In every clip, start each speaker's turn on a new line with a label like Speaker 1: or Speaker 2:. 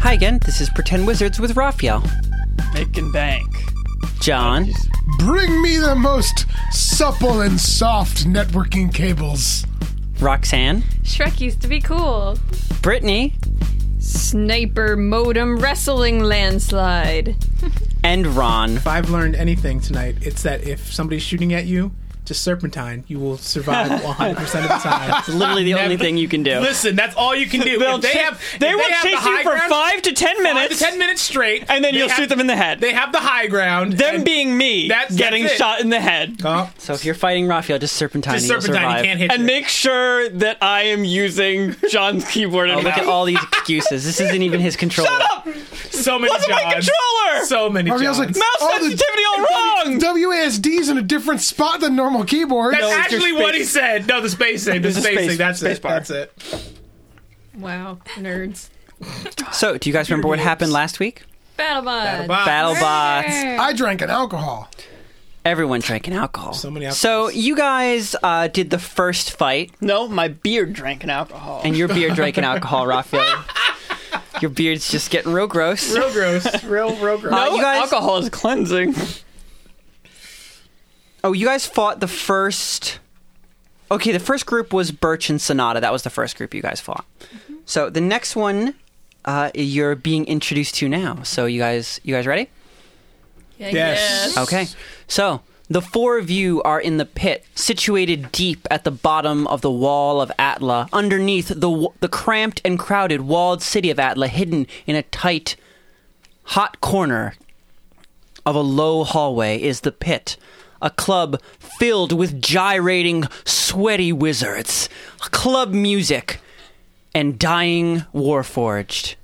Speaker 1: Hi again, this is Pretend Wizards with Raphael,
Speaker 2: Making bank. Oh,
Speaker 1: John,
Speaker 3: Bring me the most supple and soft networking cables.
Speaker 1: Roxanne,
Speaker 4: Shrek used to be cool.
Speaker 1: Brittany,
Speaker 4: Sniper modem wrestling landslide.
Speaker 1: and Ron.
Speaker 5: If I've learned anything tonight, it's that if somebody's shooting at you, just serpentine, you will survive 100% of the time.
Speaker 1: It's literally the only
Speaker 5: Never-
Speaker 1: thing you can do.
Speaker 5: Listen, that's all you can do.
Speaker 2: They'll
Speaker 5: If they
Speaker 2: cha-
Speaker 5: have,
Speaker 2: they
Speaker 5: if
Speaker 2: will
Speaker 5: have
Speaker 2: chase
Speaker 5: the
Speaker 2: you
Speaker 5: high
Speaker 2: for
Speaker 5: ground,
Speaker 2: five to
Speaker 5: five
Speaker 2: ten
Speaker 5: to
Speaker 2: minutes.
Speaker 5: ten minutes straight,
Speaker 2: And then
Speaker 5: they
Speaker 2: you'll
Speaker 5: have-
Speaker 2: shoot them in the head.
Speaker 5: They have the high ground.
Speaker 2: Them
Speaker 5: and-
Speaker 2: being me,
Speaker 5: That's-
Speaker 2: getting
Speaker 5: that's it.
Speaker 2: shot in the head.
Speaker 5: Oh,
Speaker 1: So if you're fighting Raphael, just serpentine.
Speaker 5: just
Speaker 1: and you'll
Speaker 5: serpentine,
Speaker 1: survive.
Speaker 5: you can't hit.
Speaker 2: And
Speaker 5: you.
Speaker 2: make sure that I am using John's keyboard and
Speaker 1: Oh, look
Speaker 2: mouse.
Speaker 1: at all these excuses. This isn't even his control.
Speaker 2: Shut up!
Speaker 5: so many
Speaker 2: Wasn't my
Speaker 5: Johns.
Speaker 2: controller!
Speaker 5: So many
Speaker 3: Raphael's
Speaker 5: Johns.
Speaker 3: like,
Speaker 2: Mouse
Speaker 3: "Oh, the
Speaker 2: sensitivity all wrong!
Speaker 3: WASD's in a different spot than normal keyboards.
Speaker 5: that's
Speaker 2: it's your
Speaker 5: actually what he
Speaker 2: space-
Speaker 5: said. No, the space thing. The
Speaker 2: It's a
Speaker 5: space
Speaker 2: space-
Speaker 5: thing. That's
Speaker 2: space
Speaker 5: it.
Speaker 2: bar.
Speaker 5: That's it.
Speaker 4: Wow, nerds.
Speaker 1: So, do you guys remember what happened last week?
Speaker 4: Battle bot.
Speaker 5: Wow.
Speaker 1: BattleBots.
Speaker 3: I drank an alcohol.
Speaker 1: Everyone drinking alcohol. So
Speaker 5: many alcohols.
Speaker 1: So you guys uh, did the first fight,
Speaker 2: No, my beard drank an alcohol.
Speaker 1: and your beard drinking alcohol, Raphael. Your beard's just getting real gross.
Speaker 5: Real gross. Real, real gross.
Speaker 1: Uh,
Speaker 2: no,
Speaker 1: you guys-
Speaker 2: Oh, alcohol is cleansing.
Speaker 1: Oh, you guys fought the first. Okay, the first group was Birch and Sonata. That was the first group you guys fought.
Speaker 2: Mm-hmm.
Speaker 1: So the next one uh, you're being introduced to now. So you guys, you guys ready?
Speaker 5: Yes.
Speaker 1: Okay. So the four of you are in the pit, situated deep at the bottom of the wall of Atla, underneath the w- the cramped and crowded walled city of Atla, hidden in a tight, hot corner of a low hallway is the pit, a club filled with gyrating, sweaty wizards, club music, and dying warforged.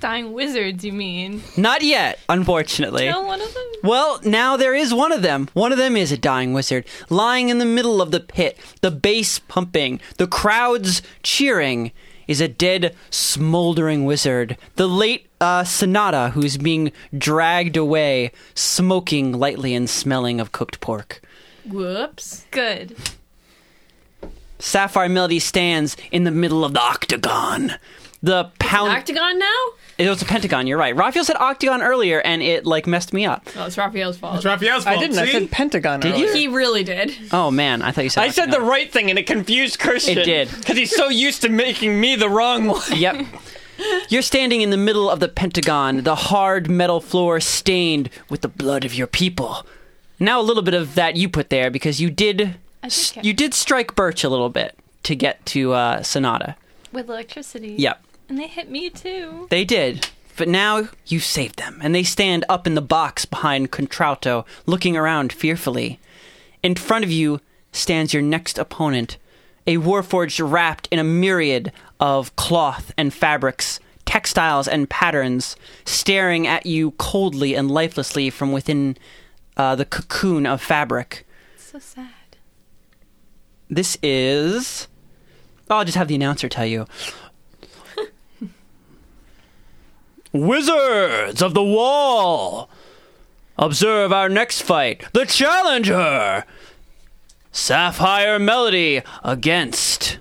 Speaker 6: Dying wizards, you mean?
Speaker 1: Not yet, unfortunately.
Speaker 6: No one of them?
Speaker 1: Well, now there is one of them. One of them is a dying wizard, lying in the middle of the pit, the bass pumping, the crowds cheering. Is a dead, smoldering wizard. The late uh, Sonata, who's being dragged away, smoking lightly and smelling of cooked pork.
Speaker 6: Whoops. Good.
Speaker 1: Sapphire Melody stands in the middle of the octagon. The pound.
Speaker 4: Octagon now?
Speaker 1: it was a pentagon. You're right. Raphael said octagon earlier, and it like messed me up.
Speaker 4: Oh, it's Raphael's fault.
Speaker 5: It's Raphael's fault.
Speaker 2: I didn't. I
Speaker 5: See?
Speaker 2: said Pentagon.
Speaker 1: Did you?
Speaker 2: earlier.
Speaker 4: he really did.
Speaker 1: Oh man, I thought you said.
Speaker 2: I said
Speaker 1: octagon.
Speaker 2: the right thing and it confused Christian.
Speaker 1: It did.
Speaker 2: Because he's so used to making me the wrong one.
Speaker 1: Yep. You're standing in the middle of the Pentagon, the hard metal floor stained with the blood of your people. Now a little bit of that you put there because you did s-
Speaker 6: catch
Speaker 1: you did strike Birch a little bit to get to uh, Sonata.
Speaker 6: With electricity.
Speaker 1: Yep.
Speaker 6: And they hit me too.
Speaker 1: They did. But now you saved them, and they stand up in the box behind Contralto, looking around fearfully. In front of you stands your next opponent, a warforged wrapped in a myriad of cloth and fabrics, textiles and patterns, staring at you coldly and lifelessly from within uh, the cocoon of fabric.
Speaker 6: So sad.
Speaker 1: This is. oh, I'll just have the announcer tell you. Wizards of the Wall! Observe our next fight the Challenger! Sapphire Melody against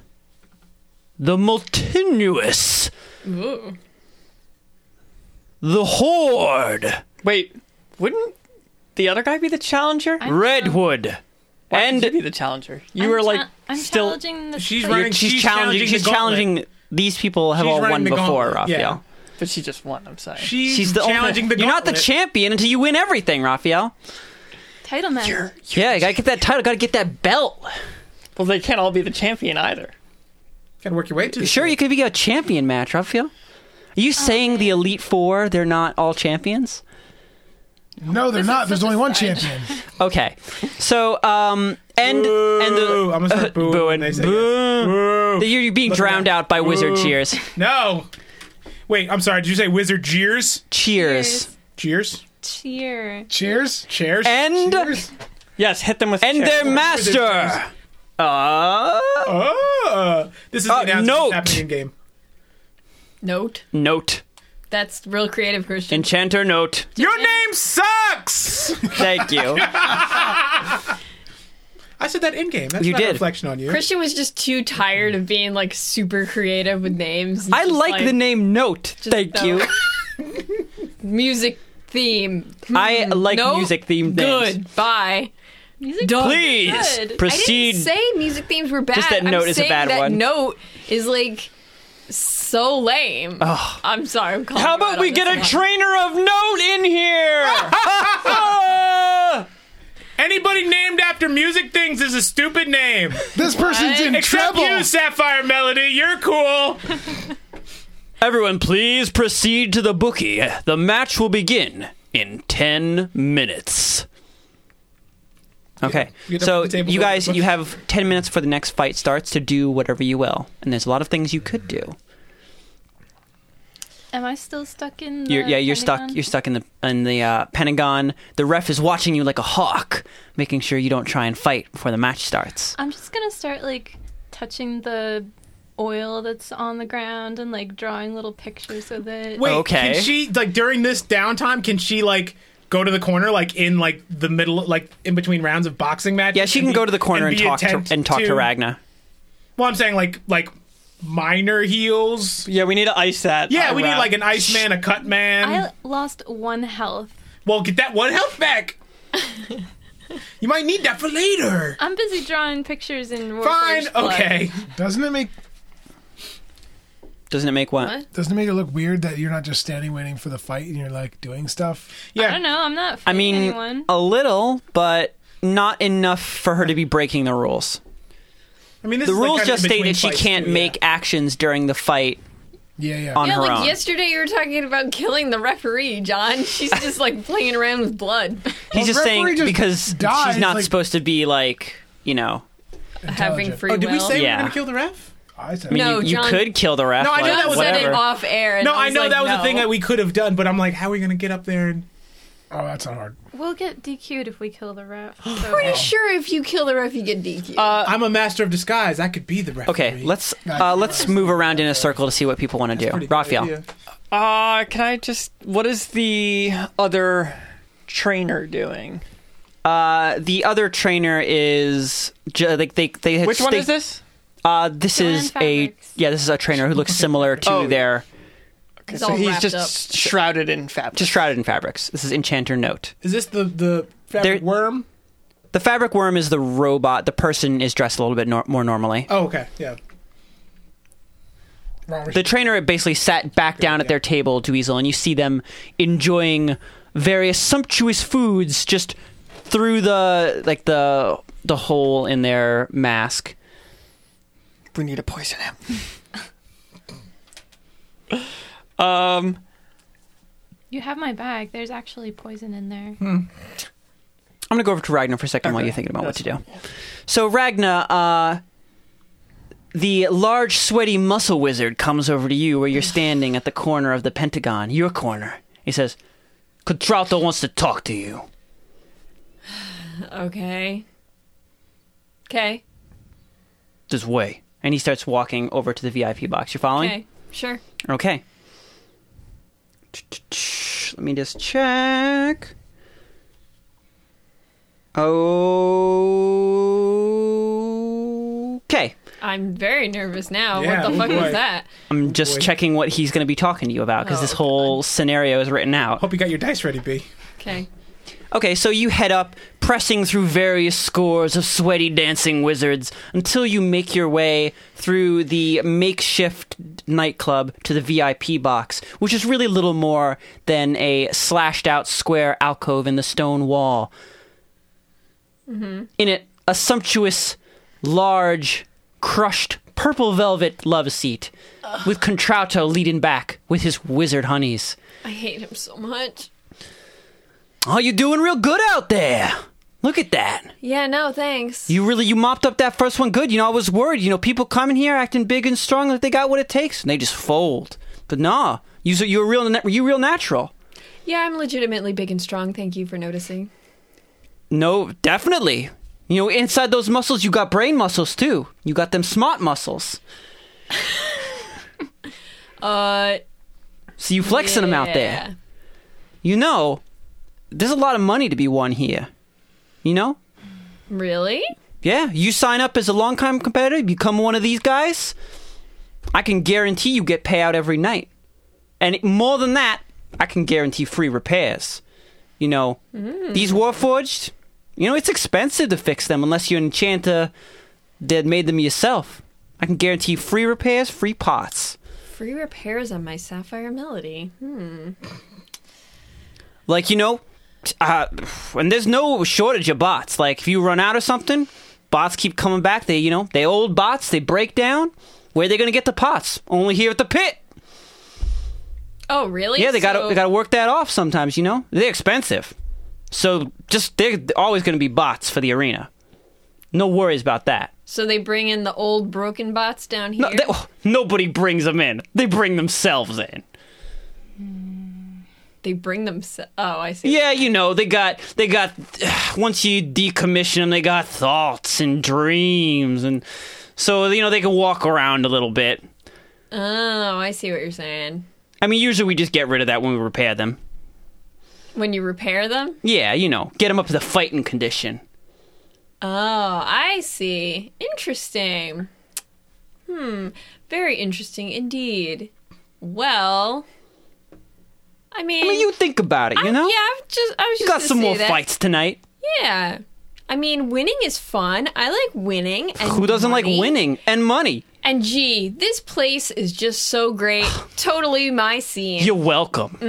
Speaker 1: the Multinuous,
Speaker 4: Ooh.
Speaker 1: the Horde,
Speaker 2: Wait, wouldn't the other guy be the challenger?
Speaker 6: I'm
Speaker 1: Redwood,
Speaker 2: Why would
Speaker 1: and
Speaker 2: you be the challenger. You
Speaker 6: I'm
Speaker 2: were
Speaker 6: cha-
Speaker 2: like
Speaker 6: I'm
Speaker 2: still.
Speaker 6: challenging the
Speaker 5: She's
Speaker 6: fight.
Speaker 5: running-
Speaker 1: she's,
Speaker 5: She's
Speaker 1: challenging.
Speaker 5: challenging
Speaker 1: She's
Speaker 5: the gauntlet.
Speaker 1: challenging. These people have
Speaker 5: She's
Speaker 1: all won
Speaker 5: running the
Speaker 1: before,
Speaker 5: gauntlet,
Speaker 1: Raphael.
Speaker 5: yeah.
Speaker 2: But she just won. I'm sorry.
Speaker 5: She's,
Speaker 1: She's the
Speaker 5: challenging
Speaker 1: only,
Speaker 5: the
Speaker 1: You're not the
Speaker 5: gauntlet.
Speaker 1: champion until you win everything, Raphael.
Speaker 6: title match.
Speaker 1: yeah, you gotta get that title. Gotta get that belt.
Speaker 2: well, they can't all be the champion either.
Speaker 5: Gotta work your way to.
Speaker 1: Sure, you could be a champion match, Raphael. Are you saying the Elite Four they're not all champions?
Speaker 3: No, they're not. There's only one champion.
Speaker 1: Okay, so um, and and
Speaker 5: Boo. I'm
Speaker 1: the
Speaker 5: gonna start booing. when they say yes. Boo.
Speaker 1: you're you're being drowned out by wizard cheers.
Speaker 5: No. Wait, I'm sorry. Did you say wizard jeers?
Speaker 1: Cheers.
Speaker 5: Cheers.
Speaker 6: Cheer.
Speaker 3: Cheers.
Speaker 5: Chairs.
Speaker 1: And
Speaker 3: Cheers.
Speaker 2: Yes, hit them with.
Speaker 1: and
Speaker 2: their
Speaker 1: their master. Uh,
Speaker 5: oh, this is
Speaker 1: Uh,
Speaker 5: the announcement
Speaker 1: note.
Speaker 5: happening in game.
Speaker 4: Note.
Speaker 1: note.
Speaker 4: That's real creative, Christian.
Speaker 1: Enchanter note.
Speaker 5: Your name sucks.
Speaker 1: Thank you.
Speaker 5: I I said that in game. That's
Speaker 1: You
Speaker 5: not a
Speaker 1: did.
Speaker 5: reflection on you.
Speaker 4: Christian was just too tired of being like super creative with names. He's
Speaker 1: I
Speaker 4: just
Speaker 1: like the name Note. Thank
Speaker 4: the-
Speaker 1: you.
Speaker 4: music theme. Hmm.
Speaker 1: I like
Speaker 4: Nope.
Speaker 1: music themed names.
Speaker 4: Good. Bye.
Speaker 6: Music
Speaker 4: Done.
Speaker 1: Please
Speaker 4: Good. I
Speaker 1: proceed.
Speaker 4: didn't say music themes were bad.
Speaker 1: Just that note
Speaker 4: I'm
Speaker 1: is a
Speaker 4: saying
Speaker 1: bad
Speaker 4: that
Speaker 1: one.
Speaker 4: Note is like so lame. I'm sorry. I'm calling
Speaker 1: How
Speaker 4: you out
Speaker 1: about
Speaker 4: on
Speaker 1: we
Speaker 4: this
Speaker 1: get a
Speaker 4: one.
Speaker 1: trainer of note in here? Ah!
Speaker 7: Anybody named after music things is a stupid name.
Speaker 3: This person's in
Speaker 7: Except
Speaker 3: trouble.
Speaker 7: you, Sapphire Melody. You're cool.
Speaker 1: Everyone, please proceed to the bookie. The match will begin in 10 minutes. Okay,
Speaker 5: Get up
Speaker 1: so
Speaker 5: from the table,
Speaker 1: you
Speaker 5: go to
Speaker 1: guys,
Speaker 5: the bookie.
Speaker 1: you have 10 minutes before the next fight starts to do whatever you will. And there's a lot of things you could do.
Speaker 6: Am I still stuck in? The
Speaker 1: You're, yeah, you're stuck.
Speaker 6: Pentagon?
Speaker 1: You're stuck in the in the uh, Pentagon. The ref is watching you like a hawk, making sure you don't try and fight before the match starts.
Speaker 6: I'm just gonna start like touching the oil that's on the ground and like drawing little pictures with it.
Speaker 7: Wait,
Speaker 1: Okay.
Speaker 7: can she like during this downtime? Can she like go to the corner, like in like the middle, like in between rounds of boxing matches?
Speaker 1: Yeah, she
Speaker 7: and
Speaker 1: can
Speaker 7: be-
Speaker 1: go to the corner and,
Speaker 7: be
Speaker 1: talk to
Speaker 7: attempt
Speaker 1: and talk to Ragna.
Speaker 7: Well, I'm saying like like minor heels.
Speaker 2: Yeah, we need to ice that.
Speaker 7: Yeah, we need
Speaker 2: eyebrow.
Speaker 7: like an Iceman, a Cut Man.
Speaker 5: um,
Speaker 6: I lost one health.
Speaker 7: Well, get that one health back. you might need that for later.
Speaker 6: I'm busy drawing pictures in
Speaker 7: Fine.
Speaker 6: Warforged blood.
Speaker 7: Okay.
Speaker 3: Doesn't it make
Speaker 1: Doesn't it make what?
Speaker 4: What?
Speaker 3: doesn't it make it look weird that you're not just standing waiting for the fight and you're like doing stuff?
Speaker 7: Yeah.
Speaker 6: I don't know. I'm not.
Speaker 1: I mean,
Speaker 6: anyone.
Speaker 1: a little, but not enough for her to be breaking the rules.
Speaker 7: I mean, this
Speaker 1: The
Speaker 7: is,
Speaker 1: rules
Speaker 7: like, kind of
Speaker 1: just state
Speaker 7: between
Speaker 1: that she
Speaker 7: fights,
Speaker 1: can't
Speaker 7: too, yeah.
Speaker 1: make actions during the fight
Speaker 3: Yeah, yeah.
Speaker 1: on
Speaker 4: Yeah,
Speaker 1: her
Speaker 4: like
Speaker 1: own.
Speaker 4: yesterday you were talking about killing the referee, John. She's just like playing around with blood,
Speaker 1: He's just
Speaker 3: referee
Speaker 1: saying
Speaker 3: just
Speaker 1: because
Speaker 3: dies,
Speaker 1: she's not
Speaker 3: like-
Speaker 1: supposed to be like you know.
Speaker 4: having
Speaker 3: Intelligent.
Speaker 4: free
Speaker 5: Oh, did we
Speaker 4: will.
Speaker 5: say we
Speaker 1: Yeah.
Speaker 5: we're gonna kill the ref?
Speaker 3: I said, oh,
Speaker 1: I mean,
Speaker 4: No,
Speaker 1: you, you
Speaker 4: John-
Speaker 1: could kill the ref.
Speaker 7: No, I know
Speaker 1: like,
Speaker 7: that was-
Speaker 4: said
Speaker 1: whatever.
Speaker 4: it off air. and
Speaker 7: No, I
Speaker 4: was
Speaker 7: know
Speaker 4: like,
Speaker 7: that was
Speaker 4: no.
Speaker 7: a thing that we could have done, but I'm like, how are we gonna get up there? And...
Speaker 3: "Oh, that's not hard."
Speaker 6: we'll get DQ'd if we kill the ref. So
Speaker 4: Pretty sure if you kill the ref, you get DQ.
Speaker 5: Uh, I'm a master of disguise. I could be the ref.
Speaker 1: Okay, let's uh, let's move around in a circle to see what people want to do. Raphael,
Speaker 2: Uh, can I just? What is the other trainer doing?
Speaker 1: uh, the other trainer is ju- like they they
Speaker 2: Which one
Speaker 1: they-
Speaker 2: is this?
Speaker 1: Uh, this
Speaker 6: Joanne
Speaker 1: is a
Speaker 6: Fabrics.
Speaker 1: yeah, this is a trainer who looks similar to
Speaker 2: Oh.
Speaker 1: their
Speaker 2: Okay,
Speaker 4: It's
Speaker 2: so
Speaker 4: all
Speaker 2: he's
Speaker 4: wrapped
Speaker 2: just
Speaker 4: up.
Speaker 2: shrouded in fabric.
Speaker 1: just shrouded in fabrics. This is Enchanter Note.
Speaker 5: Is this the the fabric
Speaker 1: There-
Speaker 5: worm?
Speaker 1: The fabric worm is the robot. The person is dressed a little bit nor- more normally.
Speaker 5: Oh, okay. Yeah.
Speaker 1: The trainer basically sat back down at their table to easel, and you see them enjoying various sumptuous foods just through the like the the hole in their mask.
Speaker 2: we need to poison him. um,
Speaker 6: you have my bag. There's actually poison in there.
Speaker 1: I'm gonna go over to Ragnar for a second while you're thinking about what to do. So Ragnar, uh, the large sweaty muscle wizard comes over to you where you're standing at the corner of the Pentagon, your corner. He says, "Contralto wants to talk to you."
Speaker 4: okay. Okay.
Speaker 1: This way, and he starts walking over to the VIP box. You're following?
Speaker 4: Okay. Sure.
Speaker 1: Okay. Let me just check. Okay.
Speaker 4: I'm very nervous now.
Speaker 5: Yeah,
Speaker 4: what the fuck
Speaker 5: boy.
Speaker 4: was that?
Speaker 1: I'm just
Speaker 5: boy.
Speaker 1: checking what he's going to be talking to you about because
Speaker 4: Oh,
Speaker 1: this whole scenario is written out.
Speaker 5: Hope you got your dice ready, B.
Speaker 4: Okay.
Speaker 1: Okay, so you head up, pressing through various scores of sweaty dancing wizards until you make your way through the makeshift nightclub to the VIP box, which is really little more than a slashed out square alcove in the stone wall. In it, a sumptuous, large, crushed purple velvet love seat with Contralto leading back with his wizard honeys.
Speaker 4: I hate him so much.
Speaker 1: Oh, you're doing real good out there. Look at that.
Speaker 4: Yeah, no, thanks.
Speaker 1: You really you mopped up that first one good. You know, I was worried. You know, people coming here acting big and strong like they got what it takes, and they just fold. But nah, you so you're real. na- You real natural.
Speaker 4: yeah, I'm legitimately big and strong. Thank you for noticing.
Speaker 1: No, definitely. You know, inside those muscles, you got brain muscles too. You got them smart muscles.
Speaker 4: Uh,
Speaker 1: So you flexing them out there. You know, there's a lot of money to be won here. You know,
Speaker 4: Really?
Speaker 1: Yeah, you sign up as a longtime competitor, become one of these guys. I can guarantee you get payout every night, and more than that, I can guarantee free repairs. You know, these warforged. You know, it's expensive to fix them unless you're an enchanter that made them yourself. I can guarantee free repairs, free pots.
Speaker 4: Free repairs on my Sapphire Melody.
Speaker 1: Like, you know, t- uh, and there's no shortage of bots. Like, if you run out of something, bots keep coming back. They, you know, they old bots, they break down. Where are they going to get the pots? Only here at the pit.
Speaker 4: Oh, really?
Speaker 1: Yeah, they got to
Speaker 4: So-
Speaker 1: they got to work that off sometimes, you know? They're expensive. So, just they're always going to be bots for the arena. No worries about that.
Speaker 4: So they bring in the old broken bots down here.
Speaker 1: No, they, oh, nobody brings them in. They bring themselves in.
Speaker 4: they bring them. Oh, I see.
Speaker 1: Yeah, you know, they got they got once you decommission them, they got thoughts and dreams and so you know they can walk around a little bit.
Speaker 4: Oh, I see what you're saying.
Speaker 1: I mean, usually we just get rid of that when we repair them.
Speaker 4: When you repair them.
Speaker 1: Yeah, you know, get them up to the fighting condition.
Speaker 4: Oh, I see. Interesting. Hmm. Very interesting indeed. Well, I mean,
Speaker 1: I mean, you think about it, you know?
Speaker 4: yeah, I've just, I was
Speaker 1: you
Speaker 4: just
Speaker 1: got
Speaker 4: gonna
Speaker 1: some
Speaker 4: say
Speaker 1: more
Speaker 4: that.
Speaker 1: fights tonight.
Speaker 4: Yeah. I mean, winning is fun. I like winning. And
Speaker 1: Who doesn't
Speaker 4: money.
Speaker 1: like winning and money?
Speaker 4: And gee, this place is just so great. totally my scene.
Speaker 1: You're welcome.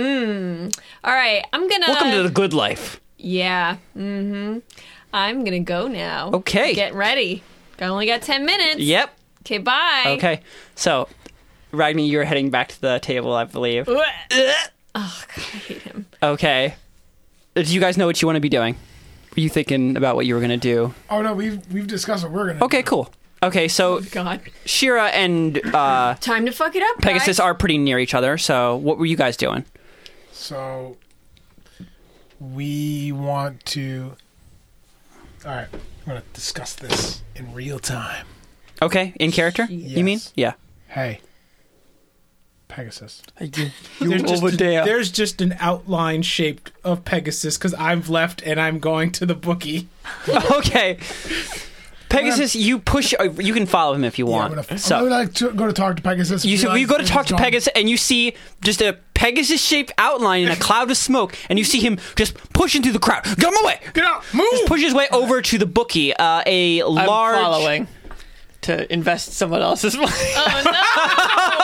Speaker 4: All right, I'm gonna.
Speaker 1: welcome to the good life.
Speaker 4: Yeah. Mm-hmm. I'm gonna go now.
Speaker 1: Okay.
Speaker 4: Get ready. I only got ten minutes.
Speaker 1: Yep.
Speaker 4: Okay. Bye.
Speaker 1: Okay. So, Ragni, you're heading back to the table, I believe.
Speaker 4: Ugh. Oh God, I hate him.
Speaker 1: Okay. Do you guys know what you want to be doing? Were you thinking about what you were going to do?
Speaker 3: Oh no, we've we've discussed what we're gonna.
Speaker 1: Okay, cool. Okay, so
Speaker 4: God.
Speaker 1: Shira and uh,
Speaker 4: Time to fuck it up,
Speaker 1: Pegasus
Speaker 4: guys.
Speaker 1: are pretty near each other. So, what were you guys doing?
Speaker 3: do. So we want to. All right, I'm gonna discuss this in real time.
Speaker 1: Okay, in character? You mean?
Speaker 3: Yes.
Speaker 1: Yeah.
Speaker 3: Hey, Pegasus.
Speaker 5: There's just,
Speaker 2: over there.
Speaker 5: there's just an outline shaped of Pegasus because I've left and I'm going to the bookie.
Speaker 1: okay. Pegasus, you push. uh, You can follow him if you
Speaker 3: Yeah,
Speaker 1: want.
Speaker 3: I'm gonna,
Speaker 1: so
Speaker 3: I'm gonna like to, go to talk to Pegasus.
Speaker 1: you, see,
Speaker 3: realize
Speaker 1: you go to talk to
Speaker 3: John-
Speaker 1: Pegasus, and you see just a Pegasus-shaped outline in a cloud of smoke, and you see him just pushing through the crowd. Get him away!
Speaker 3: Get out! Move!
Speaker 1: Just push his way over to the bookie. Uh, a
Speaker 2: I'm
Speaker 1: large.
Speaker 2: following to invest someone else's money.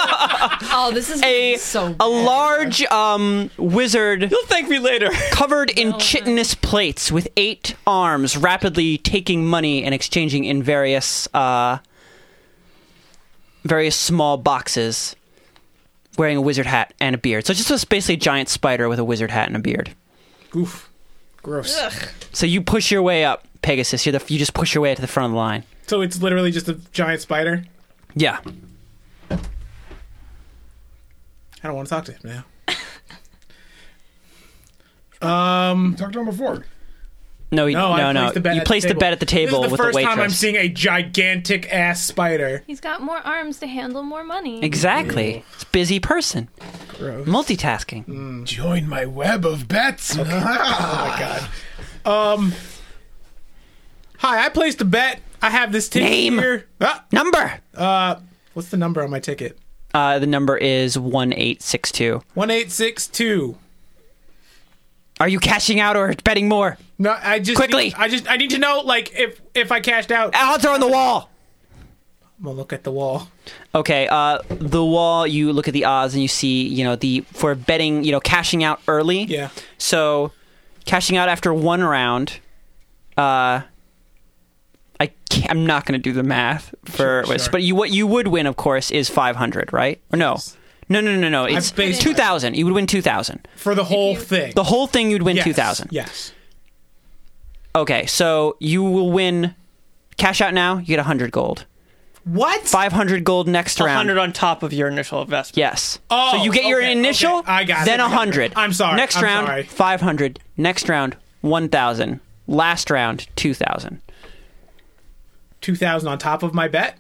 Speaker 4: Oh, this is
Speaker 1: a
Speaker 4: so.
Speaker 1: a
Speaker 4: bad.
Speaker 1: large um, wizard
Speaker 2: You'll thank me later.
Speaker 1: covered in chitinous plates with eight arms, rapidly taking money and exchanging in various uh, various small boxes, wearing a wizard hat and a beard. So it's just a, basically a giant spider with a wizard hat and a beard.
Speaker 5: Oof, gross.
Speaker 1: So you push your way up, Pegasus. You're the, you just push your way to the front of the line.
Speaker 5: So it's literally just a giant spider.
Speaker 1: Yeah.
Speaker 5: I don't want to talk to him now.
Speaker 3: Talked to him before.
Speaker 1: No, you-
Speaker 5: Um,
Speaker 1: no,
Speaker 5: No, I
Speaker 1: no.
Speaker 5: placed the bet
Speaker 1: you
Speaker 5: at
Speaker 1: placed
Speaker 5: the
Speaker 1: the
Speaker 5: table.
Speaker 1: bet at the table
Speaker 5: this is the
Speaker 1: with
Speaker 5: first
Speaker 1: the waitress.
Speaker 5: time I'm seeing a gigantic ass spider.
Speaker 6: He's got more arms to handle more money.
Speaker 1: exactly. It's a busy person.
Speaker 5: Gross.
Speaker 1: Multitasking.
Speaker 3: Join my web of bets.
Speaker 5: Oh Um, Hi, I placed a bet. I have this ticket
Speaker 1: Name.
Speaker 5: here. Ah,
Speaker 1: Number.
Speaker 5: uh, what's the number on my ticket?
Speaker 1: Uh, the number is one eight six two.
Speaker 5: One eight six two.
Speaker 1: Are you cashing out or betting more?
Speaker 5: No, I just
Speaker 1: Quickly.
Speaker 5: Need, I just I need to know like if if I cashed out. I'm
Speaker 1: Odds are on the wall.
Speaker 5: gonna look at the wall.
Speaker 1: Okay, uh, the wall. You look at the odds and you see, you know, the for betting, you know, cashing out early.
Speaker 5: Yeah.
Speaker 1: So, cashing out after one round. Uh, I can't, I'm not going to do the math for,
Speaker 5: Sure, sure.
Speaker 1: but you what you would win, of course, is 500, right? Or no, no, no, no, no. It's
Speaker 5: based-
Speaker 1: 2,000. You would win 2,000.
Speaker 5: for the whole thing.
Speaker 1: The whole thing, you'd win
Speaker 5: Yes,
Speaker 1: 2,000.
Speaker 5: Yes.
Speaker 1: Okay, so you will win. Cash out now. You get 100 gold.
Speaker 5: What?
Speaker 1: five hundred gold next round.
Speaker 2: 100 on top of your initial investment.
Speaker 1: Yes.
Speaker 5: Oh,
Speaker 1: so you get your
Speaker 5: okay,
Speaker 1: initial,
Speaker 5: okay. I got it.
Speaker 1: then
Speaker 5: I got it.
Speaker 1: hundred.
Speaker 5: I'm sorry,
Speaker 1: Next
Speaker 5: I'm sorry.
Speaker 1: round, five hundred. Next round, one thousand. Last round, two thousand.
Speaker 5: Two thousand on top of my bet.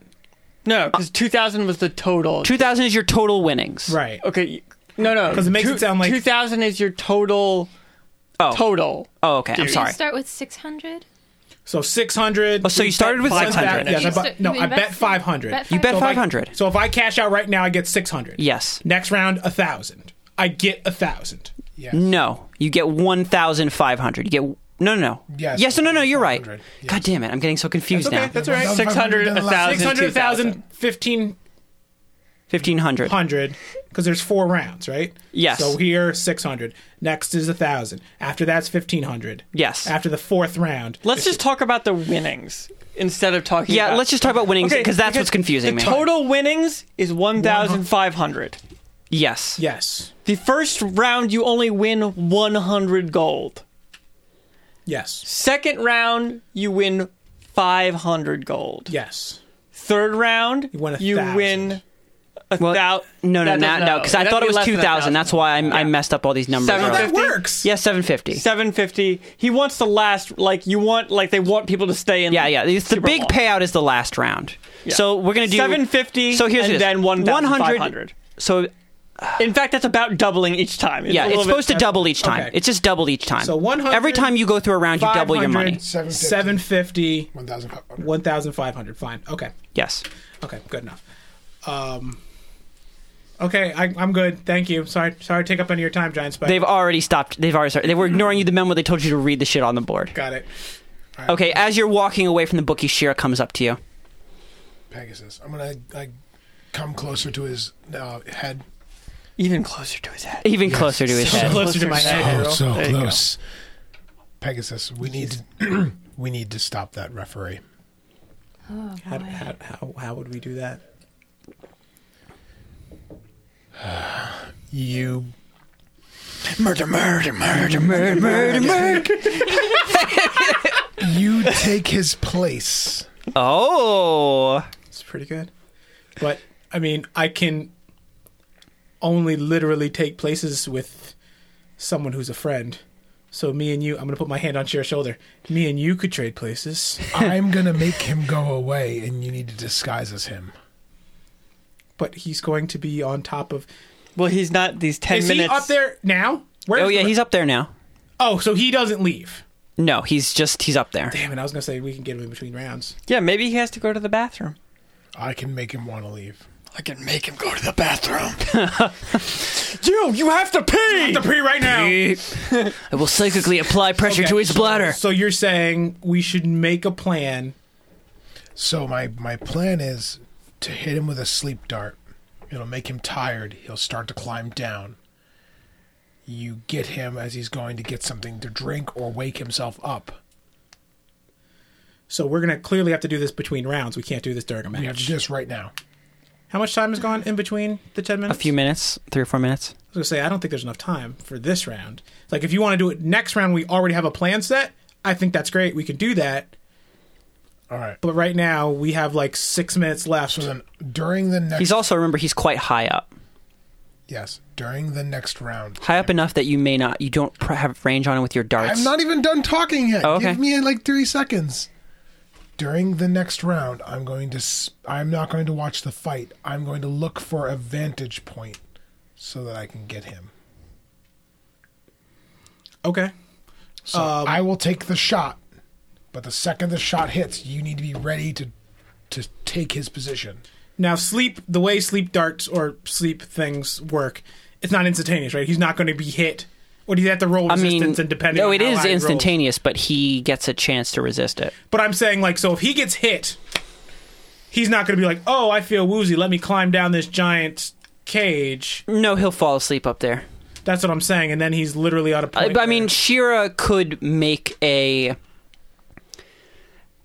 Speaker 2: No, because 2000 was the total.
Speaker 1: Two thousand is your total winnings.
Speaker 5: Right.
Speaker 2: Okay. you- No, no.
Speaker 5: 'Cause it makes
Speaker 2: Two-
Speaker 5: it sound like-
Speaker 2: 2000 is your total.
Speaker 1: Oh.
Speaker 2: Total.
Speaker 1: Oh, okay. I'm
Speaker 2: Dude.
Speaker 1: sorry.
Speaker 6: You start with 600.
Speaker 5: So six hundred.
Speaker 1: Oh, so you started with 600.
Speaker 5: Yes, I
Speaker 6: You
Speaker 5: bet,
Speaker 6: st-
Speaker 5: no,
Speaker 6: you
Speaker 5: I bet
Speaker 6: invested-
Speaker 5: five hundred.
Speaker 6: bet
Speaker 1: You bet
Speaker 6: So if
Speaker 1: five hundred.
Speaker 5: So if I cash out right now, I get six hundred.
Speaker 1: Yes.
Speaker 5: Next round, a thousand. I get a thousand.
Speaker 1: No, you get one thousand five hundred. You get no, no, no.
Speaker 3: Yes.
Speaker 1: Yes. No, no, no. You're right.
Speaker 3: 1,500, yes.
Speaker 1: God damn it! I'm getting so confused
Speaker 5: That's okay,
Speaker 1: now.
Speaker 5: that's all right.
Speaker 2: 600,
Speaker 3: Then the last-
Speaker 2: 1,000.
Speaker 5: Six hundred thousand fifteen
Speaker 1: Fifteen hundred.
Speaker 5: hundred because there's four rounds, right?
Speaker 1: Yes.
Speaker 5: So here six hundred. Next is a thousand. After that's fifteen hundred.
Speaker 1: Yes.
Speaker 5: After the fourth round,
Speaker 2: Let's just talk about the winnings instead of talking.
Speaker 1: Yeah,
Speaker 2: about-
Speaker 1: let's just talk about winnings
Speaker 2: Okay,
Speaker 1: because that's what's confusing
Speaker 2: the
Speaker 1: me.
Speaker 2: Total winnings is one thousand five hundred.
Speaker 1: yes.
Speaker 5: yes,
Speaker 2: The first round you only win one hundred gold.
Speaker 5: yes,
Speaker 2: Second round you win five hundred gold.
Speaker 5: yes.
Speaker 2: Third round you
Speaker 5: win a thousand.
Speaker 2: win a
Speaker 1: Well,
Speaker 2: thou-
Speaker 1: No, no,
Speaker 2: that
Speaker 1: no,
Speaker 2: doesn't-
Speaker 1: no. Because I
Speaker 2: that'd
Speaker 1: thought
Speaker 2: be
Speaker 1: it was
Speaker 2: less than
Speaker 1: two
Speaker 2: a
Speaker 1: thousand. That's why I'm, I
Speaker 2: Yeah.
Speaker 1: messed up all these numbers.
Speaker 2: Seven
Speaker 1: earlier.
Speaker 2: fifty.
Speaker 5: That works.
Speaker 1: Yeah, seven fifty.
Speaker 2: 750 he wants the last like you want like they want people to stay in
Speaker 1: Yeah, yeah. It's the
Speaker 2: Super
Speaker 1: big
Speaker 2: Bowl.
Speaker 1: payout is the last round. So we're gonna do
Speaker 2: 750
Speaker 1: So here's
Speaker 2: and
Speaker 1: this.
Speaker 2: then
Speaker 1: 100
Speaker 2: 1500
Speaker 1: So
Speaker 2: in fact that's about doubling each time
Speaker 1: yeah,
Speaker 2: a
Speaker 1: it's
Speaker 2: little
Speaker 1: supposed to
Speaker 2: bit-
Speaker 1: double each time.
Speaker 5: okay.
Speaker 1: It's just double each time.
Speaker 5: So 100,
Speaker 1: every time you go through a round, you double your money.
Speaker 3: 750.
Speaker 5: 750
Speaker 3: 1,500.
Speaker 5: 1500 fine okay
Speaker 1: Yes.
Speaker 5: okay good enough um okay I, i'm good thank you sorry sorry to take up any of your time giant spike
Speaker 1: They've already stopped. They've already started. They were ignoring you the memo. They told you to read the shit on the board.
Speaker 5: got it
Speaker 1: Okay, as you're walking away from the bookie, Shira comes up to you.
Speaker 3: Pegasus. I'm gonna like come closer to his uh, head.
Speaker 2: even closer to his head
Speaker 1: Even closer to his
Speaker 5: Closer
Speaker 1: head.
Speaker 5: to my head,
Speaker 3: Oh,
Speaker 5: girl.
Speaker 3: so
Speaker 2: There you go.
Speaker 3: close. Pegasus, we need we need to stop that referee.
Speaker 5: how, how, how, how would we do that
Speaker 3: You
Speaker 2: murder murder murder murder
Speaker 3: you take his place.
Speaker 1: Oh.
Speaker 5: it's pretty good but i mean i can only literally take places with someone who's a friend so me and you i'm gonna put my hand on your shoulder me and you could trade places
Speaker 3: I'm gonna make him go away, and you need to disguise as him.
Speaker 5: but he's going to be on top of
Speaker 2: well he's not these 10
Speaker 5: is
Speaker 2: minutes
Speaker 5: he up there now Where
Speaker 1: Oh
Speaker 5: is
Speaker 1: yeah,
Speaker 5: the-
Speaker 1: he's up there now.
Speaker 5: Oh, so he doesn't leave.
Speaker 1: No, he's just he's up there.
Speaker 5: Damn it, I was gonna say we can get him in between rounds.
Speaker 2: yeah maybe he has to go to the bathroom
Speaker 3: I can make him want to leave.
Speaker 2: I can make him go to the bathroom. you, you have to pee.
Speaker 5: The pre right now.
Speaker 1: I will psychically apply pressure
Speaker 5: Okay.
Speaker 1: to his bladder.
Speaker 5: So you're saying we should make a plan?
Speaker 3: So my my plan is to hit him with a sleep dart. It'll make him tired. He'll start to climb down. You get him as he's going to get something to drink or wake himself up.
Speaker 5: So we're gonna clearly have to do this between rounds. We can't do this during a
Speaker 3: We have to
Speaker 5: match.
Speaker 3: do this right now.
Speaker 5: How much time has gone in between the ten
Speaker 1: A
Speaker 5: minutes?
Speaker 1: few minutes, three or four minutes.
Speaker 5: I was gonna say I don't think there's enough time for this round. Like if you want to do it next round, we already have a plan set. I think that's great. We can do that.
Speaker 3: All right.
Speaker 5: But right now we have like six minutes left.
Speaker 3: So then during the next
Speaker 1: He's also remember he's quite high up,
Speaker 3: yes, during the next round.
Speaker 1: high up enough that you may not you don't pr- have range on him with your darts.
Speaker 3: I'm not even done talking yet.
Speaker 1: Oh, okay.
Speaker 3: Give me like 3 seconds. During the next round, I'm going to s- I'm not going to watch the fight. I'm going to look for a vantage point so that I can get him.
Speaker 5: okay.
Speaker 3: So I will take the shot, but the second the shot hits, you need to be ready to to take his position.
Speaker 5: Now, sleep, the way sleep darts or sleep things work, it's not instantaneous, right? He's not going to be hit. Or do you have to roll
Speaker 1: I
Speaker 5: resistance
Speaker 1: mean,
Speaker 5: and depending
Speaker 1: no,
Speaker 5: on
Speaker 1: it
Speaker 5: how
Speaker 1: is
Speaker 5: high he rolls?
Speaker 1: instantaneous, but he gets a chance to resist it.
Speaker 5: But I'm saying, like, so if he gets hit, he's not going to be like, oh, I feel woozy. Let me climb down this giant cage.
Speaker 1: No, he'll fall asleep up there.
Speaker 5: That's what I'm saying. And then he's literally out of
Speaker 1: I,
Speaker 5: point.
Speaker 1: I mean, Shira could make a.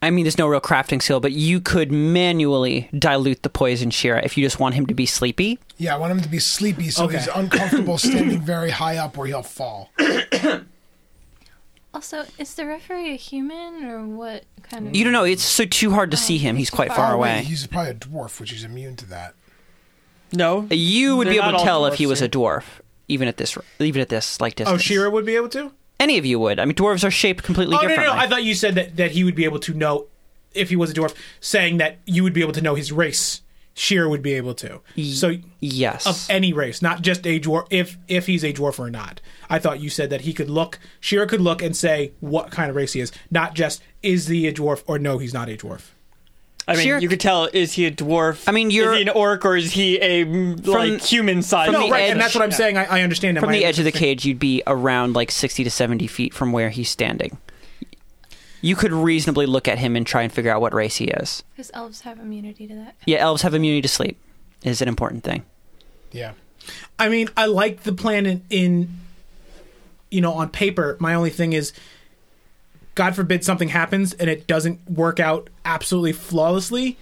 Speaker 1: I mean, there's no real crafting skill, but you could manually dilute the poison Shira if you just want him to be sleepy.
Speaker 3: Yeah, I want him to be sleepy so
Speaker 5: Okay.
Speaker 3: he's uncomfortable standing very high up where he'll fall.
Speaker 6: Also, is the referee a human or what kind of?
Speaker 1: You don't know; it's so too hard to see him. He's quite far
Speaker 3: Oh, wait,
Speaker 1: away.
Speaker 3: He's probably a dwarf, which is immune to that.
Speaker 2: No,
Speaker 1: You would
Speaker 2: They're
Speaker 1: be able
Speaker 2: not
Speaker 1: to
Speaker 2: all
Speaker 1: tell if he was
Speaker 2: dwarfs,
Speaker 1: a
Speaker 2: yeah.
Speaker 1: dwarf, even at this, even at this like distance.
Speaker 5: oh, Shira would be able to?
Speaker 1: Any of you would. I mean, dwarves are shaped completely
Speaker 5: Oh, no, no,
Speaker 1: differently.
Speaker 5: no. I thought you said that, that he would be able to know if he was a dwarf, saying that you would be able to know his race. Shira would be able to. So
Speaker 1: yes.
Speaker 5: of any race, not just a dwarf. If if he's a dwarf or not, I thought you said that he could look. Shira could look and say what kind of race he is, not just is he a dwarf or no, he's not a dwarf?
Speaker 2: I mean,
Speaker 1: Sure.
Speaker 2: you could tell is he a dwarf?
Speaker 1: I mean, you're-
Speaker 2: is he an orc or is he a mm, like human size?
Speaker 1: from the
Speaker 5: Right, and
Speaker 1: edge-
Speaker 5: that's what I'm saying. I, I understand him.
Speaker 1: From the
Speaker 5: I-
Speaker 1: edge of the cage, you'd be around like 60 to 70 feet from where he's standing. You could reasonably look at him and try and figure out what race he is.
Speaker 6: Because elves have immunity to that.
Speaker 1: Yeah, elves have immunity to sleep, is an important thing.
Speaker 3: Yeah.
Speaker 5: I mean, I like the plan in, in you know, on paper. My only thing is, God forbid something happens and it doesn't work out absolutely flawlessly.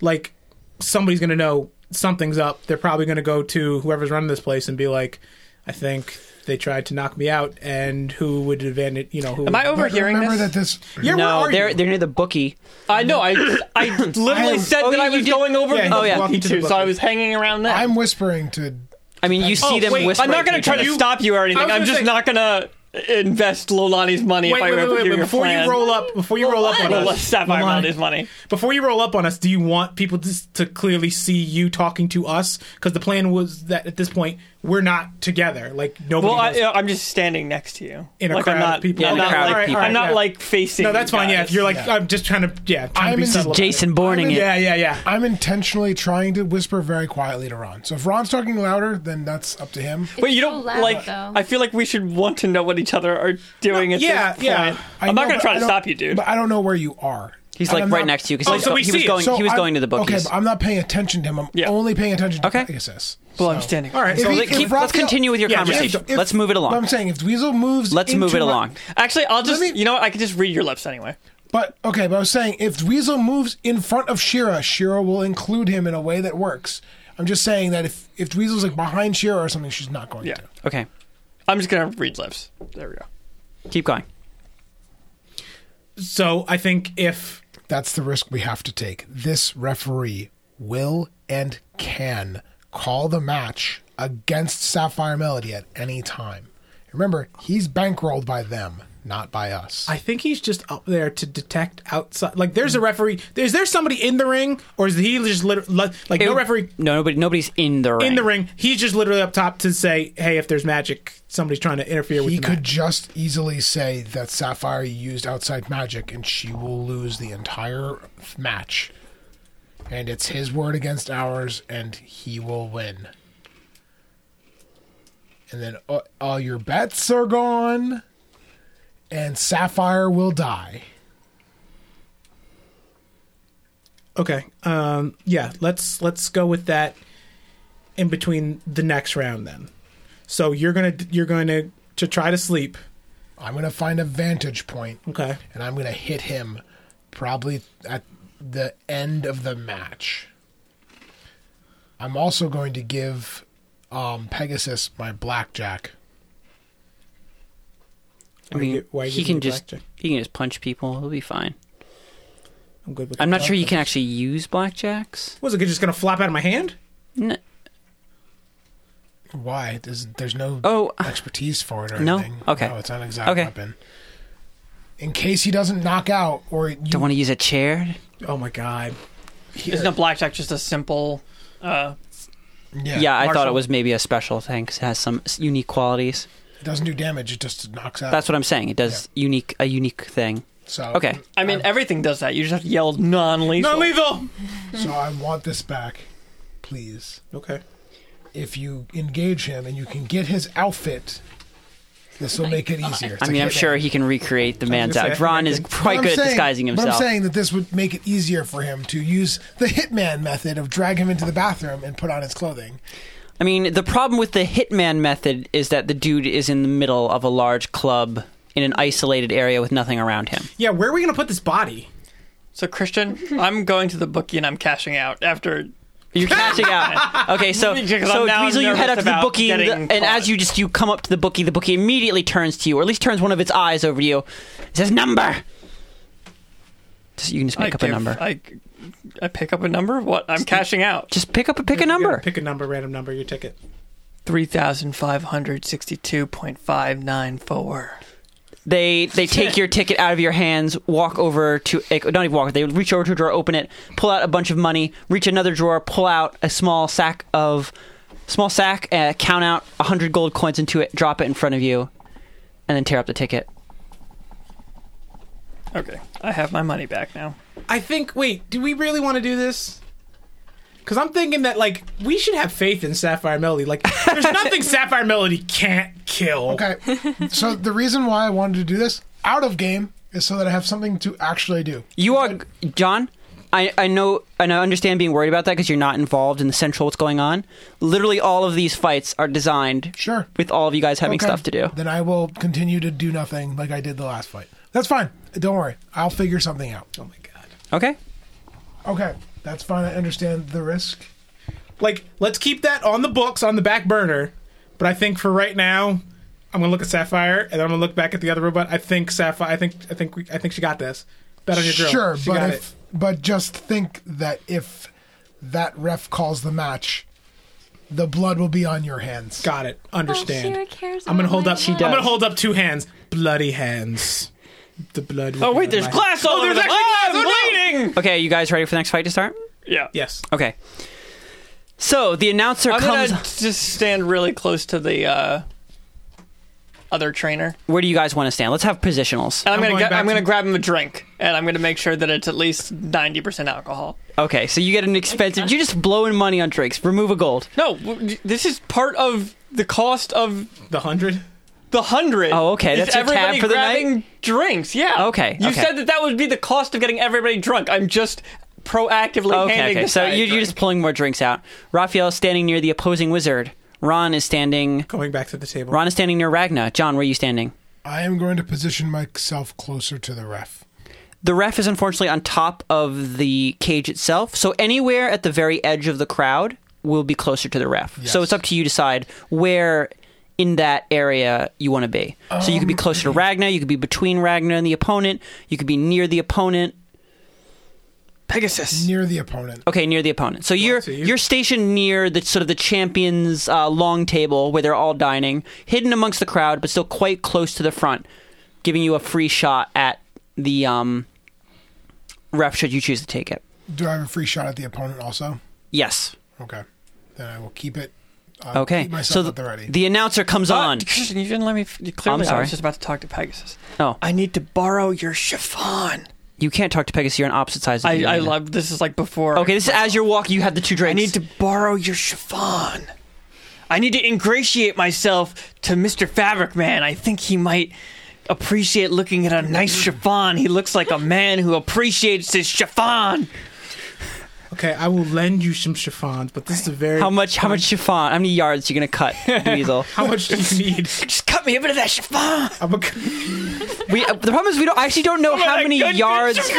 Speaker 5: Like somebody's gonna know something's up. They're probably gonna go to whoever's running this place and be like, "I think they tried to knock me out." And who would advantage? You know, who
Speaker 2: Am I
Speaker 3: But
Speaker 2: overhearing
Speaker 3: remember
Speaker 2: this?
Speaker 3: that this
Speaker 5: Yeah, where
Speaker 1: no,
Speaker 5: are
Speaker 1: they're
Speaker 5: you?
Speaker 1: they're near the bookie.
Speaker 2: I know. I I literally
Speaker 3: am-
Speaker 2: said
Speaker 1: Oh,
Speaker 2: that
Speaker 1: yeah,
Speaker 2: I
Speaker 1: you
Speaker 2: was
Speaker 1: did-
Speaker 2: going over.
Speaker 5: Yeah,
Speaker 2: to
Speaker 5: you
Speaker 2: the
Speaker 1: Oh, yeah.
Speaker 2: bookie
Speaker 5: walked into
Speaker 2: too,
Speaker 5: the
Speaker 2: so I
Speaker 5: bookie.
Speaker 2: was hanging around that.
Speaker 3: I'm whispering to
Speaker 1: I mean, you see them
Speaker 5: Oh, wait, I'm
Speaker 1: whispering.
Speaker 2: I'm not going
Speaker 1: each
Speaker 2: to try
Speaker 1: other.
Speaker 2: to stop you or anything.
Speaker 5: was
Speaker 2: I'm
Speaker 5: gonna
Speaker 2: just
Speaker 5: say-
Speaker 2: not going to invest Lolani's money
Speaker 5: Wait,
Speaker 2: if I
Speaker 5: wait, wait,
Speaker 2: ever
Speaker 5: wait,
Speaker 2: hear your
Speaker 5: before
Speaker 2: plan.
Speaker 5: you roll up, before you roll up on
Speaker 2: Lola-
Speaker 5: us,
Speaker 2: Sapphire
Speaker 5: Lamont,
Speaker 2: Lolani's money.
Speaker 5: Before you roll up on us, do you want people to, to clearly see you talking to us? Because the plan was that at this point we're not together. Like nobody.
Speaker 2: Well, I,
Speaker 5: knows.
Speaker 2: yeah, I'm just standing next to you
Speaker 5: In a
Speaker 2: like,
Speaker 5: crowd
Speaker 2: I'm
Speaker 5: of
Speaker 2: not,
Speaker 5: people.
Speaker 1: Yeah,
Speaker 2: I'm
Speaker 1: in a
Speaker 2: not,
Speaker 1: crowd of
Speaker 2: like,
Speaker 1: people.
Speaker 2: I'm not
Speaker 5: Yeah.
Speaker 2: like facing.
Speaker 5: no, that's
Speaker 2: you
Speaker 5: fine. Yeah,
Speaker 2: guys.
Speaker 5: if you're like,
Speaker 3: Yeah.
Speaker 5: I'm just trying to, yeah, trying
Speaker 3: I'm
Speaker 5: to be
Speaker 3: in-
Speaker 5: subtle. about it.
Speaker 1: Jason Bourning it.
Speaker 5: Yeah, yeah, yeah.
Speaker 3: I'm intentionally trying to whisper very quietly to Ron. So if Ron's talking louder, then that's up to him.
Speaker 6: It's
Speaker 2: But you
Speaker 6: so
Speaker 2: don't
Speaker 6: loud,
Speaker 2: like.
Speaker 6: though.
Speaker 2: I feel like we should want to know what each other are doing at
Speaker 5: yeah,
Speaker 2: this point.
Speaker 5: yeah.
Speaker 3: I
Speaker 2: I'm
Speaker 3: know,
Speaker 2: not going
Speaker 3: but
Speaker 2: to try
Speaker 3: I
Speaker 2: to
Speaker 3: don't-
Speaker 2: stop you, dude.
Speaker 3: But I don't know where you are.
Speaker 1: He's
Speaker 3: And
Speaker 1: like
Speaker 3: I'm
Speaker 1: right
Speaker 3: not-
Speaker 1: next to you because
Speaker 5: Oh,
Speaker 1: he, was
Speaker 5: so
Speaker 1: go-
Speaker 5: we
Speaker 1: he was
Speaker 5: see it.
Speaker 1: going.
Speaker 3: So
Speaker 1: he was
Speaker 3: I'm-
Speaker 1: going to the
Speaker 3: Okay,
Speaker 1: bookies.
Speaker 3: but I'm not paying attention to him. I'm
Speaker 2: Yeah.
Speaker 3: only paying attention to
Speaker 1: Okay.
Speaker 3: Pegasus.
Speaker 2: Well,
Speaker 3: So-
Speaker 2: I'm standing.
Speaker 5: All right.
Speaker 3: So
Speaker 5: so
Speaker 3: they
Speaker 1: Let- keep- let's
Speaker 3: Raphael-
Speaker 1: continue with your
Speaker 5: Yeah, yeah,
Speaker 1: conversation.
Speaker 3: if-
Speaker 1: let's move it
Speaker 3: What I'm
Speaker 1: along.
Speaker 3: saying if Dweezil moves,
Speaker 1: Let's move it
Speaker 3: into Ro-
Speaker 1: along.
Speaker 2: Actually, I'll just.
Speaker 3: me-
Speaker 2: You know, what? I can just read your lips anyway.
Speaker 3: But okay, but I was saying if Dweezil moves in front of Shira, Shira will include him in a way that works. I'm just saying that if if Dweezil's like behind Shira or something, she's not going
Speaker 2: Yeah.
Speaker 3: to.
Speaker 1: Okay,
Speaker 2: I'm just going to read lips. There we go.
Speaker 1: keep going.
Speaker 5: So I think if
Speaker 3: That's the risk we have to take. This referee will and can call the match against Sapphire Melody at any time. Remember, he's bankrolled by them, not by us.
Speaker 5: I think he's just up there to detect outside. Like, there's a referee. Is there somebody in the ring, or is he just lit- like no
Speaker 1: It-
Speaker 5: referee
Speaker 1: No, nobody. Nobody's in the ring.
Speaker 5: in the ring? He's just literally up top to say, "Hey, if there's magic, somebody's trying to interfere with."
Speaker 3: he
Speaker 5: the
Speaker 3: could
Speaker 5: match.
Speaker 3: just easily say that Sapphire used outside magic and she will lose the entire match. And it's his word against ours, and he will win. And then uh, all your bets are gone, and Sapphire will die.
Speaker 5: Okay. Um, yeah. Let's let's go with that. In between the next round, then. So you're gonna you're gonna to try to sleep.
Speaker 3: I'm going to find a vantage point,
Speaker 5: Okay.
Speaker 3: and I'm going to hit him probably at the end of the match. I'm also going to give um, Pegasus my blackjack.
Speaker 1: I mean,
Speaker 5: Why you
Speaker 1: he
Speaker 5: giving
Speaker 1: can
Speaker 5: me
Speaker 1: just
Speaker 5: blackjack?
Speaker 1: he can just punch people. He'll be fine.
Speaker 5: I'm good with.
Speaker 1: I'm not sure you can actually use blackjacks.
Speaker 5: Was it just gonna flop out of my hand? Mm-hmm.
Speaker 1: N-
Speaker 3: Why? There's, there's no
Speaker 1: oh,
Speaker 3: expertise for it or
Speaker 1: No?
Speaker 3: anything.
Speaker 1: Okay.
Speaker 3: No, it's not an exact
Speaker 1: Okay.
Speaker 3: weapon. In case he doesn't knock out or you,
Speaker 1: don't want to use a chair.
Speaker 5: Oh my god.
Speaker 2: Isn't a blackjack just a simple? Uh,
Speaker 1: Yeah, I thought it was maybe a special thing because it has some s- unique qualities.
Speaker 3: it doesn't do damage. It just knocks out.
Speaker 1: That's what I'm saying. It does unique a unique thing.
Speaker 3: so
Speaker 1: Okay.
Speaker 2: I mean, everything does that. You just have to yell non-lethal.
Speaker 5: Not lethal.
Speaker 3: So I want this back, please.
Speaker 5: Okay.
Speaker 3: if you engage him and you can get his outfit, this will make it easier. It's
Speaker 1: I
Speaker 3: like
Speaker 1: mean, I'm
Speaker 3: hitting-
Speaker 1: sure he can recreate the man's
Speaker 5: gonna
Speaker 1: out.
Speaker 5: say,
Speaker 1: Ron is
Speaker 3: But
Speaker 1: quite
Speaker 3: I'm
Speaker 1: good at
Speaker 3: saying-
Speaker 1: disguising
Speaker 3: But I'm
Speaker 1: himself.
Speaker 3: saying that this would make it easier for him to use the hitman method of drag him into the bathroom and put on his clothing.
Speaker 1: I mean, the problem with the hitman method is that the dude is in the middle of a large club in an isolated area with nothing around him.
Speaker 5: Yeah. Where are we gonna put this body?
Speaker 2: So Christian, I'm going to the bookie and I'm cashing out after.
Speaker 1: You're cashing out. Okay, so
Speaker 2: Because I'm
Speaker 1: so
Speaker 2: now
Speaker 1: Dweezil, you head
Speaker 2: nervous
Speaker 1: up to the
Speaker 2: about
Speaker 1: bookie, and, the-
Speaker 2: getting
Speaker 1: and
Speaker 2: caught.
Speaker 1: as you just you come up to the bookie, the bookie immediately turns to you, or at least turns one of its eyes over to you. It says number. Just, you can just
Speaker 2: I
Speaker 1: pick up
Speaker 2: give-
Speaker 1: a number.
Speaker 2: I, I pick up a number. What? I'm cashing out.
Speaker 1: just pick up a pick a
Speaker 5: You gotta
Speaker 1: number.
Speaker 5: Pick a number. Random number. Your ticket.
Speaker 2: Three thousand five hundred sixty-two point five nine four.
Speaker 1: They they take your ticket out of your hands, walk over to eh, don't even walk. They reach over to a drawer, open it, pull out a bunch of money, reach another drawer, pull out a small sack of small sack, uh, count out hundred gold coins into it, drop it in front of you, and then tear up the ticket.
Speaker 2: Okay, I have my money back now.
Speaker 5: I think. Wait, do we really want to do this? Because I'm thinking that like we should have faith in Sapphire Melody. Like, there's nothing Sapphire Melody can't kill.
Speaker 3: Okay. so the reason why I wanted to do this out of game is so that I have something to actually do.
Speaker 1: You are John. I, I know and I understand being worried about that because you're not involved in the central what's going on. Literally, all of these fights are designed
Speaker 3: Sure.
Speaker 1: with all of you guys having
Speaker 3: Okay.
Speaker 1: stuff to do.
Speaker 3: Then I will continue to do nothing like I did the last fight. That's fine. Don't worry. I'll figure something out.
Speaker 5: Oh my god.
Speaker 1: Okay,
Speaker 3: Okay. That's fine. I understand the risk.
Speaker 5: Like, let's keep that on the books on the back burner. But I think for right now, I'm gonna look at Sapphire and then I'm gonna look back at the other robot. I think Sapphire. I think. I think. We, I think she got this. Bet on your drill.
Speaker 3: Sure,
Speaker 5: she
Speaker 3: but
Speaker 5: got
Speaker 3: if but just think that if that ref calls the match, the blood will be on your hands.
Speaker 5: Got it. Understand.
Speaker 6: Shira Oh, cares
Speaker 5: I'm gonna
Speaker 6: about
Speaker 5: hold
Speaker 6: my
Speaker 5: up.
Speaker 6: She
Speaker 5: I'm
Speaker 6: does.
Speaker 5: gonna hold up two hands. Bloody hands. The blood. will
Speaker 2: Oh
Speaker 5: be
Speaker 2: wait,
Speaker 5: on
Speaker 2: there's
Speaker 5: my-
Speaker 2: glass all
Speaker 5: Oh,
Speaker 2: over
Speaker 5: there's
Speaker 2: the
Speaker 5: actually glass. Oh, no.
Speaker 2: I'm bleeding.
Speaker 1: okay, you guys ready for the next fight to start?
Speaker 2: Yeah,
Speaker 5: Yes.
Speaker 1: Okay. So the announcer
Speaker 2: I'm
Speaker 1: comes.
Speaker 2: gonna just stand really close to the uh, other trainer,
Speaker 1: Where do you guys want to stand? Let's have positionals.
Speaker 2: and I'm,
Speaker 5: going
Speaker 2: gonna get,
Speaker 5: back
Speaker 2: I'm gonna
Speaker 5: to-
Speaker 2: grab him a drink, and I'm gonna make sure that it's at least ninety percent alcohol.
Speaker 1: Okay, so you get an expensive. You're just blowing money on drinks. Remove a gold.
Speaker 2: No, w- this is part of the cost of
Speaker 5: The hundred.
Speaker 2: the hundred.
Speaker 1: Oh, okay,
Speaker 2: Is
Speaker 1: that's your tab
Speaker 2: everybody
Speaker 1: for the night?
Speaker 2: grabbing Drinks, yeah.
Speaker 1: Okay,
Speaker 2: You
Speaker 1: okay.
Speaker 2: said that that would be the cost of getting everybody drunk. I'm just proactively
Speaker 1: Okay,
Speaker 2: handing.
Speaker 1: okay.
Speaker 2: the
Speaker 1: So
Speaker 2: guy a
Speaker 1: you're, you're
Speaker 2: drink.
Speaker 1: just pulling more drinks out. Raphael is standing near the opposing wizard. Ron is standing.
Speaker 5: Going back to the table.
Speaker 1: Ron is standing near Ragna. John, where are you standing?
Speaker 3: I am going to position myself closer to the ref.
Speaker 1: The ref is unfortunately on top of the cage itself, so anywhere at the very edge of the crowd will be closer to the ref. So it's up to you to decide where in that area you want to be. so you could be closer to Ragna, you could be between Ragna and the opponent, you could be near the opponent.
Speaker 2: Pegasus.
Speaker 3: Near the opponent.
Speaker 1: Okay, near the opponent. So you're
Speaker 5: see you.
Speaker 1: you're stationed near the sort of the champions uh, long table where they're all dining, hidden amongst the crowd, but still quite close to the front, giving you a free shot at the um, ref should you choose to take it.
Speaker 3: Do I have a free shot at the opponent also?
Speaker 1: Yes.
Speaker 3: Okay. Then I will keep it. I'll
Speaker 1: Okay.
Speaker 3: Keep myself
Speaker 1: so
Speaker 3: at the ready.
Speaker 1: the announcer comes on.
Speaker 2: Christian, you didn't let me. f- Clearly, I
Speaker 1: sorry.
Speaker 2: was just about to talk to Pegasus.
Speaker 1: Oh.
Speaker 2: I need to borrow your chiffon.
Speaker 1: You can't talk to Pegasus. You're on opposite sides. Of
Speaker 2: I,
Speaker 1: the
Speaker 2: I
Speaker 1: arena.
Speaker 2: love this. Is like before.
Speaker 1: Okay, this is as you're walking. You have the two
Speaker 2: I
Speaker 1: drinks.
Speaker 2: need to borrow your chiffon. I need to ingratiate myself to Mr. Fabric Man. I think he might appreciate looking at a nice chiffon. He looks like a man who appreciates his chiffon.
Speaker 5: Okay, I will lend you some chiffons, but this is a very
Speaker 1: How much? How much chiffon? How many yards you gonna cut, Weasel?
Speaker 5: How much do you need?
Speaker 2: Just cut me a bit of that chiffon.
Speaker 5: I'm a,
Speaker 1: we, uh, the problem is we don't I actually don't know
Speaker 2: Oh
Speaker 1: how many yards.
Speaker 2: Good,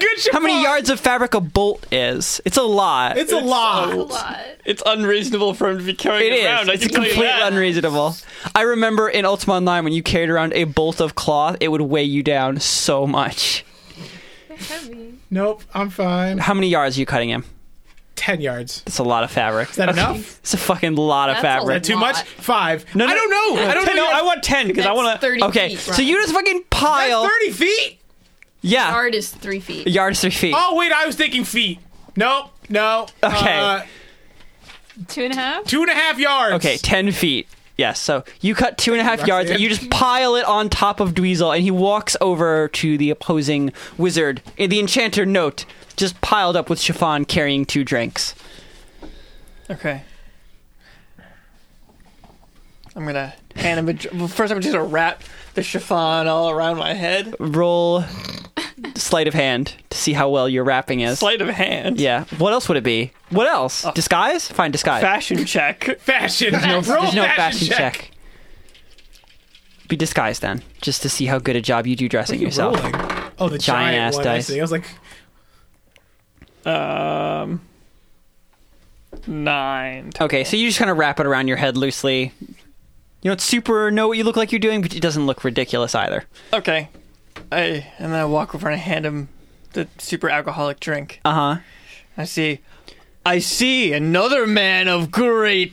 Speaker 2: good
Speaker 1: How many yards of fabric a bolt is? It's a lot.
Speaker 5: it's a lot.
Speaker 6: A lot.
Speaker 2: It's unreasonable for him to be carrying
Speaker 1: It is.
Speaker 2: around. I
Speaker 1: It's
Speaker 2: can tell you
Speaker 1: completely
Speaker 2: that.
Speaker 1: unreasonable. I remember in Ultima Online when you carried around a bolt of cloth, it would weigh you down so much.
Speaker 6: They're heavy.
Speaker 5: Nope, I'm fine.
Speaker 1: How many yards are you cutting him?
Speaker 5: Ten yards. Is
Speaker 1: That's a lot of fabric.
Speaker 5: that enough?
Speaker 1: It's a fucking lot of
Speaker 4: That's a
Speaker 1: fabric.
Speaker 5: Too
Speaker 4: Lot.
Speaker 5: much? Five.
Speaker 1: No, no.
Speaker 5: I don't know. I don't
Speaker 2: Ten-
Speaker 5: know.
Speaker 2: no, I want ten because I
Speaker 4: That's
Speaker 2: want to.
Speaker 4: 30
Speaker 1: Okay,
Speaker 4: feet.
Speaker 1: so you just fucking pile.
Speaker 5: That's Thirty feet?
Speaker 1: Yeah,
Speaker 4: Yard is three feet.
Speaker 1: a yard is three feet.
Speaker 5: Oh wait, I was thinking feet. Nope. No.
Speaker 1: Okay.
Speaker 5: Uh,
Speaker 6: Two and a half?
Speaker 5: two and a half yards.
Speaker 1: Okay, ten feet. Yes, so you cut two and a half yards, and you just pile it on top of Dweezil, and he walks over to the opposing wizard. And the enchanter note just piled up with chiffon, carrying two drinks.
Speaker 2: Okay. I'm gonna hand him a. dr- Well, first, I'm just gonna wrap the chiffon all around my head.
Speaker 1: Roll sleight of hand to see how well your wrapping is.
Speaker 2: Sleight of hand.
Speaker 1: yeah. What else would it be? What else? Disguise? Fine, disguise.
Speaker 2: Fashion check.
Speaker 5: Fashion. There's
Speaker 1: There's no fashion check. Be disguised then, just to see how good a job you do dressing yourself.
Speaker 5: Rolling. Oh, the
Speaker 1: Giant-ass
Speaker 5: giant, one.
Speaker 1: dice.
Speaker 5: I, see. I was like,
Speaker 2: Um. Nine.
Speaker 1: Okay, so you just kind of wrap it around your head loosely. You don't super know what you look like you're doing, but it doesn't look ridiculous either.
Speaker 2: Okay. I and then I walk over and I hand him the super alcoholic drink.
Speaker 1: Uh huh.
Speaker 2: I see. I see another man of great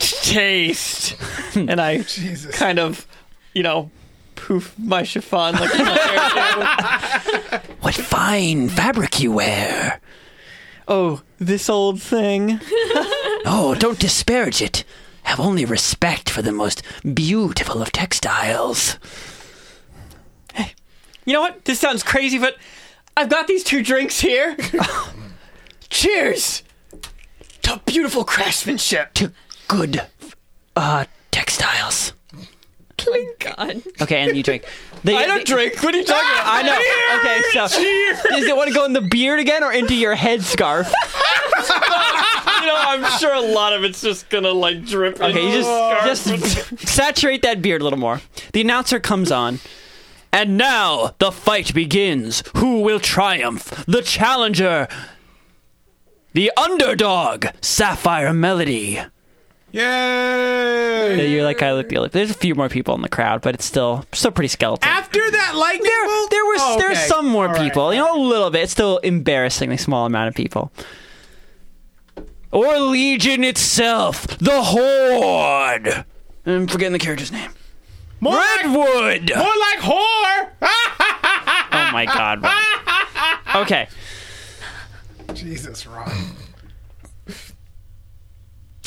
Speaker 2: taste, and I
Speaker 3: Jesus.
Speaker 2: kind of, you know, poof my chiffon like. an air balloon.
Speaker 1: What fine fabric you wear!
Speaker 2: oh, this old thing.
Speaker 1: Oh, don't disparage it. Have only respect for the most beautiful of textiles.
Speaker 2: you know what? This sounds crazy, but I've got these two drinks here. Cheers to beautiful craftsmanship.
Speaker 1: to good uh, textiles.
Speaker 4: God.
Speaker 1: Okay, and you drink. They-
Speaker 2: I
Speaker 1: they-
Speaker 2: don't drink. What are you talking about?
Speaker 1: I know. Okay, so does it want to go in the beard again or into your headscarf?
Speaker 2: You know, I'm sure a lot of it's just gonna like drip.
Speaker 1: Okay, you just just saturate that beard a little more. The announcer comes on. And now the fight begins. Who will triumph? The challenger, the underdog, Sapphire Melody.
Speaker 3: Yay!
Speaker 1: You're like I look the other. There's a few more people in the crowd, but it's still still pretty skeletal.
Speaker 5: After that lightning
Speaker 1: there,
Speaker 5: bolt,
Speaker 1: there was
Speaker 5: Oh,
Speaker 1: there's
Speaker 5: okay.
Speaker 1: some more
Speaker 5: All right.
Speaker 1: people. You know, a little bit. It's still embarrassingly small amount of people. Or Legion itself, the Horde. I'm forgetting the character's name.
Speaker 5: More like,
Speaker 1: Redwood.
Speaker 5: more like whore.
Speaker 1: Oh my god. Ron. Okay.
Speaker 3: Jesus, Ron.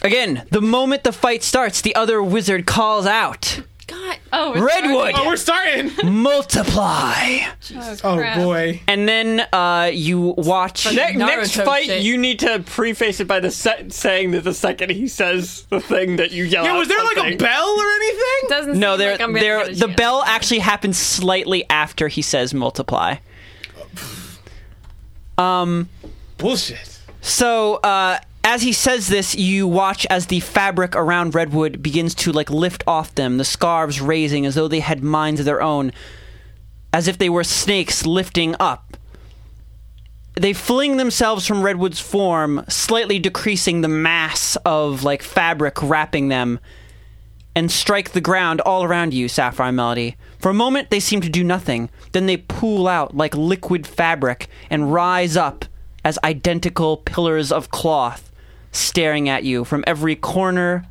Speaker 1: Again, the moment the fight starts, the other wizard calls out,
Speaker 4: God.
Speaker 6: Oh, we're
Speaker 1: "Redwood,
Speaker 5: Oh, we're starting.
Speaker 1: multiply!"
Speaker 6: starting-
Speaker 5: Oh
Speaker 6: crap.
Speaker 5: boy.
Speaker 1: And then uh, you watch.
Speaker 4: Fucking
Speaker 2: Ne-
Speaker 4: Naruto
Speaker 2: next fight,
Speaker 4: shit.
Speaker 2: you need to preface it by the se- saying that the second he says the thing that you yell.
Speaker 5: Yeah, was there like a
Speaker 2: something.
Speaker 5: bell or anything?
Speaker 4: Doesn't
Speaker 1: No,
Speaker 4: seem
Speaker 1: there,
Speaker 4: like I'm really
Speaker 1: there.
Speaker 4: gonna
Speaker 1: The
Speaker 4: chance.
Speaker 1: bell actually happens slightly after he says multiply.
Speaker 5: Bullshit.
Speaker 1: So uh, as he says this, you watch as the fabric around Redwood begins to like lift off them, the scarves raising as though they had minds of their own, as if they were snakes lifting up. They fling themselves from Redwood's form, slightly decreasing the mass of like fabric wrapping them, and strike the ground all around you, Sapphire Melody. For a moment, they seem to do nothing. Then they pool out like liquid fabric and rise up as identical pillars of cloth, staring at you from every corner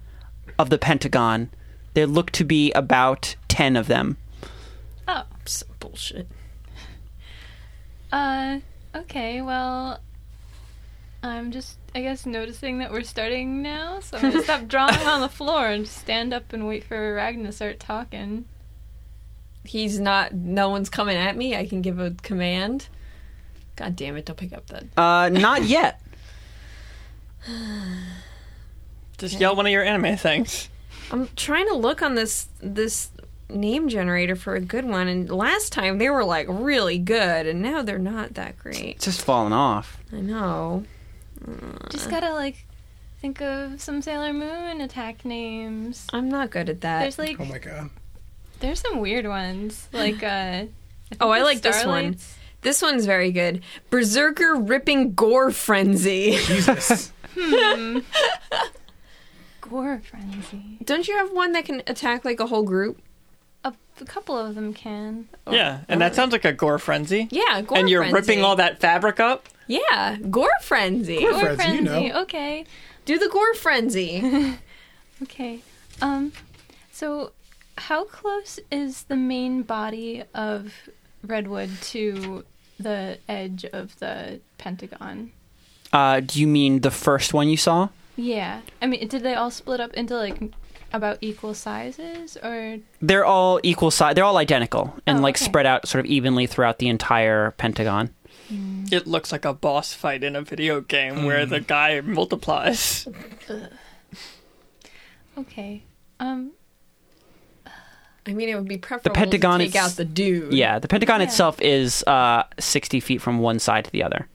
Speaker 1: of the Pentagon. There look to be about 10 of them.
Speaker 6: Oh.
Speaker 4: Some bullshit.
Speaker 6: Uh, okay, well, I'm just, I guess, noticing that we're starting now, so I'm gonna stop drawing on the floor and just stand up and wait for Ragnar to start talking.
Speaker 4: He's not. No one's coming at me. I can give a command. God damn it! Don't pick up that.
Speaker 1: Uh, not yet.
Speaker 2: Just yell one of your anime things.
Speaker 4: I'm trying to look on this this name generator for a good one, and last time they were like really good, and now they're not that great.
Speaker 1: It's just fallen off.
Speaker 4: I know.
Speaker 6: Just gotta, like, think of some Sailor Moon attack names.
Speaker 4: I'm not good at that.
Speaker 6: There's, like,
Speaker 5: Oh my god.
Speaker 6: there's some weird ones. Like, uh,
Speaker 4: oh, I
Speaker 6: think
Speaker 4: like this one.
Speaker 6: Starlight's-
Speaker 4: This one's very good. Berserker ripping gore frenzy.
Speaker 5: Jesus.
Speaker 6: Gore Frenzy.
Speaker 4: Don't you have one that can attack like a whole group?
Speaker 6: A, a couple of them can.
Speaker 2: yeah, and that sounds like a gore frenzy.
Speaker 4: Oh, Yeah, gore
Speaker 2: and you're
Speaker 4: frenzy.
Speaker 2: ripping all that fabric up.
Speaker 4: Yeah, gore frenzy.
Speaker 5: Gore
Speaker 6: Gore
Speaker 5: Frenzy,
Speaker 6: Frenzy,
Speaker 5: you know.
Speaker 6: okay.
Speaker 4: Do the gore frenzy.
Speaker 6: Okay. Um so how close is the main body of Redwood to the edge of the Pentagon?
Speaker 1: Uh, do you mean the first one you saw?
Speaker 6: Yeah. I mean, did they all split up into like about equal sizes or
Speaker 1: They're all equal size. They're all identical and
Speaker 6: Oh,
Speaker 1: like
Speaker 6: okay.
Speaker 1: spread out sort of evenly throughout the entire Pentagon.
Speaker 2: It looks like a boss fight in a video game
Speaker 1: Hmm.
Speaker 2: where the guy multiplies.
Speaker 6: okay. Um
Speaker 4: I mean, it would be preferable
Speaker 1: Pentagon
Speaker 4: to take
Speaker 1: is-
Speaker 4: out the dude.
Speaker 1: Yeah, the Pentagon
Speaker 6: Yeah.
Speaker 1: itself is uh, 60 feet from one side to the other.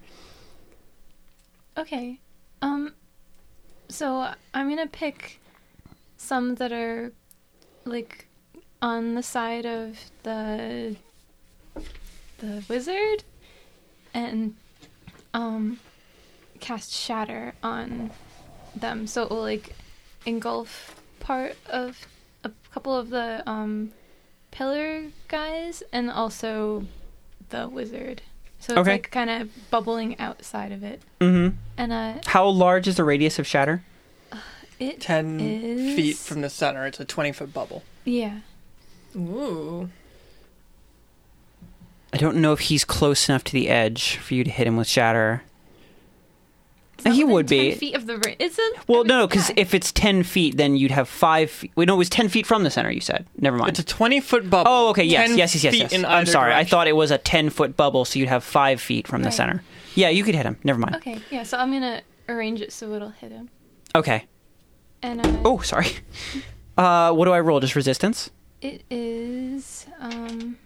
Speaker 6: okay. Um so I'm going to pick some that are like on the side of the the wizard and um cast shatter on them so it will like engulf part of a couple of the um pillar guys and also the wizard so it's
Speaker 1: Okay.
Speaker 6: like kind of bubbling outside of it
Speaker 1: Mm-hmm.
Speaker 6: and uh
Speaker 1: How large is the radius of shatter?
Speaker 6: it
Speaker 2: Ten
Speaker 6: is-
Speaker 2: feet from the center, it's a twenty foot bubble.
Speaker 6: yeah
Speaker 4: Ooh.
Speaker 1: I don't know if he's close enough to the edge for you to hit him with shatter.
Speaker 6: not
Speaker 1: He
Speaker 6: within
Speaker 1: would be.
Speaker 6: 10 Feet of the ring. It's a,
Speaker 1: Well,
Speaker 6: every-
Speaker 1: no, because
Speaker 6: yeah.
Speaker 1: if it's ten feet, then you'd have five. Feet. Wait, no, it was ten feet from the center. You said. Never mind.
Speaker 2: It's a 20 foot bubble.
Speaker 1: oh, okay. Yes,
Speaker 2: 10
Speaker 1: yes, yes, yes.
Speaker 2: feet
Speaker 1: yes.
Speaker 2: in
Speaker 1: I'm
Speaker 2: either
Speaker 1: sorry. I
Speaker 2: direction.
Speaker 1: thought it was a ten foot bubble, so you'd have five feet from the
Speaker 6: Right.
Speaker 1: center. Yeah, you could hit him. Never mind.
Speaker 6: Okay, yeah, so I'm gonna arrange it so it'll hit him.
Speaker 1: Okay.
Speaker 6: And uh,
Speaker 1: Oh, sorry. Uh, what do I roll? Just resistance.
Speaker 6: it is. um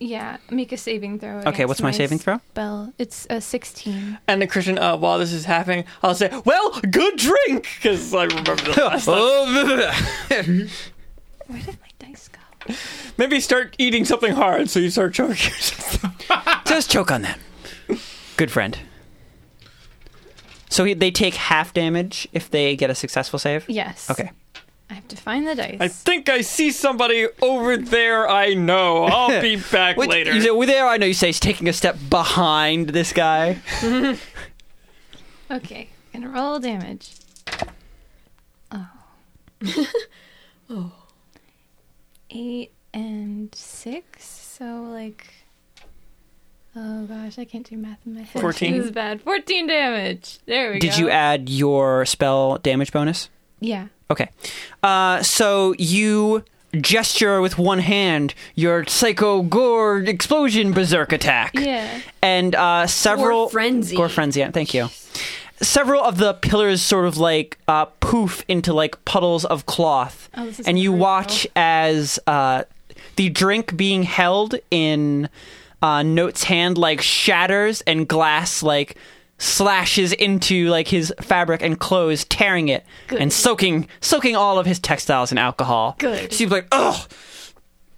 Speaker 6: Yeah, make a saving throw.
Speaker 1: Okay, what's
Speaker 6: against
Speaker 1: my saving throw?
Speaker 6: Spell. It's a 16.
Speaker 2: And the Christian, uh, while this is happening, I'll say, "Well, good drink," because I remember the last time.
Speaker 1: Oh,
Speaker 6: Where did my dice go?
Speaker 2: Maybe start eating something hard so you start choking. yourself.
Speaker 1: just choke on that. Good friend. So he, they take half damage if they get a successful save.
Speaker 6: Yes.
Speaker 1: Okay.
Speaker 6: I have to find the dice.
Speaker 2: I think I see somebody over there. I know. I'll be back
Speaker 1: Wait,
Speaker 2: later.
Speaker 1: You say, well, there I know you say he's taking a step behind this guy.
Speaker 6: Okay, gonna roll damage. Oh. oh. Eight and six, so like. Oh gosh, I can't do math in my head.
Speaker 2: 14.
Speaker 6: This is bad. 14 damage! There we go.
Speaker 1: Did you add your spell damage bonus?
Speaker 6: Yeah.
Speaker 1: Okay. Uh, so you gesture with one hand your psycho gore explosion berserk attack.
Speaker 6: Yeah.
Speaker 1: And uh, several
Speaker 4: Gore frenzy.
Speaker 1: Gore frenzy. yeah, Thank you. Several of the pillars sort of like uh, poof into like puddles of cloth,
Speaker 6: Oh, this is
Speaker 1: and you
Speaker 6: brutal.
Speaker 1: watch as uh, the drink being held in uh, Note's hand like shatters and glass like slashes into like his fabric and clothes, tearing it
Speaker 6: Good.
Speaker 1: and soaking soaking all of his textiles in alcohol.
Speaker 6: Good.
Speaker 1: Seems like ugh.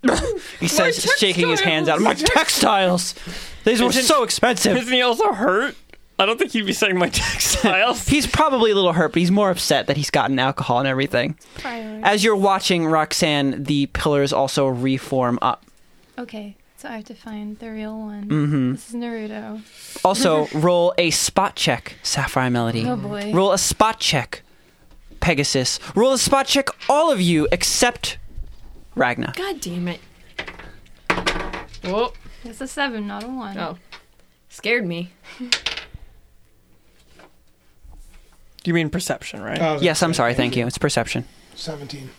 Speaker 1: he says, shaking his hands out. My textiles. These were
Speaker 2: Isn't-
Speaker 1: so expensive.
Speaker 2: Isn't he also hurt? I don't think he'd be saying my textiles.
Speaker 1: He's probably a little hurt, but he's more upset that he's gotten alcohol and everything.
Speaker 6: Priority.
Speaker 1: As you're watching Roxanne, the pillars also reform up.
Speaker 6: okay, so I have to find the real one. Mm-hmm. This is Naruto.
Speaker 1: Also, roll a spot check, Sapphire Melody.
Speaker 6: Oh, boy.
Speaker 1: Roll a spot check, Pegasus. Roll a spot check, all of you except Ragna.
Speaker 4: God damn it.
Speaker 2: well,
Speaker 6: It's a seven, not a one.
Speaker 4: Oh. Scared me.
Speaker 2: you mean perception, right?
Speaker 3: Oh,
Speaker 1: Yes, I'm sorry. Thank you. It's perception.
Speaker 3: 17.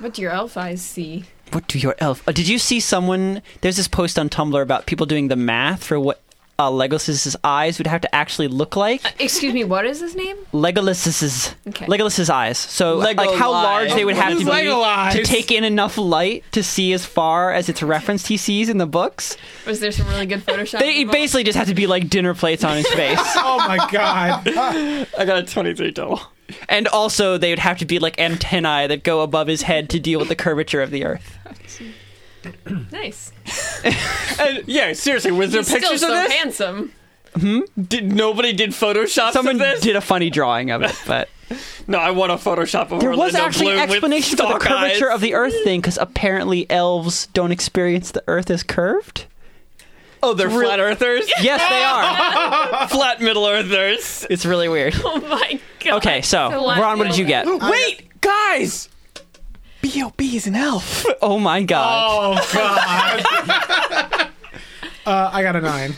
Speaker 4: What do your elf eyes see?
Speaker 1: What do your elf? Uh, did you see someone? There's this post on Tumblr about people doing the math for what uh, Legolas's eyes would have to actually look like.
Speaker 4: Excuse me, what is his name?
Speaker 1: Legolas's
Speaker 4: Okay.
Speaker 1: Legolas's eyes. So like how large they would
Speaker 3: What
Speaker 1: have
Speaker 3: is
Speaker 1: to be
Speaker 3: Lego eyes?
Speaker 1: to take in enough light to see as far as it's referenced he sees in the books.
Speaker 4: Was there some really good Photoshop?
Speaker 1: They
Speaker 4: involved?
Speaker 1: basically just have to be like dinner plates on his face.
Speaker 5: Oh my god.
Speaker 2: I got a twenty-three total.
Speaker 1: and also they would have to be like antennae that go above his head to deal with the curvature of the earth.
Speaker 4: nice.
Speaker 2: And yeah, seriously, was there
Speaker 4: He's
Speaker 2: pictures
Speaker 4: still
Speaker 2: of
Speaker 4: so
Speaker 2: this?
Speaker 4: handsome.
Speaker 2: Did nobody did photoshops
Speaker 1: Someone
Speaker 2: of this?
Speaker 1: did a funny drawing of it, but
Speaker 2: No, I want a photoshop of
Speaker 1: there was
Speaker 2: Orlando
Speaker 1: actually
Speaker 2: Bloom
Speaker 1: an
Speaker 2: with
Speaker 1: explanation for the
Speaker 2: stalk eyes.
Speaker 1: curvature of the earth thing cuz apparently elves don't experience the earth as curved.
Speaker 2: Oh, they're
Speaker 1: real-
Speaker 2: flat earthers?
Speaker 1: Yes, they are.
Speaker 2: flat middle earthers.
Speaker 1: It's really weird.
Speaker 4: Oh my god.
Speaker 1: Okay, so,
Speaker 6: So what-
Speaker 1: Ron, what did you get?
Speaker 2: Wait, guys! B.O.B. is an elf.
Speaker 1: Oh my god.
Speaker 5: Oh god. uh, I got a nine.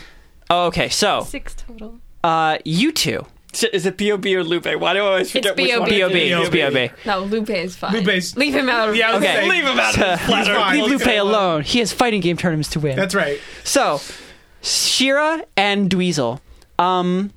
Speaker 1: Oh, okay, so
Speaker 6: Six total.
Speaker 1: uh, you two,
Speaker 2: Shit, Is it B.O.B. or Lupe? Why do I always forget which one? it
Speaker 1: B O B,
Speaker 2: is?
Speaker 1: it's B O B.
Speaker 4: No, Lupe is fine.
Speaker 5: Lupe's-
Speaker 4: Leave him out of
Speaker 5: Yeah, I was
Speaker 1: Okay.
Speaker 5: gonna say,
Speaker 2: Leave him out of this flat earth.
Speaker 5: fine.
Speaker 1: Leave Lupe
Speaker 5: Okay.
Speaker 2: uh,
Speaker 1: alone. He has fighting game tournaments to win.
Speaker 5: That's right.
Speaker 1: So, Shira and Dweezil, um,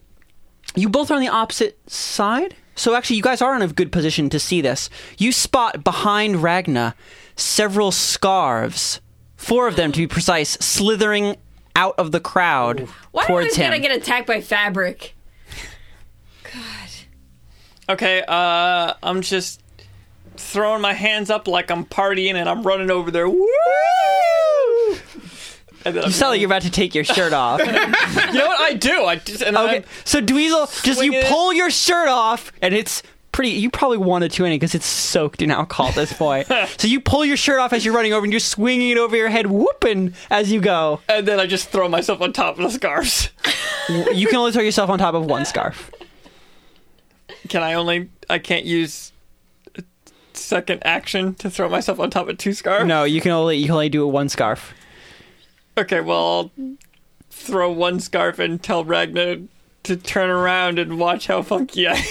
Speaker 1: you both are on the opposite side. So actually, you guys are in a good position to see this. You spot behind Ragna several scarves, four of them to be precise, slithering out of the crowd
Speaker 4: Why
Speaker 1: towards
Speaker 4: do I
Speaker 1: him.
Speaker 4: always get attacked by fabric?
Speaker 2: Okay, uh, I'm just throwing my hands up like I'm partying and I'm running over there. Woo! And then I'm
Speaker 1: you sound like you're about to take your shirt off.
Speaker 2: You know what I do? I just and
Speaker 1: Okay,
Speaker 2: I'm-
Speaker 1: so Dweezil, just you
Speaker 2: Swing it.
Speaker 1: pull your shirt off, and it's pretty. You probably wanted to any because it's soaked in alcohol at this point. so you pull your shirt off as you're running over, and you're swinging it over your head, whooping as you go.
Speaker 2: and then I just throw myself on top of the scarves.
Speaker 1: You can only throw yourself on top of one scarf.
Speaker 2: Can I only? I can't use a second action to throw myself on top of two scarves.
Speaker 1: No, you can only you can only do it one scarf.
Speaker 2: Okay, well, I'll throw one scarf and tell Ragnar to turn around and watch how funky I.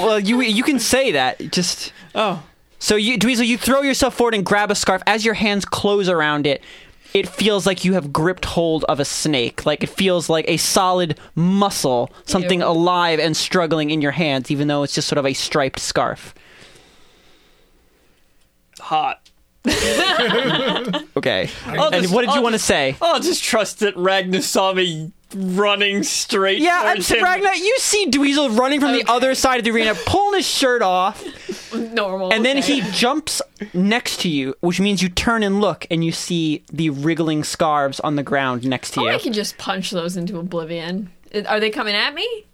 Speaker 1: Well, you you can say that. Just
Speaker 2: oh,
Speaker 1: so you, Dweezil, you throw yourself forward and grab a scarf. As your hands close around it, it feels like you have gripped hold of a snake. Like it feels like a solid muscle, something
Speaker 4: Ew.
Speaker 1: alive and struggling in your hands, even though it's just sort of a striped scarf.
Speaker 2: hot.
Speaker 1: Okay.
Speaker 2: I'll
Speaker 1: and
Speaker 2: just-
Speaker 1: what did you
Speaker 2: I'll
Speaker 1: want to
Speaker 2: just-
Speaker 1: say?
Speaker 2: I'll just trust that Ragnar saw me running straight.
Speaker 1: Yeah, I'm
Speaker 2: towards him.
Speaker 1: Ragnar, you see Dweezil running from the
Speaker 4: Okay.
Speaker 1: other side of the arena, pulling his shirt off,
Speaker 4: Normal.
Speaker 1: and then
Speaker 4: okay.
Speaker 1: he jumps next to you, which means you turn and look, and you see the wriggling scarves on the ground next to
Speaker 4: Oh,
Speaker 1: you.
Speaker 4: I can just punch those into oblivion. Are they coming at me?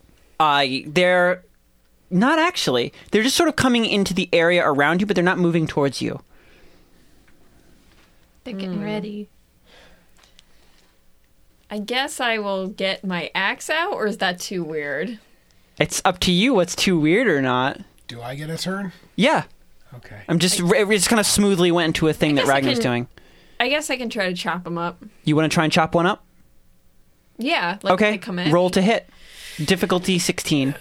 Speaker 1: uh, they're not actually. They're just sort of coming into the area around you, but they're not moving towards you.
Speaker 6: They're getting
Speaker 1: Mm.
Speaker 6: ready.
Speaker 4: I guess I will get my axe out, or is that too weird?
Speaker 1: It's up to you what's too weird or not.
Speaker 3: Do I get a turn?
Speaker 1: Yeah,
Speaker 3: Okay.
Speaker 1: I'm just it just kind of smoothly went into a thing that
Speaker 4: guess I
Speaker 1: Ragnar's
Speaker 4: can-
Speaker 1: doing.
Speaker 4: I guess I can try to chop them up.
Speaker 1: You want to try and chop one up?
Speaker 4: Yeah, like if
Speaker 1: okay,
Speaker 4: they come at
Speaker 1: roll
Speaker 4: me.
Speaker 1: to hit. Difficulty 16.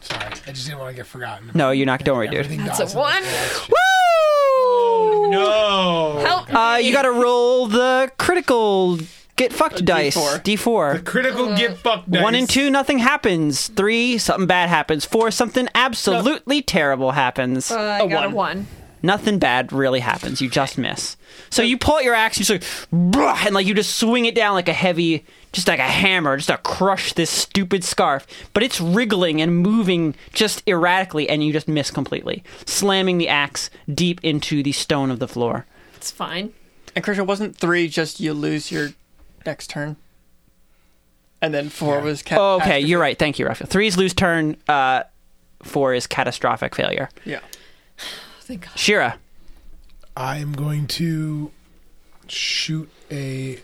Speaker 3: Sorry. I just didn't want to get forgotten.
Speaker 1: No, you're not. Don't worry, dude.
Speaker 3: Everything
Speaker 4: That's
Speaker 3: dies
Speaker 4: a
Speaker 3: in
Speaker 4: one.
Speaker 3: this
Speaker 1: Woo!
Speaker 3: world.
Speaker 5: No.
Speaker 4: Help!
Speaker 1: Uh,
Speaker 4: me.
Speaker 1: you gotta roll the critical get fucked
Speaker 4: Uh,
Speaker 1: dice.
Speaker 2: D4.
Speaker 5: The
Speaker 1: D4.
Speaker 5: critical get fucked dice.
Speaker 1: One and two, nothing happens. Three, something bad happens. Four, something absolutely terrible happens.
Speaker 4: Uh, I
Speaker 2: a
Speaker 4: got
Speaker 2: one.
Speaker 4: a one.
Speaker 1: Nothing bad really happens. You just miss. So you pull out your axe, you just like, "Bruh," and like you just swing it down like a heavy, just like a hammer, just to crush this stupid scarf. But it's wriggling and moving just erratically, and you just miss completely, slamming the axe deep into the stone of the floor.
Speaker 4: It's fine.
Speaker 2: And Christian wasn't three just you lose your next turn, and then four was ca-
Speaker 1: Oh, okay,
Speaker 2: catastrophe.
Speaker 1: you're right. Thank you, Raphael. Three is lose turn. Uh, four is catastrophic failure.
Speaker 2: Yeah.
Speaker 4: Thank God.
Speaker 1: Shira,
Speaker 3: I'm going to shoot a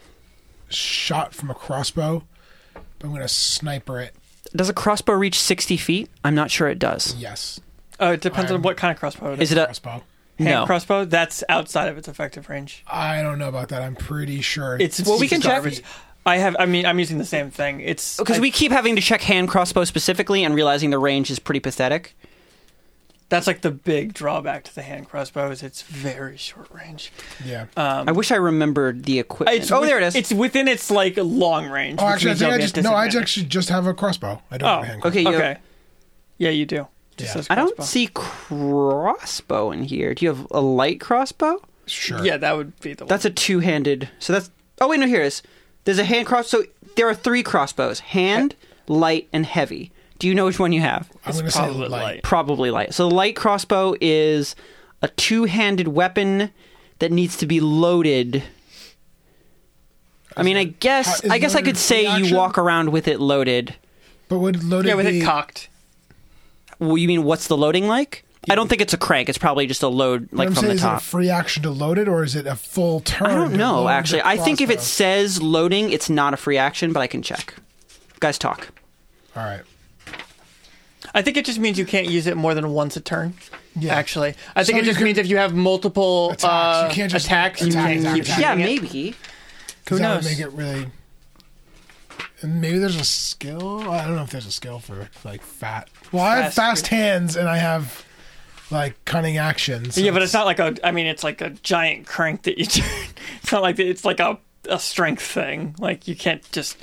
Speaker 3: shot from a crossbow. But I'm going to sniper it.
Speaker 1: does a crossbow reach sixty feet? I'm not sure it does.
Speaker 3: Yes.
Speaker 2: Oh, it depends on
Speaker 3: I'm-
Speaker 2: what kind of crossbow. It is.
Speaker 1: Is it a
Speaker 3: crossbow?
Speaker 2: Hand
Speaker 1: no?
Speaker 2: crossbow? That's outside of its effective range.
Speaker 3: I don't know about that. I'm pretty sure.
Speaker 2: It's
Speaker 1: Well, we can check-
Speaker 2: garbage. I have. I mean, I'm using the same thing. It's
Speaker 1: Because
Speaker 2: I-
Speaker 1: we keep having to check hand crossbow specifically and realizing the range is pretty pathetic.
Speaker 2: That's like the big drawback to the hand crossbow is it's very short range.
Speaker 3: Yeah.
Speaker 1: I wish I remembered the equipment.
Speaker 2: Um, It's
Speaker 1: oh,
Speaker 2: with-
Speaker 1: there it is.
Speaker 2: It's within its like long range.
Speaker 3: oh,
Speaker 2: which
Speaker 3: actually, I
Speaker 2: means
Speaker 3: think
Speaker 2: you'll
Speaker 3: I
Speaker 2: be
Speaker 3: just
Speaker 2: at
Speaker 3: no. I
Speaker 2: disadvantage.
Speaker 3: actually just have a crossbow. I don't
Speaker 2: Oh,
Speaker 3: have a hand crossbow.
Speaker 1: okay, you
Speaker 2: Okay. Yeah, you do. Just
Speaker 3: Yeah.
Speaker 2: says
Speaker 1: I don't
Speaker 2: crossbow.
Speaker 1: see crossbow in here. Do you have a light crossbow?
Speaker 3: Sure.
Speaker 2: Yeah, that would be the.
Speaker 1: That's a two-handed. So that's. Oh wait, no. Here it is. There's a hand cross. So there are three crossbows: hand, light, and heavy. Do you know which one you have?
Speaker 3: I'm going to say
Speaker 2: probably
Speaker 3: light.
Speaker 2: light.
Speaker 1: Probably light. So the light crossbow is a two-handed weapon that needs to be loaded. I mean, I guess
Speaker 3: is
Speaker 1: I guess I
Speaker 3: loaded
Speaker 1: could say you
Speaker 3: reaction?
Speaker 1: walk around with it loaded.
Speaker 3: But would loaded
Speaker 2: yeah, with
Speaker 3: be
Speaker 2: it cocked.
Speaker 1: Well, you mean what's the loading like? I don't think it's a crank. It's probably just a load
Speaker 3: what
Speaker 1: like
Speaker 3: I'm
Speaker 1: from
Speaker 3: saying,
Speaker 1: the
Speaker 3: is it a
Speaker 1: top.
Speaker 3: free action to load it, or is it a full turn?
Speaker 1: I
Speaker 2: Oh,
Speaker 1: don't
Speaker 3: to
Speaker 1: know
Speaker 3: load the
Speaker 1: actually. I think if it
Speaker 3: crossbow?
Speaker 1: says loading, it's not a free action, but I can check. Guys, talk.
Speaker 3: all right,
Speaker 2: I think it just means you can't use it more than once a turn.
Speaker 3: Yeah.
Speaker 2: Actually, I
Speaker 3: So
Speaker 2: think it
Speaker 3: you
Speaker 2: just
Speaker 3: can-
Speaker 2: means if you have multiple
Speaker 3: Attacks.
Speaker 2: Uh,
Speaker 3: You can't just
Speaker 2: attacks, you
Speaker 3: attack,
Speaker 2: can't
Speaker 3: attack,
Speaker 2: keep
Speaker 3: attack.
Speaker 1: Yeah,
Speaker 2: shooting it.
Speaker 1: maybe.
Speaker 3: who
Speaker 2: knows?
Speaker 3: That would make it really. and Maybe there's a skill. I don't know if there's a skill for like fat. Well, I have
Speaker 2: Fast-
Speaker 3: fast hands and I have like cunning actions.
Speaker 2: Yeah, but it's not like a. I mean, it's like a giant crank that you turn. It's not like it's like a a strength thing. Like you can't just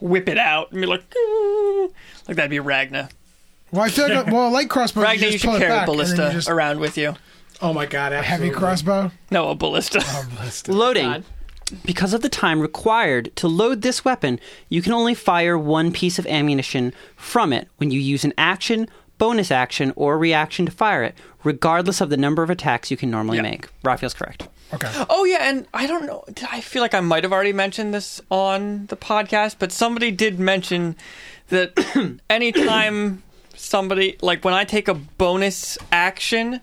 Speaker 2: whip it out and be like, "Ah." like that'd be Ragna.
Speaker 3: Well, I feel like well, a light crossbow.
Speaker 2: Ragna,
Speaker 3: you,
Speaker 2: you
Speaker 3: just
Speaker 2: should
Speaker 3: pull it
Speaker 2: carry a
Speaker 3: back and then you
Speaker 2: ballista
Speaker 3: just-
Speaker 2: around with you.
Speaker 5: Oh my god.
Speaker 3: Heavy
Speaker 5: Absolutely.
Speaker 3: crossbow.
Speaker 2: No, a ballista.
Speaker 3: Oh, ballista.
Speaker 1: Loading.
Speaker 4: God.
Speaker 1: Because of the time required to load this weapon, you can only fire one piece of ammunition from it when you use an action, bonus action, or reaction to fire it, regardless of the number of attacks you can normally
Speaker 2: Yeah.
Speaker 1: make. Raphael's correct.
Speaker 3: Okay.
Speaker 2: Oh yeah, and I don't know. did- I feel like I might have already mentioned this on the podcast, but somebody did mention that anytime somebody like when I take a bonus action,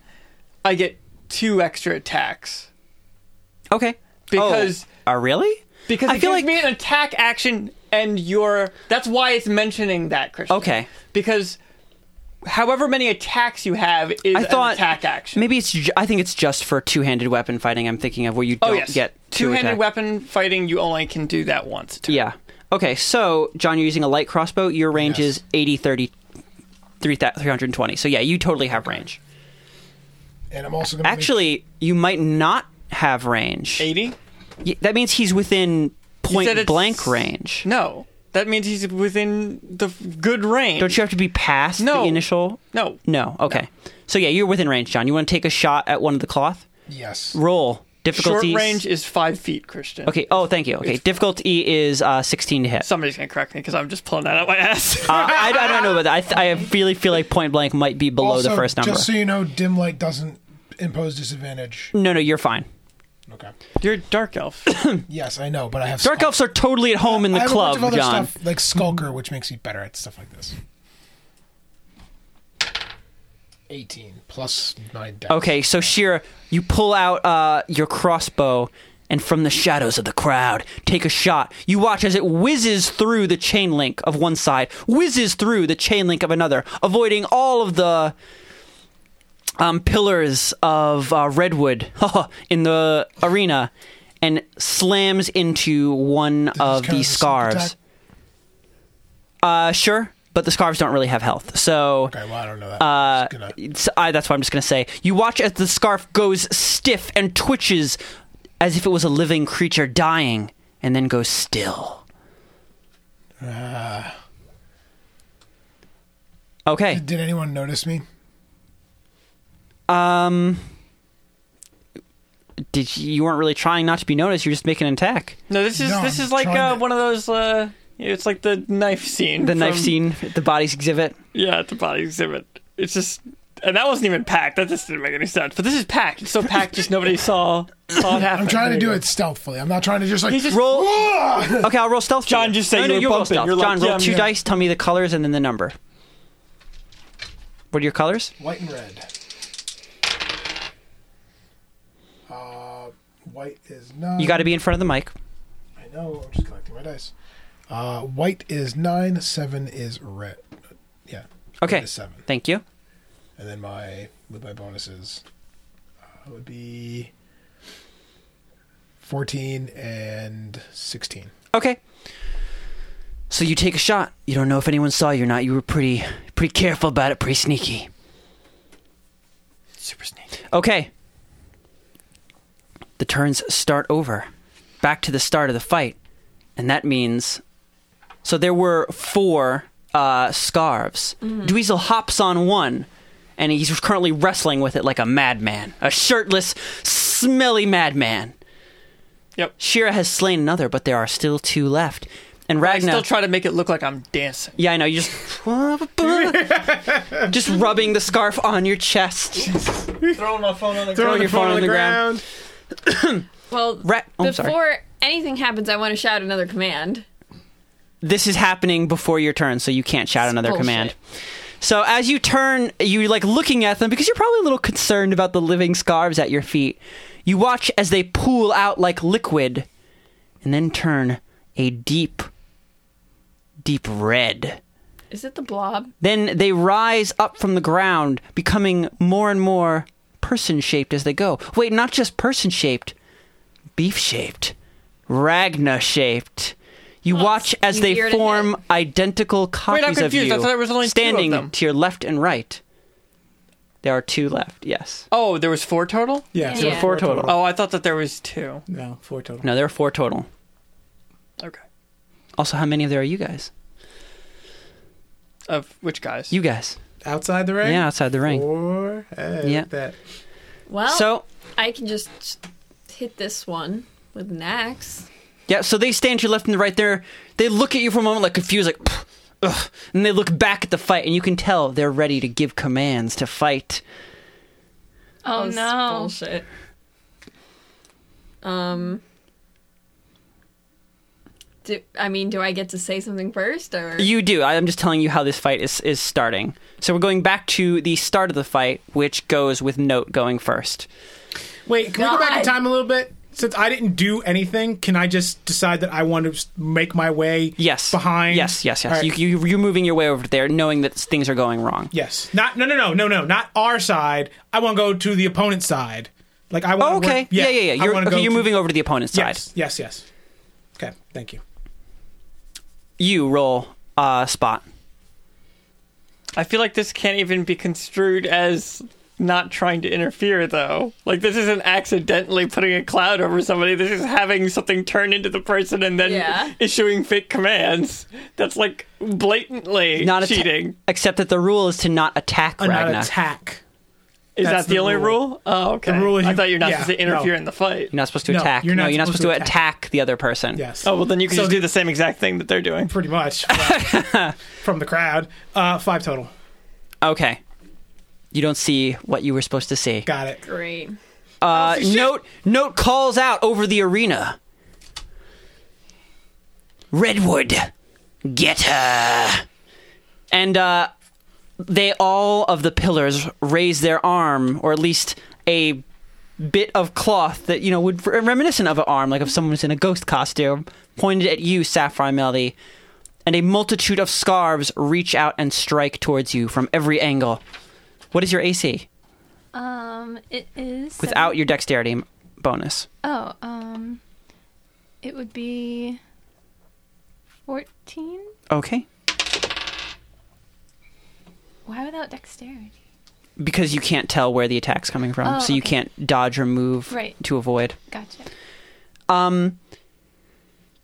Speaker 2: I get two extra attacks
Speaker 1: Okay.
Speaker 2: because
Speaker 1: Oh, uh, really?
Speaker 2: because
Speaker 1: I
Speaker 2: it
Speaker 1: feel
Speaker 2: gives
Speaker 1: like-
Speaker 2: me an attack action and your that's why it's mentioning that Christian.
Speaker 1: Okay.
Speaker 2: because however many attacks you have is
Speaker 1: I thought
Speaker 2: an attack action.
Speaker 1: Maybe it's. Ju- I think it's just for two-handed weapon fighting. I'm thinking of where you
Speaker 2: oh
Speaker 1: don't
Speaker 2: yes,
Speaker 1: get two
Speaker 2: two-handed
Speaker 1: attack.
Speaker 2: weapon fighting you only can do that once. a turn.
Speaker 1: Yeah. Okay, so John, you're using a light crossbow. Your range
Speaker 3: Yes.
Speaker 1: is 80, 30, 3, 320. So yeah, you totally have range.
Speaker 3: And I'm also going to
Speaker 1: Actually, you might not have range.
Speaker 2: Eighty?
Speaker 1: Y- That means he's within
Speaker 2: said
Speaker 1: point
Speaker 2: it's-
Speaker 1: blank range.
Speaker 2: No, that means he's within the f- good range.
Speaker 1: Don't you have to be past
Speaker 2: No.
Speaker 1: the initial?
Speaker 2: No.
Speaker 1: No. Okay. So yeah, you're within range, John. You want to take a shot at one of the cloth?
Speaker 3: yes.
Speaker 1: Roll
Speaker 2: Short
Speaker 1: difficulty.
Speaker 2: range is five feet, Christian.
Speaker 1: Okay. Oh, thank you. Okay. Difficulty is uh, 16 to hit.
Speaker 2: Somebody's gonna correct me because I'm just pulling that out my ass.
Speaker 1: Uh, I, I don't know about that. I, th- I really feel like point blank might be below
Speaker 3: also,
Speaker 1: the first number.
Speaker 3: Just so you know, dim light doesn't impose disadvantage.
Speaker 1: No, no, you're fine.
Speaker 3: Okay.
Speaker 2: You're a dark elf.
Speaker 3: Yes, I know, but I have
Speaker 1: Dark
Speaker 3: skull-
Speaker 1: elves are totally at home in the
Speaker 3: I have
Speaker 1: club,
Speaker 3: a bunch of other
Speaker 1: John.
Speaker 3: stuff like Skulker, which makes me better at stuff like this. 18 plus 9 dice.
Speaker 1: Okay, so Shira, you pull out uh, your crossbow, and from the shadows of the crowd, take a shot. You watch as it whizzes through the chain link of one side, whizzes through the chain link of another, avoiding all of the um, pillars of uh, redwood in the arena, and slams into one of
Speaker 3: count as a
Speaker 1: the
Speaker 3: sneak attack?
Speaker 1: scarves. Uh, sure, but the scarves don't really have health, so.
Speaker 3: Okay, well, I don't know that.
Speaker 1: Uh,
Speaker 3: Just gonna-
Speaker 1: it's- I, that's what I'm just going to say. You watch as the scarf goes stiff and twitches as if it was a living creature dying and then goes still.
Speaker 2: Ah.
Speaker 1: okay.
Speaker 3: Did anyone notice me?
Speaker 1: Did you, you weren't really trying not to be noticed. You're just making an attack.
Speaker 2: No, this is
Speaker 3: No,
Speaker 2: this
Speaker 3: I'm
Speaker 2: is like
Speaker 3: trying
Speaker 2: uh,
Speaker 3: to-
Speaker 2: one of those. Uh, it's like the knife scene.
Speaker 1: The knife
Speaker 2: from-
Speaker 1: scene, at the bodies exhibit.
Speaker 2: Yeah, at the body exhibit. It's just, and that wasn't even packed. That just didn't make any sense. But this is packed. It's so packed, just nobody saw saw it happen.
Speaker 3: I'm trying to do it stealthily. I'm not trying to just like. Ah!
Speaker 2: He's just-
Speaker 1: Roll. Okay, I'll roll stealth. for
Speaker 2: John,
Speaker 1: you.
Speaker 2: just say
Speaker 1: no,
Speaker 2: you
Speaker 1: no,
Speaker 2: were
Speaker 1: you roll
Speaker 2: bumping.
Speaker 1: stealth.
Speaker 2: You're like,
Speaker 1: John,
Speaker 2: yeah,
Speaker 1: roll
Speaker 2: I'm
Speaker 1: two
Speaker 2: here.
Speaker 1: dice. Tell me the colors and then the number. What are your colors?
Speaker 3: White and red. Uh, white is nine.
Speaker 1: You got to be in front of the mic.
Speaker 3: I know. I'm just collecting my dice. Uh, white is nine. Seven is red. Yeah.
Speaker 1: Okay.
Speaker 3: Red is seven.
Speaker 1: Thank you.
Speaker 3: And then my with my bonuses uh, would be fourteen and sixteen.
Speaker 1: Okay. So you take a shot. You don't know if anyone saw you or not. You were pretty pretty careful about it, pretty sneaky.
Speaker 2: Super sneaky.
Speaker 1: Okay. The turns start over. Back to the start of the fight. And that means so there were four uh, scarves. Dweezil hops on one, and he's currently wrestling with it like a madman, a shirtless, smelly madman.
Speaker 2: Yep.
Speaker 1: Shira has slain another, but there are still two left. And
Speaker 2: I
Speaker 1: Ragnar
Speaker 2: still try to make it look like I'm dancing.
Speaker 1: Yeah, I know. You just just rubbing the scarf on your chest.
Speaker 2: Throwing my phone on the
Speaker 1: Throw your phone on the ground.
Speaker 4: Well,
Speaker 1: Ra- oh, I'm
Speaker 4: before
Speaker 1: sorry.
Speaker 4: anything happens, I want to shout another command.
Speaker 1: This is happening before your turn, so you can't shout another
Speaker 4: bullshit.
Speaker 1: command. So as you turn, you like looking at them because you're probably a little concerned about the living scarves at your feet. You watch as they pool out like liquid, and then turn a deep, deep red.
Speaker 4: Is it the blob?
Speaker 1: Then they rise up from the ground, becoming more and more person shaped as they go. Wait, not just person shaped, beef shaped, Ragna shaped. You watch as they
Speaker 4: easier to
Speaker 1: form identical
Speaker 2: I'm
Speaker 1: copies of
Speaker 2: confused.
Speaker 1: you,
Speaker 2: I thought there was only two of
Speaker 1: standing
Speaker 2: them.
Speaker 1: to your left and right. There are two left. Yes.
Speaker 2: Oh, there was four total.
Speaker 5: Yeah,
Speaker 4: There were
Speaker 5: so
Speaker 4: four
Speaker 1: total.
Speaker 2: Oh, I thought that there was two.
Speaker 5: No, four total.
Speaker 1: No, there are four total.
Speaker 2: Okay.
Speaker 1: Also, how many of there are you guys?
Speaker 2: Of which guys?
Speaker 1: You guys.
Speaker 5: Outside the ring.
Speaker 1: Yeah, outside the ring.
Speaker 5: Four. Hey,
Speaker 1: Yeah.
Speaker 5: yeah. That.
Speaker 2: Oh.
Speaker 4: Well,
Speaker 1: So
Speaker 4: I can just hit this one with an axe.
Speaker 1: Yeah, so they stand to your left and the right there. They look at you for a moment, like confused, like, "Pff, ugh. And they look back at the fight, and you can tell they're ready to give commands to fight.
Speaker 6: Oh,
Speaker 4: this is
Speaker 6: no.
Speaker 4: Bullshit. Um. Do, I mean, do I get to say something first, or
Speaker 1: You do. I'm just telling you how this fight is, is starting. So we're going back to the start of the fight, which goes with Note going first.
Speaker 5: Wait, can we go back
Speaker 4: God.
Speaker 5: in time a little bit? Since I didn't do anything, can I just decide that I want to s- make my way?
Speaker 1: Yes.
Speaker 5: Behind.
Speaker 1: Yes, yes, yes.
Speaker 5: All right.
Speaker 1: You, you, you're moving your way over there, knowing that things are going wrong.
Speaker 5: Yes. Not. No. No. No. No. No. Not our side. I want to go to the opponent's side. Like I want.
Speaker 1: Oh, okay. yeah, yeah, yeah.
Speaker 5: I
Speaker 1: You're,
Speaker 5: wanna
Speaker 1: okay,
Speaker 5: go
Speaker 1: you're
Speaker 5: to-
Speaker 1: moving over to the opponent's
Speaker 5: Yes.
Speaker 1: side.
Speaker 5: Yes. Yes. Okay. Thank you.
Speaker 1: you roll uh, spot.
Speaker 2: I feel like this can't even be construed as not trying to interfere, though. Like, this isn't accidentally putting a cloud over somebody. This is having something turn into the person and then
Speaker 4: Yeah.
Speaker 2: issuing fake commands. That's like blatantly
Speaker 1: Not atta-
Speaker 2: cheating.
Speaker 1: except that the rule is to not attack
Speaker 5: Uh, not
Speaker 1: Ragna.
Speaker 5: attack.
Speaker 2: is
Speaker 5: that's
Speaker 2: that the,
Speaker 5: the
Speaker 2: only
Speaker 5: rule.
Speaker 2: rule? Oh, okay.
Speaker 5: The rule is
Speaker 2: I
Speaker 5: you-
Speaker 2: thought you're not
Speaker 5: yeah,
Speaker 2: supposed to interfere
Speaker 5: no.
Speaker 2: in the fight.
Speaker 1: you're not supposed to
Speaker 5: No,
Speaker 1: attack.
Speaker 5: you're
Speaker 1: no,
Speaker 5: not
Speaker 1: you're not
Speaker 5: supposed
Speaker 1: supposed to
Speaker 5: to
Speaker 1: attack. the other person.
Speaker 5: Yes.
Speaker 2: Oh, well, then you can
Speaker 5: So-
Speaker 2: just do the same exact thing that they're doing.
Speaker 5: pretty much but- from the crowd. Uh, five total.
Speaker 1: Okay. You don't see what you were supposed to see.
Speaker 5: Got it. Oh,
Speaker 4: Great.
Speaker 1: Uh, note note calls out over the arena. Redwood, get her. And uh, they all of the pillars raise their arm, or at least a bit of cloth that you know would reminiscent of an arm, like if someone was in a ghost costume, pointed at you, Sapphire Melody. And a multitude of scarves reach out and strike towards you from every angle. What is your AC?
Speaker 6: Um, it is
Speaker 1: without your dexterity m- bonus.
Speaker 6: Oh, um, it would be fourteen.
Speaker 1: Okay.
Speaker 6: Why without dexterity?
Speaker 1: Because you can't tell where the attack's coming from,
Speaker 6: Oh,
Speaker 1: so you
Speaker 6: okay.
Speaker 1: can't dodge or move
Speaker 6: Right.
Speaker 1: to avoid.
Speaker 6: Gotcha.
Speaker 1: Um,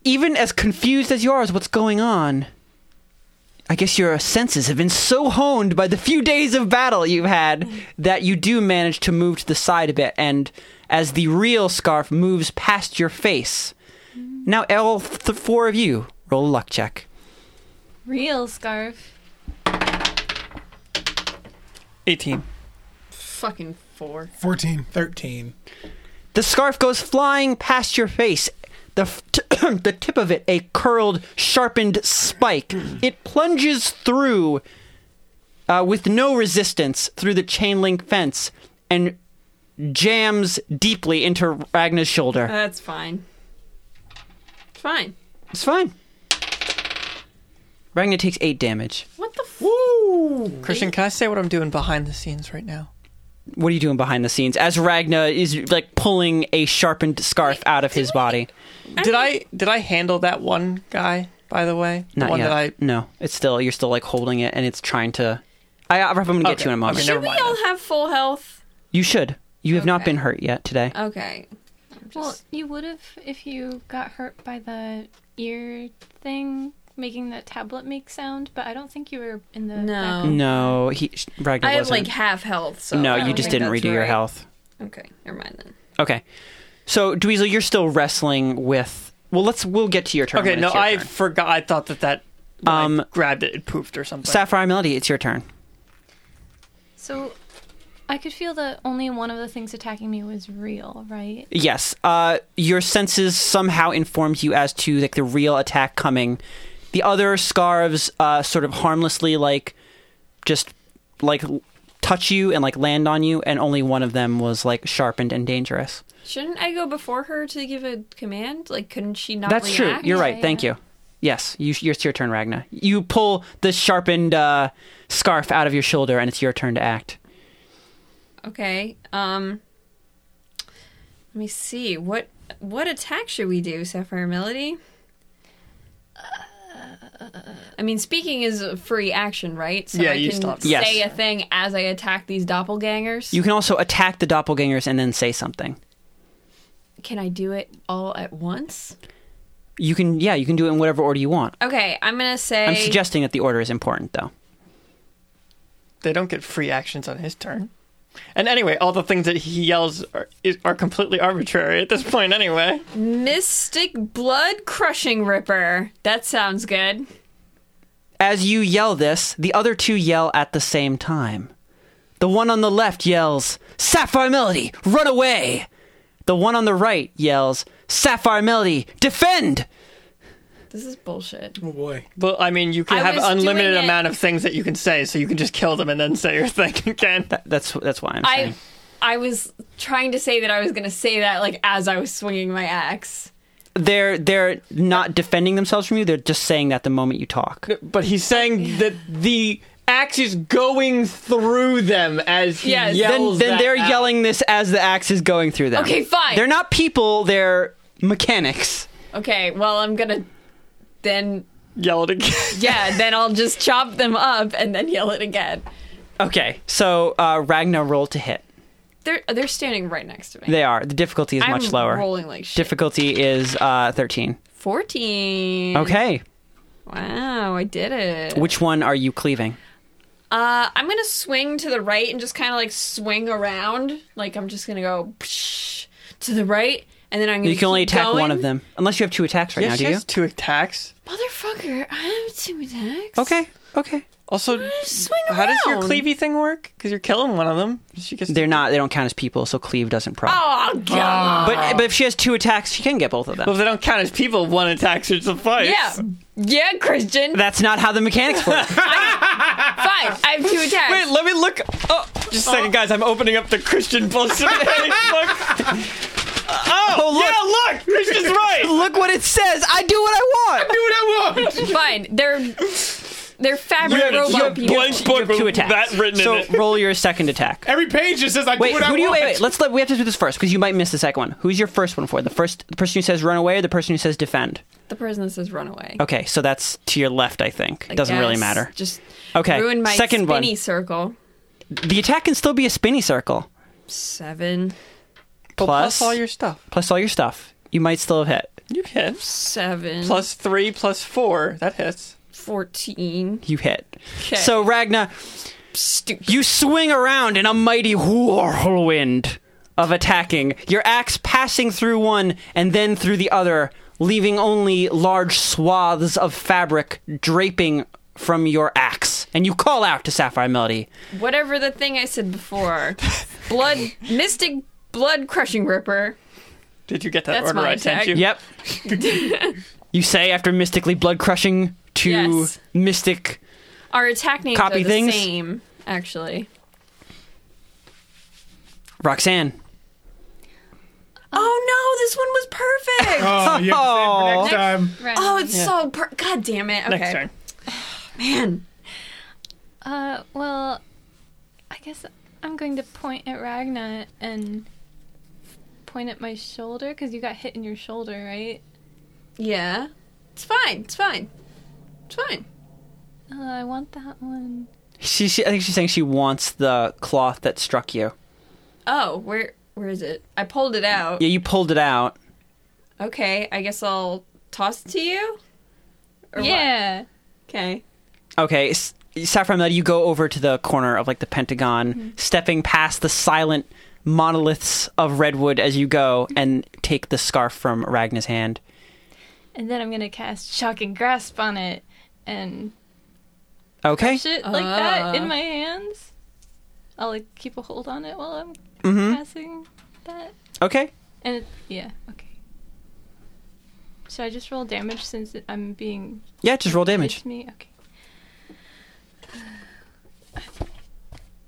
Speaker 1: even as confused as you are as what's going on, I guess your senses have been so honed by the few days of battle you've had
Speaker 6: Mm.
Speaker 1: that you do manage to move to the side a bit. And as the real scarf moves past your face,
Speaker 6: Mm.
Speaker 1: now all th- four of you roll a luck check.
Speaker 6: Real scarf.
Speaker 2: 18.
Speaker 4: Fucking four.
Speaker 3: 14.
Speaker 5: Thirteen.
Speaker 1: The scarf goes flying past your face. The, f- t- the tip of it, a curled, sharpened spike. It plunges through uh, with no resistance through the chain link fence and jams deeply into Ragna's shoulder.
Speaker 4: That's fine. It's fine.
Speaker 1: It's fine. Ragna takes eight damage.
Speaker 4: What the f-
Speaker 2: Christian, can I say what I'm doing behind the scenes right now?
Speaker 1: What are you doing behind the scenes as Ragna is like pulling a sharpened scarf out of his body?
Speaker 2: Did I did I handle that one guy, by the way?
Speaker 1: Not
Speaker 2: the one
Speaker 1: yet.
Speaker 2: that I
Speaker 1: No, it's still you're still like holding it, and it's trying to. I, I'm gonna get
Speaker 2: Okay.
Speaker 1: to in a moment.
Speaker 2: Okay,
Speaker 4: Should
Speaker 2: Never
Speaker 4: we
Speaker 2: mind
Speaker 4: all have full health?
Speaker 1: You should. You have not
Speaker 4: Okay.
Speaker 1: been hurt yet today.
Speaker 4: Okay. I'm
Speaker 6: Well,
Speaker 4: just-
Speaker 6: you would have if you got hurt by the ear thing making the tablet make sound, but I don't think you were in the
Speaker 4: No.
Speaker 6: back.
Speaker 1: no, he sh- Ragnar
Speaker 4: Um, I have
Speaker 1: wasn't.
Speaker 4: like half health, so
Speaker 1: no,
Speaker 4: I
Speaker 1: you
Speaker 4: don't
Speaker 1: just
Speaker 4: think
Speaker 1: didn't
Speaker 4: that's
Speaker 1: redo your
Speaker 4: right.
Speaker 1: health.
Speaker 4: Okay, never mind then.
Speaker 1: Okay. So Dweezil, you're still wrestling with. Well, let's. We'll get to your turn.
Speaker 2: Okay,
Speaker 1: when
Speaker 2: no,
Speaker 1: it's your
Speaker 2: I
Speaker 1: turn.
Speaker 2: forgot. I thought that that when I
Speaker 1: Um,
Speaker 2: grabbed it, it poofed or something.
Speaker 1: Sapphire Melody, it's your turn.
Speaker 6: So I could feel that only one of the things attacking me was real, right?
Speaker 1: Yes. Uh, your senses somehow informed you as to like the real attack coming. The other scarves uh, sort of harmlessly like just like l- touch you and like land on you, and only one of them was like sharpened and dangerous.
Speaker 4: Shouldn't I go before her to give a command? Like, couldn't she not?
Speaker 1: That's
Speaker 4: react?
Speaker 1: true. You're
Speaker 6: Yeah,
Speaker 1: right. Thank
Speaker 6: yeah.
Speaker 1: you. Yes, you, you it's your turn, Ragna. You pull the sharpened uh, scarf out of your shoulder, and it's your turn to act.
Speaker 4: Okay. Um. Let me see. What what attack should we do, Sapphire Melody? Uh, I mean, speaking is a free action, right? So
Speaker 2: Yeah,
Speaker 4: I
Speaker 2: you
Speaker 4: can
Speaker 2: still have to-
Speaker 4: say
Speaker 1: Yes.
Speaker 4: a thing as I attack these doppelgangers.
Speaker 1: You can also attack the doppelgangers and then say something.
Speaker 4: Can I do it all at once?
Speaker 1: You can, yeah, you can do it in whatever order you want.
Speaker 4: Okay, I'm gonna say.
Speaker 1: I'm suggesting that the order is important, though.
Speaker 2: they don't get free actions on his turn. And anyway, all the things that he yells are, is, are completely arbitrary at this point. Anyway,
Speaker 4: Mystic Blood Crushing Ripper. That sounds good.
Speaker 1: As you yell this, the other two yell at the same time. The one on the left yells, Sapphire Melody, run away! The one on the right yells, Sapphire Melody, defend!
Speaker 4: This is bullshit.
Speaker 5: Oh boy.
Speaker 2: but I mean, you can
Speaker 4: I
Speaker 2: have
Speaker 4: was
Speaker 2: unlimited
Speaker 4: doing it-
Speaker 2: amount of things that you can say, so you can just kill them and then say your thing again.
Speaker 1: That, that's, that's why I'm saying.
Speaker 4: I I was trying to say that I was going to say that like as I was swinging my axe.
Speaker 1: they're they're not defending themselves from you. They're just saying that the moment you talk.
Speaker 2: But he's saying that the axe is going through them as he
Speaker 4: Yes.
Speaker 2: yells.
Speaker 1: Then then
Speaker 2: that
Speaker 1: they're
Speaker 2: out.
Speaker 1: yelling this as the axe is going through them.
Speaker 4: Okay, fine.
Speaker 1: They're not people. They're mechanics.
Speaker 4: Okay, well I'm going to then
Speaker 2: Yell it again.
Speaker 4: Yeah, then I'll just chop them up and then yell it again.
Speaker 1: Okay, so uh, Ragnar roll to hit.
Speaker 4: They're they're standing right next to me.
Speaker 1: They are. The difficulty is
Speaker 4: I'm
Speaker 1: much lower.
Speaker 4: Rolling like shit.
Speaker 1: Difficulty is uh, 13.
Speaker 4: Fourteen.
Speaker 1: Okay,
Speaker 4: Wow, I did it.
Speaker 1: which one are you cleaving?
Speaker 4: Uh, I'm gonna swing to the right and just kind of like swing around. Like I'm just gonna go psh, to the right, and then I'm gonna.
Speaker 1: You can only
Speaker 4: keep
Speaker 1: attack one
Speaker 4: going.
Speaker 1: of them, unless you have two attacks right
Speaker 2: yes,
Speaker 1: now. Do
Speaker 2: yes, two attacks.
Speaker 4: Motherfucker, I have two attacks.
Speaker 1: you? Okay, okay.
Speaker 2: Also,
Speaker 4: Swing around.
Speaker 2: how does your cleavy thing work? Because you're killing one of them. She gets
Speaker 1: They're not. They don't count as people, so cleave doesn't proc.
Speaker 4: Oh god.
Speaker 1: But but if she has two attacks, she can get both of them.
Speaker 2: Well, if they don't count as people, one attack should suffice.
Speaker 4: yeah, yeah, Christian.
Speaker 1: That's not how the mechanics work.
Speaker 4: Fine, I have two attacks.
Speaker 2: Wait, let me look. Oh, just a second, guys. I'm opening up the Christian Bullshit. look. Oh,
Speaker 1: Oh, look.
Speaker 2: yeah, look. Christian's right.
Speaker 1: Look what it says. I do what I want.
Speaker 4: Fine, they're they're fabric robot people.
Speaker 2: blank book
Speaker 1: Two
Speaker 2: with
Speaker 1: attacks.
Speaker 2: that written
Speaker 1: so
Speaker 2: in it.
Speaker 1: roll your second attack.
Speaker 7: Every page just says I
Speaker 1: Wait,
Speaker 7: do what I
Speaker 1: who do you?
Speaker 7: want.
Speaker 1: Wait, wait. Let's let. We have to do this first because you might miss the second one. Who's your first one for? The first, the person who says run away, or the person who says defend.
Speaker 4: The person that says run away.
Speaker 1: Okay, so that's to your left. I think
Speaker 4: I
Speaker 1: doesn't really
Speaker 4: guess.
Speaker 1: matter.
Speaker 4: Just
Speaker 1: Okay,
Speaker 4: ruin my
Speaker 1: second one.
Speaker 4: spinny circle.
Speaker 1: The attack can still be a spinny circle
Speaker 4: Seven,
Speaker 2: Well,
Speaker 1: plus-
Speaker 2: plus all your stuff.
Speaker 1: plus all your stuff. You might still have hit.
Speaker 2: You hit.
Speaker 4: seven,
Speaker 2: Plus three, plus four. That hits.
Speaker 4: fourteen.
Speaker 1: You hit.
Speaker 4: 'Kay.
Speaker 1: So Ragna,
Speaker 4: Stupid.
Speaker 1: You swing around in a mighty whirlwind of attacking, your axe passing through one and then through the other, leaving only large swaths of fabric draping from your axe. And you call out to Sapphire Melody.
Speaker 4: Whatever the thing I said before. Blood, mystic, blood crushing ripper.
Speaker 2: Did you get that
Speaker 4: That's
Speaker 2: order
Speaker 4: my
Speaker 2: I sent
Speaker 4: attack.
Speaker 2: you?
Speaker 1: Yep. you say after mystically blood crushing to
Speaker 4: Yes.
Speaker 1: mystic.
Speaker 4: Our attack names
Speaker 1: Copy
Speaker 4: are the
Speaker 1: things?
Speaker 4: same, actually.
Speaker 1: Roxanne.
Speaker 4: Oh no, this one was perfect. oh,
Speaker 7: Oh, you have to save for next
Speaker 1: Oh.
Speaker 7: time.
Speaker 6: Right.
Speaker 4: it's so per- god damn it. Okay,
Speaker 2: Next turn.
Speaker 4: man.
Speaker 6: Uh, well, I guess I'm going to point at Ragna and point at my shoulder because you got hit in your shoulder, right?
Speaker 4: Yeah, it's fine. It's fine. It's fine.
Speaker 6: Uh, I want that one.
Speaker 1: She, she, I think she's saying she wants the cloth that struck you.
Speaker 4: Oh, where where is it? I pulled it out.
Speaker 1: Yeah, you pulled it out.
Speaker 4: Okay, I guess I'll toss it to you. Or what?
Speaker 6: yeah.
Speaker 4: Okay.
Speaker 1: Okay, S- Saffron Melody, you go over to the corner of like the Pentagon,
Speaker 4: Mm-hmm.
Speaker 1: stepping past the silent monoliths of redwood as you go,
Speaker 4: Mm-hmm.
Speaker 1: and take the scarf from Ragna's hand.
Speaker 6: And then I'm going to cast Shocking Grasp on it and
Speaker 1: Okay,
Speaker 6: shit like that
Speaker 4: Ah.
Speaker 6: in my hands. I'll like keep a hold on it while I'm
Speaker 4: Mm-hmm.
Speaker 6: casting that.
Speaker 1: okay.
Speaker 6: And it, yeah, okay. Should I just roll damage since it- I'm being
Speaker 1: Yeah, just roll damage.
Speaker 6: It's me. Okay.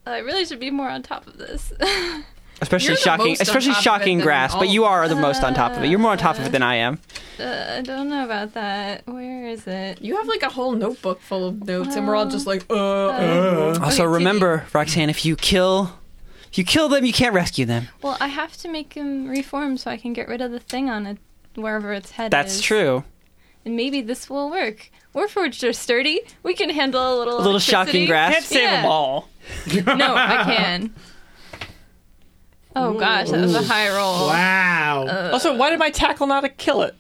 Speaker 6: I really should be more on top of this. Uh,
Speaker 1: Especially
Speaker 4: You're the
Speaker 1: shocking,
Speaker 4: most on
Speaker 1: especially
Speaker 4: top of it
Speaker 1: shocking
Speaker 4: than
Speaker 1: grass.
Speaker 4: all
Speaker 1: But you are the most on top of it. You're more on top of it than I am.
Speaker 6: uh, I don't know about that. Where is it?
Speaker 4: You have like a whole notebook full of notes, and we're all just like, uh,
Speaker 6: Uh,
Speaker 1: Also,
Speaker 6: okay, did
Speaker 1: remember, Roxanne, if you kill, if you kill them, you can't rescue them.
Speaker 6: he- well, I have to make him reform so I can get rid of the thing on it wherever its head
Speaker 1: That's
Speaker 6: is.
Speaker 1: true.
Speaker 6: And maybe this will work. Warforged are sturdy. We can handle a little.
Speaker 1: A little shocking
Speaker 6: electricity.
Speaker 2: Can't
Speaker 1: grass.
Speaker 2: save
Speaker 6: Yeah.
Speaker 2: them all.
Speaker 6: No, I can. Oh gosh, that was a high roll.
Speaker 7: Wow.
Speaker 6: Uh,
Speaker 5: Uh.
Speaker 2: also, why did my tackle not kill it?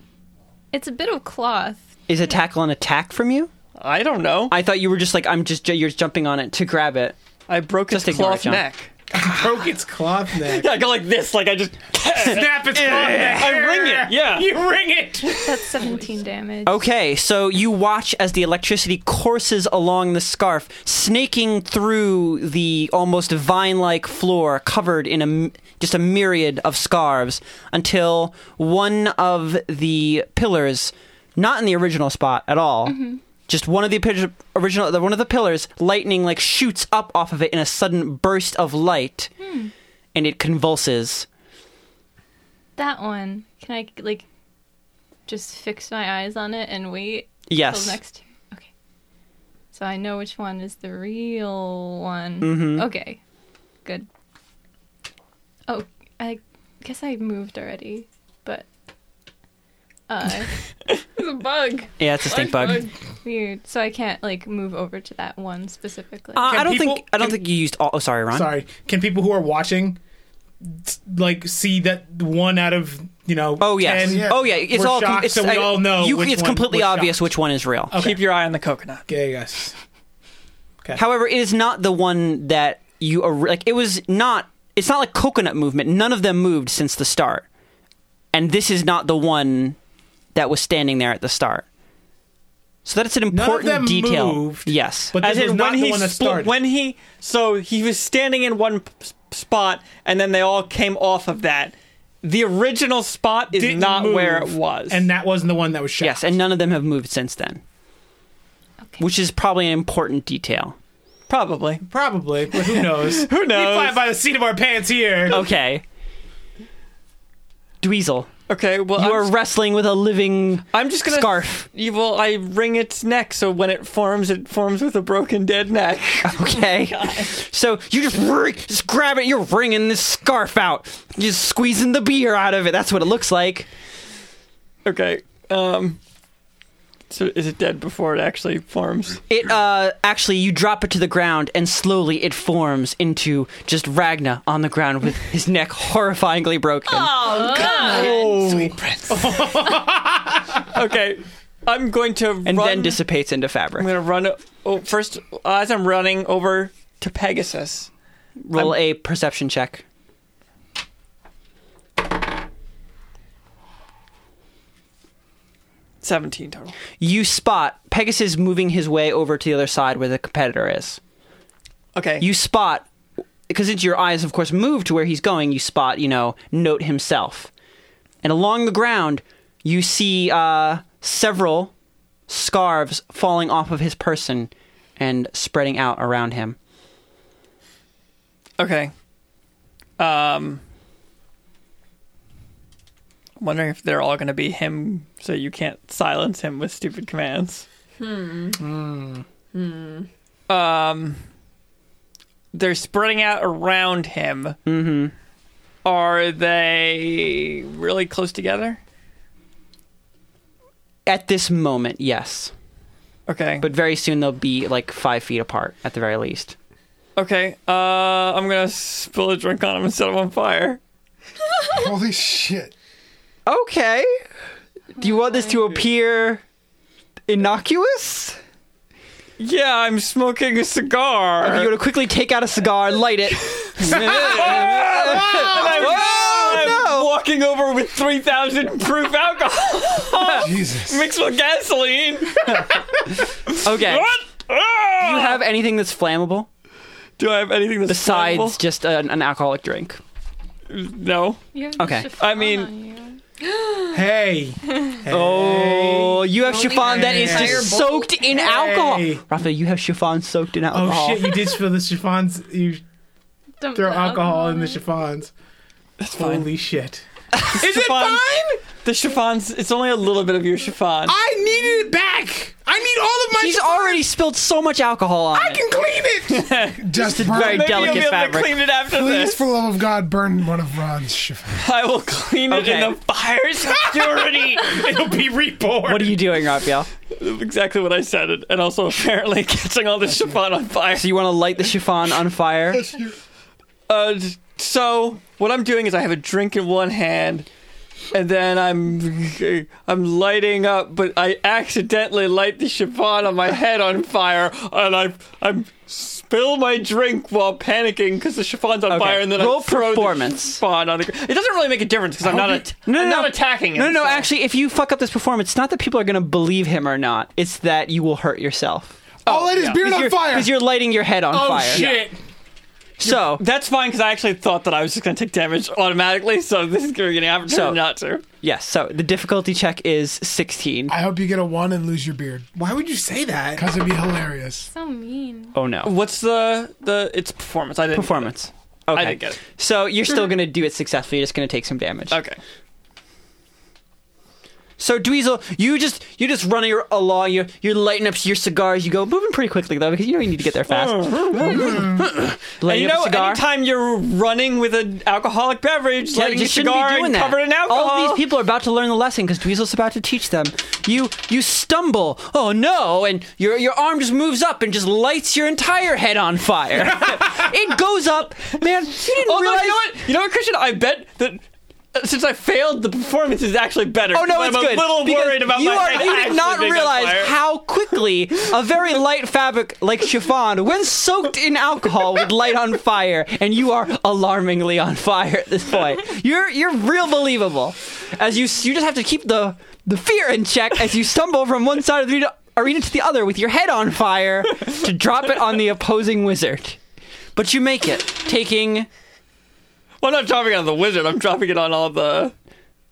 Speaker 6: It's a bit of cloth.
Speaker 1: Is a tackle an attack from you?
Speaker 2: I don't know.
Speaker 1: I thought you were just like I'm just you're jumping on it to grab it.
Speaker 2: I broke its
Speaker 1: Just ignore
Speaker 2: cloth
Speaker 1: it, John.
Speaker 2: neck.
Speaker 7: Broke its cloth neck.
Speaker 2: Yeah, I go like this. Like I just
Speaker 7: Snap its cloth neck.
Speaker 2: I ring it. Yeah.
Speaker 7: You ring it.
Speaker 6: That's 17 damage.
Speaker 1: Okay, so you watch as the electricity courses along the scarf, snaking through the almost vine-like floor covered in a m- just a myriad of scarves until one of the pillars, not in the original spot at all, just one of the pi- original the- one of the pillars, lightning like shoots up off of it in a sudden burst of light, and it convulses.
Speaker 6: That one. Can I like just fix my eyes on it and wait
Speaker 1: Yes.
Speaker 6: till next? Okay. So I know which one is the real one. Okay. Good. Oh, I guess I moved already, but uh,
Speaker 4: it's a bug.
Speaker 1: Yeah, it's a stink bug.
Speaker 6: weird. So I can't like move over to that one specifically.
Speaker 1: Uh, I
Speaker 5: Can
Speaker 1: don't
Speaker 5: people-
Speaker 1: think I don't
Speaker 5: can-
Speaker 1: think you used all. Oh, sorry, Ron.
Speaker 5: Sorry. Can people who are watching s- like see that one out of you know?
Speaker 1: Oh yes.
Speaker 5: 10
Speaker 3: Yeah.
Speaker 1: Oh yeah. It's
Speaker 5: We're
Speaker 1: all.
Speaker 5: shocked,
Speaker 1: it's,
Speaker 5: so we
Speaker 1: I-
Speaker 5: all know
Speaker 1: You,
Speaker 5: which
Speaker 1: it's
Speaker 5: one
Speaker 1: completely
Speaker 5: we're
Speaker 1: obvious
Speaker 5: shocked.
Speaker 1: which one is real.
Speaker 2: Keep your eye on the coconut.
Speaker 5: Okay, yes.
Speaker 1: However, it is not the one that you are like. It was not. It's not like coconut movement. None of them moved since the start, and this is not the one that was standing there at the start. So that's an
Speaker 5: None
Speaker 1: important
Speaker 5: of them
Speaker 1: detail.
Speaker 5: moved.
Speaker 1: yes,
Speaker 5: but this
Speaker 2: As
Speaker 5: was
Speaker 2: in
Speaker 5: not
Speaker 2: when
Speaker 5: the
Speaker 2: he
Speaker 5: one that
Speaker 2: split-
Speaker 5: started.
Speaker 2: when he so he was standing in one p- s- spot and then they all came off of that. The original spot is
Speaker 5: Didn't
Speaker 2: not
Speaker 5: move,
Speaker 2: where it was.
Speaker 5: and that wasn't the one that was shot.
Speaker 1: yes, and none of them have moved since then,
Speaker 6: Okay.
Speaker 1: which is probably an important detail.
Speaker 2: probably
Speaker 5: probably, but who knows?
Speaker 2: who
Speaker 5: We fly
Speaker 2: knows?
Speaker 5: by the seat of our pants here.
Speaker 1: Okay, Dweezil,
Speaker 2: Okay, well
Speaker 1: you
Speaker 2: I'm,
Speaker 1: are
Speaker 2: just-
Speaker 1: wrestling with a living
Speaker 2: I'm just gonna
Speaker 1: scarf.
Speaker 2: You, well, I wring its neck so when it forms, it forms with a broken dead neck.
Speaker 1: Okay. so you just, wring- just grab it, you're wringing this scarf out, just squeezing the beer out of it. That's what it looks like.
Speaker 2: okay, um, so is it dead before it actually forms?
Speaker 1: It uh, actually, you drop it to the ground, and slowly it forms into just Ragna on the ground with his neck horrifyingly broken.
Speaker 4: Oh, God.
Speaker 2: Sweet prince. okay, I'm going to
Speaker 1: and
Speaker 2: run.
Speaker 1: then dissipates into fabric.
Speaker 2: I'm gonna run. o- Oh, first, as I'm running over to Pegasus,
Speaker 1: Roll a perception check.
Speaker 2: seventeen total.
Speaker 1: You spot Pegasus moving his way over to the other side where the competitor is.
Speaker 2: Okay,
Speaker 1: You spot, because it's your eyes, of course, move to where he's going, you spot, you know, Note himself. And along the ground, you see uh, several scarves falling off of his person and spreading out around him.
Speaker 2: okay. Um, I'm wondering if they're all gonna be him, so you can't silence him with stupid commands. Hmm. Um, they're spreading out around him. Mm-hmm. Are they really close together?
Speaker 1: At this moment, yes.
Speaker 2: Okay.
Speaker 1: But very soon they'll be like five feet apart at the very least.
Speaker 2: Okay, uh, I'm gonna spill a drink on him and set him on fire.
Speaker 3: Holy shit.
Speaker 1: Okay. Do you want this to appear innocuous?
Speaker 2: Yeah, I'm smoking a cigar.
Speaker 1: You're going to quickly take out a cigar, light it.
Speaker 2: Ah! I'm, I'm
Speaker 1: no.
Speaker 2: walking over with 3,000 proof alcohol
Speaker 3: Jesus.
Speaker 2: mixed with gasoline.
Speaker 1: Okay.
Speaker 2: What?
Speaker 1: Do you have anything that's flammable
Speaker 2: Do I have anything that's
Speaker 1: besides
Speaker 2: flammable?
Speaker 1: just an, an alcoholic drink?
Speaker 2: No.
Speaker 6: You have
Speaker 1: Okay.
Speaker 6: the chiffon
Speaker 2: I mean-
Speaker 6: on you.
Speaker 5: Hey,
Speaker 1: Oh, you have
Speaker 4: Only
Speaker 1: chiffon that is
Speaker 4: entire
Speaker 1: just
Speaker 4: bowl?
Speaker 1: soaked in alcohol.
Speaker 5: Hey.
Speaker 1: Rafa, you have chiffon soaked in
Speaker 5: oh
Speaker 1: alcohol.
Speaker 5: shit! You did spill the chiffons. You
Speaker 6: Dump
Speaker 5: throw
Speaker 6: the
Speaker 5: alcohol in
Speaker 6: on
Speaker 5: the
Speaker 6: it.
Speaker 5: chiffons. That's
Speaker 2: fine.
Speaker 5: Holy shit!
Speaker 2: Is it fine? The chiffon's, it's only a little bit of your chiffon.
Speaker 5: I needed it back. I need all of my.
Speaker 1: He's already spilled so much alcohol on
Speaker 5: I
Speaker 1: it.
Speaker 5: can clean it.
Speaker 3: Just
Speaker 1: very
Speaker 3: burn.
Speaker 2: Maybe I'll be
Speaker 1: delicate
Speaker 2: able to
Speaker 1: fabric.
Speaker 2: clean it after
Speaker 3: Please,
Speaker 2: this.
Speaker 3: for the love of God, burn one of Ron's chiffon.
Speaker 2: I will clean it
Speaker 1: Okay.
Speaker 2: in the fire security.
Speaker 5: It'll be reborn.
Speaker 1: What are you doing, Raphael?
Speaker 2: exactly what I said, and also apparently catching all this chiffon on fire.
Speaker 1: So you want to light the chiffon on fire?
Speaker 2: Uh, so what I'm doing is I have a drink in one hand, and then I'm I'm lighting up, but I accidentally light the chiffon on my head on fire, and I I spill my drink while panicking because the chiffon's on
Speaker 1: Okay.
Speaker 2: fire, and then
Speaker 1: Roll
Speaker 2: I throw
Speaker 1: performance.
Speaker 2: the chiffon on the. gr- It doesn't really make a difference because I'm not at-
Speaker 1: No, no,
Speaker 2: I'm
Speaker 1: no.
Speaker 2: not attacking it.
Speaker 1: No, no,
Speaker 2: so-
Speaker 1: actually, if you fuck up this performance, it's not that people are going to believe him or not. It's that you will hurt yourself.
Speaker 3: Oh, I'll let his
Speaker 2: yeah.
Speaker 3: beard on
Speaker 1: You're-
Speaker 3: fire.
Speaker 1: you're lighting your head on
Speaker 5: Oh
Speaker 1: fire.
Speaker 5: shit!
Speaker 1: So,
Speaker 2: That's fine because I actually thought that I was just going to take damage automatically, so this is giving me an opportunity
Speaker 1: So-
Speaker 2: not to.
Speaker 1: yes, so the difficulty check is 16.
Speaker 3: I hope you get a one and lose your beard.
Speaker 5: Why would you say that?
Speaker 3: Because it'd be hilarious.
Speaker 6: So mean.
Speaker 1: Oh no.
Speaker 2: What's the the? It's performance. I didn't
Speaker 1: Performance. Okay.
Speaker 2: I didn't get it.
Speaker 1: So you're still going to do it successfully. You're just going to take some damage.
Speaker 2: Okay.
Speaker 1: So Dweezil, you just you just running along. You're you're lighting up your cigars. You go moving pretty quickly though because you know you need to get there fast. Mm-hmm.
Speaker 2: And
Speaker 1: lighting
Speaker 2: you
Speaker 1: up
Speaker 2: know,
Speaker 1: a cigar.
Speaker 2: anytime you're running with an alcoholic beverage,
Speaker 1: Yeah,
Speaker 2: lighting
Speaker 1: you
Speaker 2: a
Speaker 1: shouldn't be
Speaker 2: cigar
Speaker 1: doing
Speaker 2: and
Speaker 1: that.
Speaker 2: covered in alcohol,
Speaker 1: All of these people are about to learn the lesson because Dweezil's about to teach them. You you stumble. Oh no! And your your arm just moves up and just lights your entire head on fire. it goes up, man. You didn't
Speaker 2: Although,
Speaker 1: realize.
Speaker 2: Oh, you know what? You know what, Christian? I bet that uh, since I failed, the performance is actually better.
Speaker 1: Oh no,
Speaker 2: I'm
Speaker 1: it's
Speaker 2: a
Speaker 1: good.
Speaker 2: little
Speaker 1: because
Speaker 2: worried about
Speaker 1: you
Speaker 2: my
Speaker 1: are.
Speaker 2: thing
Speaker 1: You did
Speaker 2: actually
Speaker 1: not
Speaker 2: being on
Speaker 1: realize
Speaker 2: fire.
Speaker 1: how quickly a very light fabric like chiffon, when soaked in alcohol, would light on fire, and you are alarmingly on fire at this point. You're you're real believable, as you you just have to keep the the fear in check as you stumble from one side of the arena, arena to the other with your head on fire to drop it on the opposing wizard. But you make it, taking
Speaker 2: Well, I'm not dropping it on the wizard. I'm dropping it on all the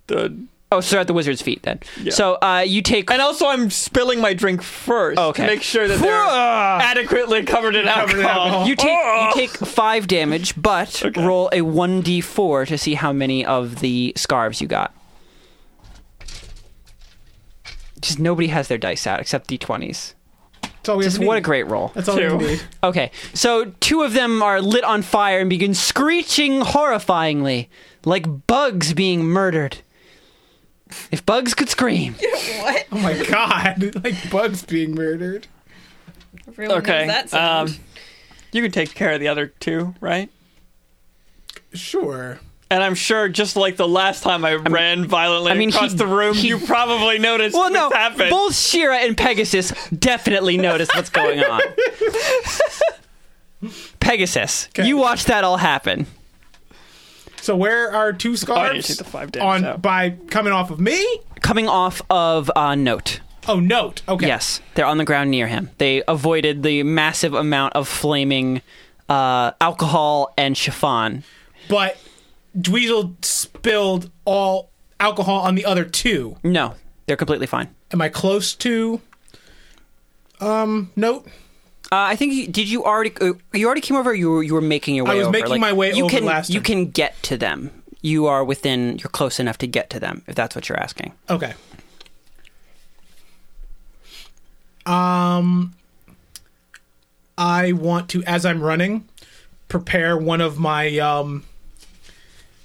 Speaker 2: the.
Speaker 1: oh, so at the wizard's feet then. So uh, you take
Speaker 2: And also, I'm spilling my drink first
Speaker 1: Okay.
Speaker 2: to make sure that they're adequately ah. covered in alcohol.
Speaker 1: You take you take five damage, but roll a one d four to see how many of the scarves you got. Just nobody has their dice out except d twenties.
Speaker 5: That's all we
Speaker 1: Just
Speaker 5: ever
Speaker 1: what a
Speaker 5: need.
Speaker 1: great roll.
Speaker 5: That's all we
Speaker 2: Two.
Speaker 5: need.
Speaker 1: Okay, so two of them are lit on fire and begin screeching horrifyingly, like bugs being murdered. If bugs could scream.
Speaker 5: Oh my god! like bugs being murdered.
Speaker 4: Everyone knows
Speaker 2: Okay.
Speaker 4: that sound.
Speaker 2: Um, you can take care of the other two, right?
Speaker 5: Sure.
Speaker 2: And I'm sure, just like the last time I, ran violently
Speaker 1: I mean,
Speaker 2: across
Speaker 1: he-
Speaker 2: the room,
Speaker 1: he-
Speaker 2: you probably noticed
Speaker 1: Well, no,
Speaker 2: this happened.
Speaker 1: both Shira and Pegasus definitely noticed what's going on. Pegasus, you watched that all happen.
Speaker 5: So where are two
Speaker 2: I need
Speaker 5: scarves
Speaker 2: to take the five damage
Speaker 5: on
Speaker 2: out.
Speaker 5: by coming off of me?
Speaker 1: Coming off of uh, Note.
Speaker 5: Oh, note. Okay.
Speaker 1: Yes, they're on the ground near him. They avoided the massive amount of flaming uh, alcohol and chiffon.
Speaker 5: But Dweezil spilled all alcohol on the other two.
Speaker 1: No, they're completely fine.
Speaker 5: Am I close to? Um, note.
Speaker 1: Uh, I think you, did you already uh, you already came over. Or you were you were making your way.
Speaker 5: I was
Speaker 1: over?
Speaker 5: making
Speaker 1: Like,
Speaker 5: my way
Speaker 1: you
Speaker 5: over
Speaker 1: can,
Speaker 5: last
Speaker 1: You
Speaker 5: time.
Speaker 1: can get to them. You are within. You're close enough to get to them. If that's what you're asking.
Speaker 5: Okay. Um, I want to, as I'm running, prepare one of my um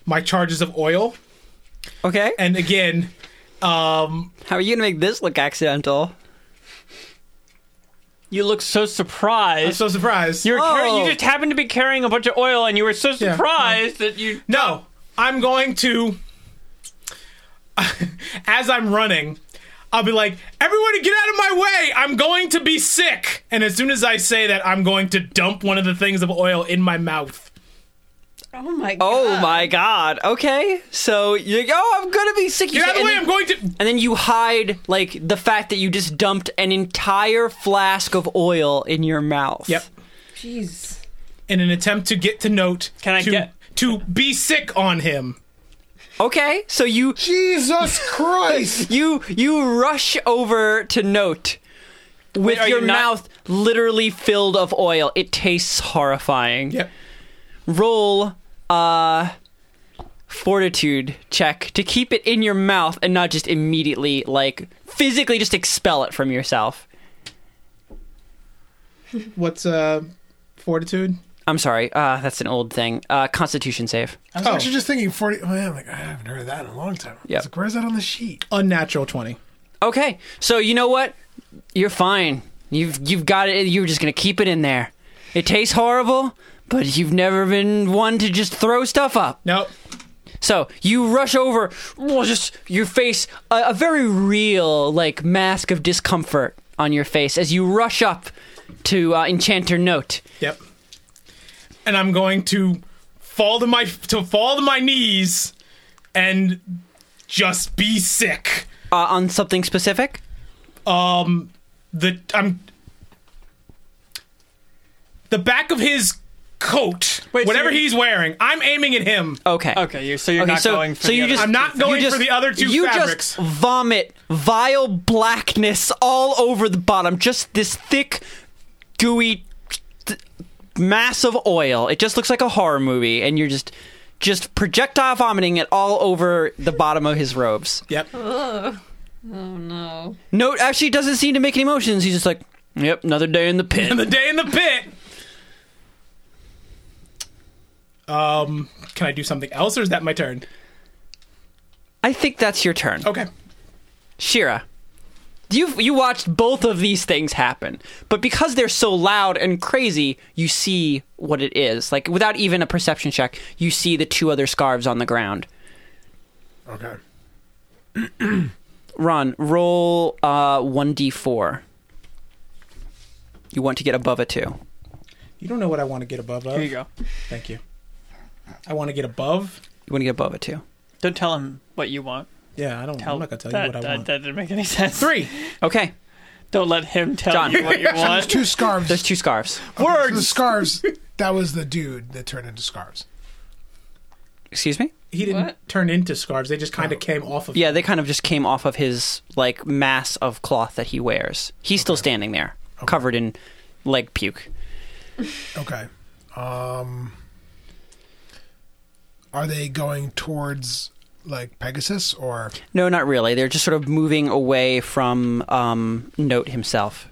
Speaker 5: my charges of oil,
Speaker 1: Okay.
Speaker 5: and again, um,
Speaker 1: How are you gonna make this look accidental?
Speaker 2: You look so
Speaker 5: I'm
Speaker 2: surprised.
Speaker 5: so surprised.
Speaker 2: you were carry-
Speaker 1: Oh.
Speaker 2: you just happened to be carrying a bunch of oil, and you were so
Speaker 5: Yeah.
Speaker 2: surprised that you.
Speaker 5: No, I'm going to. As I'm running, I'll be like, "Everyone, get out of my way! I'm going to be sick." And as soon as I say that, I'm going to dump one of the things of oil in my mouth.
Speaker 4: oh my god.
Speaker 1: Oh my god. Okay. So you oh I'm gonna be sick. You
Speaker 5: Get out
Speaker 1: say-
Speaker 5: of the
Speaker 1: and
Speaker 5: way!
Speaker 1: then-
Speaker 5: I'm going to.
Speaker 1: and then you hide like the fact that you just dumped an entire flask of oil in your mouth.
Speaker 5: Yep.
Speaker 4: Jeez.
Speaker 5: In an attempt to get to note,
Speaker 2: Can I
Speaker 5: to,
Speaker 2: get-
Speaker 5: to be sick on him?
Speaker 1: Okay. So you
Speaker 3: Jesus Christ!
Speaker 1: you you rush over to note with
Speaker 2: are
Speaker 1: your
Speaker 2: you not-
Speaker 1: mouth literally filled of oil. It tastes horrifying.
Speaker 5: Yep.
Speaker 1: roll uh fortitude check to keep it in your mouth and not just immediately like physically just expel it from yourself
Speaker 5: What's uh, fortitude?
Speaker 1: i'm sorry uh that's an old thing uh constitution save
Speaker 3: I was
Speaker 5: Oh.
Speaker 3: actually just thinking 40. Oh, yeah, I'm like, I haven't heard of that in a long time.
Speaker 1: Yeah. Uh,
Speaker 3: It's like, where's that on the sheet?
Speaker 5: Unnatural twenty.
Speaker 1: okay so you know what you're fine you've you've got it you're just gonna keep it in there it tastes horrible but you've never been one to just throw stuff up
Speaker 5: Nope.
Speaker 1: So you rush over, well, just your face, a, a very real like mask of discomfort on your face as you rush up to uh, Enchanter Note.
Speaker 5: Yep. And I'm going to fall to my to fall to my knees and just be sick.
Speaker 1: Uh, on something specific?
Speaker 5: Um the I'm the back of his coat,
Speaker 2: Wait, so
Speaker 5: whatever
Speaker 2: you're- Oh.
Speaker 5: he's wearing. I'm aiming at him.
Speaker 1: Okay.
Speaker 2: Okay, you're, so you're
Speaker 1: Okay,
Speaker 2: not
Speaker 1: so,
Speaker 2: going for
Speaker 1: so
Speaker 2: the
Speaker 1: you
Speaker 2: other
Speaker 1: just
Speaker 5: I'm not
Speaker 1: you
Speaker 5: going for
Speaker 1: just-
Speaker 5: the other two
Speaker 1: you
Speaker 5: fabrics.
Speaker 1: just vomit vile blackness all over the bottom just this thick gooey th- mass of oil it just looks like a horror movie and you're just just projectile vomiting it all over the bottom of his robes
Speaker 5: Yep.
Speaker 4: Oh no.
Speaker 1: No, actually, he doesn't seem to make any motions. He's just like, yep, another day in the pit.
Speaker 5: the day in the pit. Um, can I do something else, or is that my turn?
Speaker 1: I think that's your turn.
Speaker 5: Okay.
Speaker 1: Shira, you you watched both of these things happen, but because they're so loud and crazy, you see what it is. Like without even a perception check, you see the two other scarves on the ground.
Speaker 3: Okay.
Speaker 1: Ron, roll uh one d four. You want to get above a two.
Speaker 5: You don't know what I want to get above. Of.
Speaker 2: Here you go.
Speaker 5: Thank you. I want to get above.
Speaker 1: You want to get above a two.
Speaker 2: Don't tell him what you want.
Speaker 5: Yeah, I don't.
Speaker 2: Tell
Speaker 5: I'm not gonna tell
Speaker 2: that,
Speaker 5: you what I
Speaker 2: that,
Speaker 5: want.
Speaker 2: That didn't make any sense.
Speaker 5: Three.
Speaker 1: Okay,
Speaker 2: Don't let him tell
Speaker 1: John.
Speaker 2: you what you
Speaker 3: There's
Speaker 2: want.
Speaker 3: two scarves.
Speaker 1: there's two scarves.
Speaker 3: Okay, so the scarves. That was the dude that turned into scarves.
Speaker 1: Excuse me.
Speaker 5: He didn't
Speaker 4: What?
Speaker 5: turn into scarves. They just kind of came off of.
Speaker 1: Yeah, they kind of just came off of his like mass of cloth that he wears. He's still standing there, covered in leg puke.
Speaker 3: Okay. Um, are they going towards like Pegasus or
Speaker 1: No, not really. They're just sort of moving away from um, Note himself.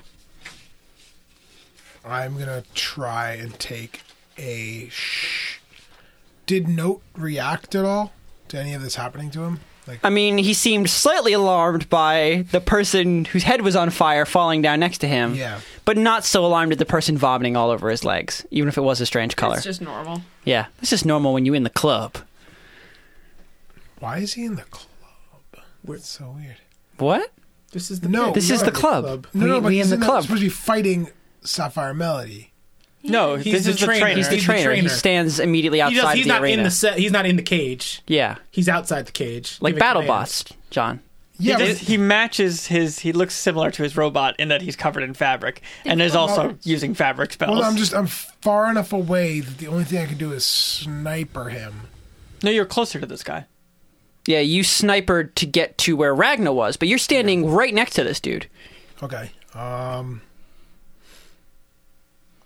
Speaker 3: I'm gonna try and take a. Sh- Did Note react at all to any of this happening to him? Like,
Speaker 1: I mean, he seemed slightly alarmed by the person whose head was on fire falling down next to him.
Speaker 3: Yeah.
Speaker 1: But not so alarmed at the person vomiting all over his legs, even if it was a strange color.
Speaker 4: It's just normal.
Speaker 1: yeah, that's just normal when you're in the club.
Speaker 3: why is he in the club? It's so weird.
Speaker 1: What?
Speaker 5: This is the
Speaker 3: No,
Speaker 5: pit.
Speaker 1: This
Speaker 3: no,
Speaker 1: is the club.
Speaker 3: No,
Speaker 1: we
Speaker 3: no, but
Speaker 1: we
Speaker 3: he's
Speaker 1: in the
Speaker 3: in
Speaker 1: club.
Speaker 3: supposed to be fighting Sapphire Melody.
Speaker 2: No,
Speaker 5: He's
Speaker 2: this
Speaker 5: the
Speaker 2: is the
Speaker 5: trainer.
Speaker 2: trainer.
Speaker 1: he's the
Speaker 5: He's the
Speaker 1: trainer. He
Speaker 5: trainer.
Speaker 1: stands immediately
Speaker 5: He
Speaker 1: outside
Speaker 5: does, he's
Speaker 1: of the
Speaker 5: not
Speaker 1: arena.
Speaker 5: in the set. He's not in the cage.
Speaker 1: yeah,
Speaker 5: He's outside the cage.
Speaker 1: like
Speaker 5: giving commands.
Speaker 1: BattleBots, John.
Speaker 3: Yeah,
Speaker 2: he,
Speaker 3: but
Speaker 2: does- he matches his. He looks similar to his robot in that he's covered in fabric and is also using fabric spells.
Speaker 3: well, I'm just I'm far enough away that the only thing I can do is sniper him.
Speaker 2: no, you're closer to this guy.
Speaker 1: Yeah, you snipered to get to where Ragna was, but you're standing right next to this dude.
Speaker 3: Okay. Um,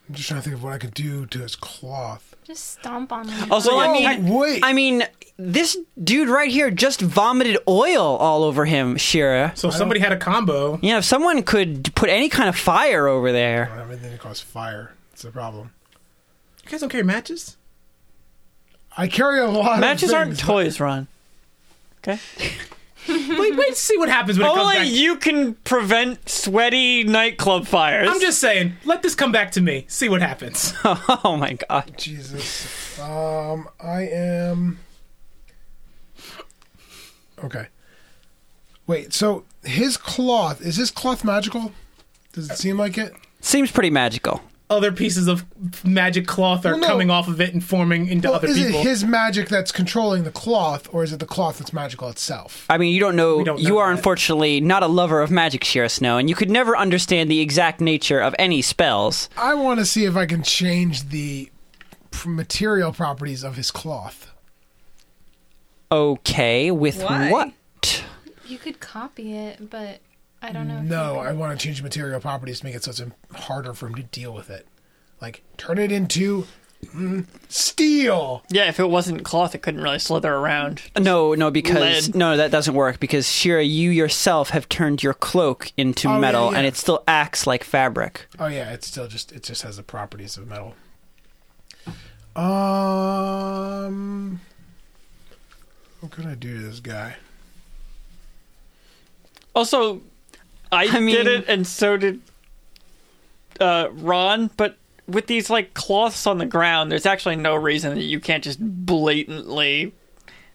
Speaker 3: I'm just trying to think of what I could do to his cloth.
Speaker 6: Just stomp on them.
Speaker 2: Also,
Speaker 1: Well,
Speaker 2: yeah,
Speaker 1: I mean-
Speaker 2: tech-
Speaker 3: Wait.
Speaker 1: I mean, this dude right here just vomited oil all over him, Shira.
Speaker 5: So if somebody had a combo.
Speaker 1: You know, if someone could put any kind of fire over
Speaker 3: I
Speaker 1: there,
Speaker 3: don't have anything that causes fire. It's a problem.
Speaker 5: You guys don't carry matches?
Speaker 3: I carry a lot
Speaker 2: matches
Speaker 3: of
Speaker 2: aren't
Speaker 3: things.
Speaker 2: toys, Ron. Okay.
Speaker 5: Wait, wait, to see what happens when it comes
Speaker 2: Only
Speaker 5: back.
Speaker 2: you can prevent sweaty nightclub fires.
Speaker 5: I'm just saying, let this come back to me. See what happens.
Speaker 1: oh my god,
Speaker 3: Jesus. Um, I am. Okay. Wait. So his cloth is his cloth magical? Does it seem like it?
Speaker 1: seems pretty magical.
Speaker 5: Other pieces of magic cloth are
Speaker 3: Well, no.
Speaker 5: coming off of it and forming into
Speaker 3: Well,
Speaker 5: other
Speaker 3: is
Speaker 5: people.
Speaker 3: it his magic that's controlling the cloth, or is it the cloth that's magical itself?
Speaker 1: I mean, you don't know.
Speaker 5: We don't
Speaker 1: you
Speaker 5: know
Speaker 1: are
Speaker 5: that.
Speaker 1: unfortunately not a lover of magic, Shira Snow, and you could never understand the exact nature of any spells.
Speaker 3: I want to see if I can change the p- material properties of his cloth.
Speaker 1: Okay, with
Speaker 4: Why?
Speaker 1: what?
Speaker 6: You could copy it, but I don't know. if
Speaker 3: No,
Speaker 6: you
Speaker 3: I want to change the material properties to make it so it's im- harder for him to deal with it. Like turn it into mm, steel.
Speaker 2: yeah, if it wasn't cloth, it couldn't really slither around.
Speaker 1: No, no, because
Speaker 2: Lead.
Speaker 1: no, that doesn't work because Shira, you yourself have turned your cloak into
Speaker 3: Oh, yeah,
Speaker 1: metal,
Speaker 3: yeah.
Speaker 1: and it still acts like fabric.
Speaker 3: Oh yeah, it's still just it just has the properties of metal. Um, what can I do to this guy?
Speaker 2: Also, I,
Speaker 1: I mean-
Speaker 2: did it, and so did uh, Ron. But with these like cloths on the ground, there's actually no reason that you can't just blatantly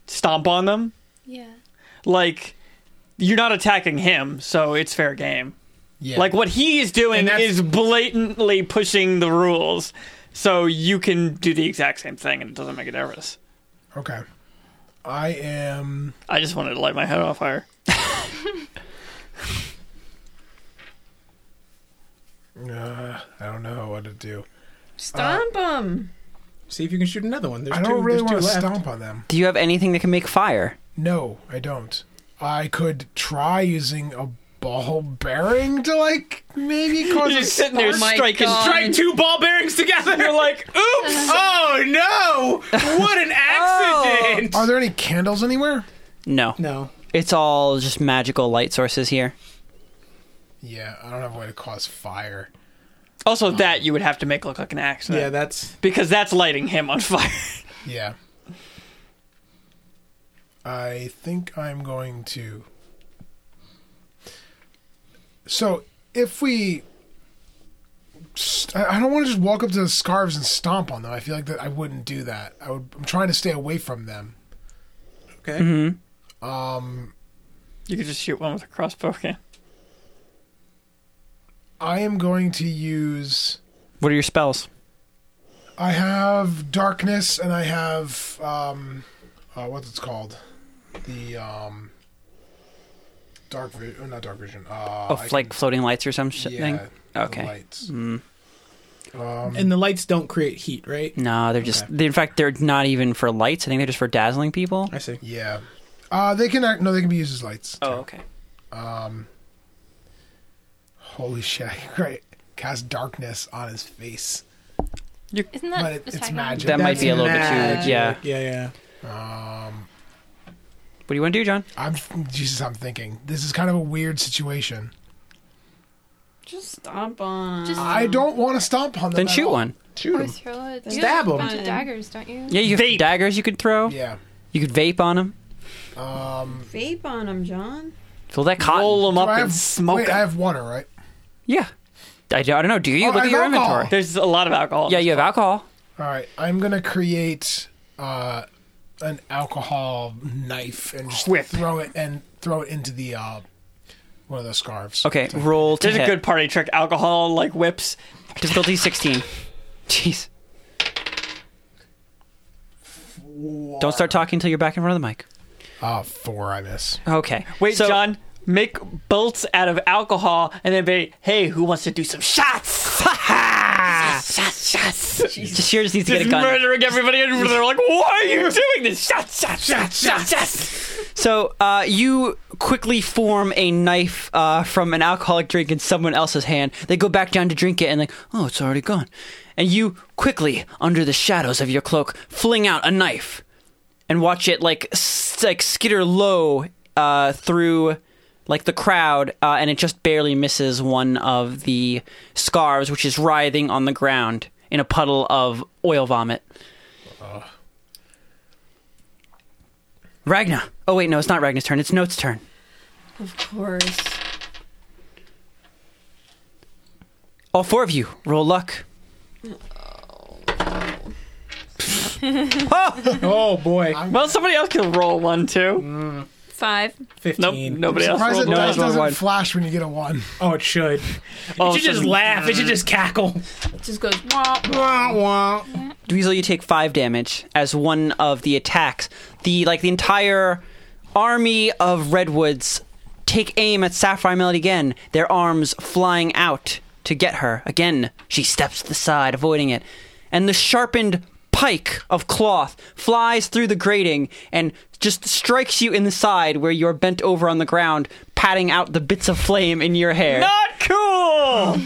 Speaker 2: stomp on them.
Speaker 6: Yeah.
Speaker 2: Like you're not attacking him, so it's fair game.
Speaker 3: Yeah,
Speaker 2: Like what he is doing
Speaker 5: And that's-
Speaker 2: is blatantly pushing the rules, so you can do the exact same thing, and it doesn't make a difference.
Speaker 3: okay. I am.
Speaker 2: I just wanted to light my head on fire.
Speaker 3: Uh, I don't know what to do.
Speaker 4: Stomp them.
Speaker 5: See if you can shoot another one. There's
Speaker 3: I
Speaker 5: two,
Speaker 3: don't really
Speaker 5: there's two
Speaker 3: want to
Speaker 5: left.
Speaker 3: stomp on them.
Speaker 1: Do you have anything that can make fire?
Speaker 3: No, I don't. I could try using a ball bearing to like maybe cause
Speaker 2: You're
Speaker 3: a
Speaker 2: just sitting there
Speaker 4: Oh my
Speaker 2: striking,
Speaker 4: God.
Speaker 5: Strike two ball bearings together. You're like, oops! oh no! What an accident!
Speaker 3: Oh. Are there any candles anywhere?
Speaker 1: No.
Speaker 5: No.
Speaker 1: It's all just magical light sources here.
Speaker 3: Yeah, I don't have a way to cause fire.
Speaker 2: Also, that you would have to make look like an accident.
Speaker 5: Yeah, that's
Speaker 2: because that's lighting him on fire.
Speaker 3: Yeah. I think I'm going to. So, if we. St- I I don't want to just walk up to the scarves and stomp on them. I feel like that I wouldn't do that. I would, I'm trying to stay away from them.
Speaker 5: okay.
Speaker 2: you could just shoot one with a crossbow can.
Speaker 3: I am going to use.
Speaker 1: What are your spells?
Speaker 3: I have darkness, and I have um, uh, what's it's called? The um, dark vision, not dark vision. Uh,
Speaker 1: Of
Speaker 3: I
Speaker 1: like floating lights or some shit
Speaker 3: can-
Speaker 1: thing?
Speaker 3: the
Speaker 1: Oh, Okay.
Speaker 3: lights. Um,
Speaker 5: And the lights don't create heat, right?
Speaker 1: No, they're just. They, in fact, they're not even for lights. I think they're just for dazzling people.
Speaker 5: I see.
Speaker 3: Yeah. Uh, they can act. No, they can be used as lights.
Speaker 2: Oh, okay.
Speaker 3: Holy shit! Great. Cast darkness on his face.
Speaker 6: Isn't that
Speaker 3: But it- it's
Speaker 6: attacking?
Speaker 3: magic.
Speaker 1: That might
Speaker 5: That's
Speaker 1: be a little bit
Speaker 5: magic.
Speaker 1: too. Yeah.
Speaker 5: Yeah, yeah.
Speaker 1: What do you want to do, John?
Speaker 3: I'm Jesus. I'm thinking this is kind of a weird situation.
Speaker 8: Just stomp on.
Speaker 6: Just
Speaker 3: I don't want to stomp on them.
Speaker 1: Then
Speaker 3: at
Speaker 1: shoot
Speaker 3: all.
Speaker 1: one.
Speaker 3: Um, Shoot
Speaker 6: or
Speaker 3: him.
Speaker 6: throw it.
Speaker 5: Stab have a 'em.
Speaker 6: bunch
Speaker 8: bunch of
Speaker 6: daggers, don't you?
Speaker 1: Yeah, you have
Speaker 2: Vape.
Speaker 1: daggers you could throw.
Speaker 3: Yeah.
Speaker 1: You could vape on them.
Speaker 8: vape on him, John.
Speaker 1: Fill that cotton.
Speaker 2: Roll him
Speaker 3: Do
Speaker 2: up
Speaker 3: I
Speaker 2: and
Speaker 3: have,
Speaker 2: smoke
Speaker 3: wait,
Speaker 2: 'em.
Speaker 3: I have water, right?
Speaker 1: Yeah. I, don't I don't know. Do you
Speaker 3: Oh,
Speaker 1: look
Speaker 3: I
Speaker 1: at your
Speaker 3: have alcohol.
Speaker 1: inventory?
Speaker 2: There's a lot of alcohol.
Speaker 1: Yeah, you have alcohol.
Speaker 3: All right, I'm gonna create uh, an alcohol knife and just
Speaker 2: Whip.
Speaker 3: throw it and throw it into the uh, one of those scarves.
Speaker 1: Okay, roll to
Speaker 2: There's
Speaker 1: hit.
Speaker 2: a good party trick. Alcohol like whips.
Speaker 1: difficulty sixteen. Jeez. do Don't start talking until you're back in front of the mic.
Speaker 3: Uh, four, I miss.
Speaker 1: Okay.
Speaker 2: Wait,
Speaker 1: so,
Speaker 2: John, make bolts out of alcohol and then be, hey, who wants to do some shots? shots, shots, shots.
Speaker 1: Just here just needs to get
Speaker 2: Just
Speaker 1: a gun.
Speaker 2: murdering everybody, and they're like, why are you doing this? Shots, shots, shots, shots, shots.
Speaker 1: So uh, you quickly form a knife uh, from an alcoholic drink in someone else's hand. They go back down to drink it and like, oh, it's already gone. And you quickly, under the shadows of your cloak, fling out a knife and watch it like s- like skitter low uh, through like the crowd, uh, and it just barely misses one of the scarves, which is writhing on the ground in a puddle of oil vomit. Ragna. Oh wait, no, it's not Ragna's turn. It's Note's turn.
Speaker 8: Of course.
Speaker 1: All four of you, roll luck. oh!
Speaker 5: Oh boy.
Speaker 2: Well, somebody else can roll one too.
Speaker 4: Five.
Speaker 2: Nope,
Speaker 5: Fifteen.
Speaker 2: nobody else
Speaker 3: Surprised
Speaker 2: rolled
Speaker 3: that dice
Speaker 2: one.
Speaker 3: doesn't flash when you get a one.
Speaker 5: Oh, it should.
Speaker 2: Oh,
Speaker 5: it should just
Speaker 2: some-
Speaker 5: laugh. It should just cackle.
Speaker 4: It just goes wah.
Speaker 5: Wah, wah.
Speaker 1: Dweezil, you take five damage as one of the attacks. The like the entire army of redwoods take aim at Sapphire Melody again. Their arms flying out to get her. Again, she steps to the side, avoiding it, and the sharpened pike of cloth flies through the grating and just strikes you in the side where you're bent over on the ground, patting out the bits of flame in your hair.
Speaker 2: Not cool.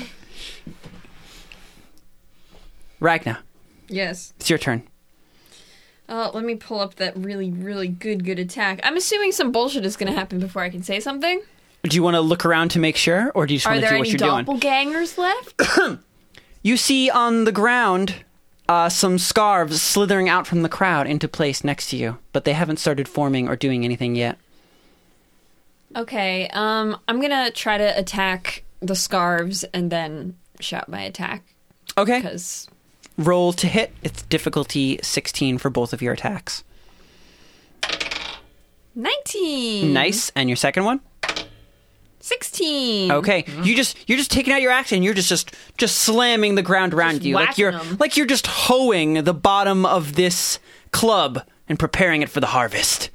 Speaker 1: Ragna,
Speaker 4: Yes.
Speaker 1: it's your turn.
Speaker 4: Uh, let me pull up that really, really good, good attack. I'm assuming some bullshit is going to happen before I can say something.
Speaker 1: Do you want to look around to make sure, or do you just
Speaker 4: Are
Speaker 1: want to
Speaker 4: there
Speaker 1: do what
Speaker 4: any
Speaker 1: you're doing?
Speaker 4: doppelgangers left?
Speaker 1: You see on the ground uh, some scarves slithering out from the crowd into place next to you, but they haven't started forming or doing anything yet.
Speaker 4: okay. Um, I'm gonna try to attack the scarves and then shout my attack
Speaker 1: Okay.
Speaker 4: because
Speaker 1: Roll to hit. It's difficulty 16 for both of your attacks.
Speaker 4: Mm-hmm. 19,
Speaker 1: Nice. And your second one?
Speaker 4: Mm-hmm. 16.
Speaker 1: Okay.
Speaker 4: Mm-hmm.
Speaker 1: You just you're just taking out your axe and you're just just, just slamming the ground around you like
Speaker 4: whacking
Speaker 1: you're
Speaker 4: 'em.
Speaker 1: like you're just hoeing the bottom of this club and preparing it for the harvest.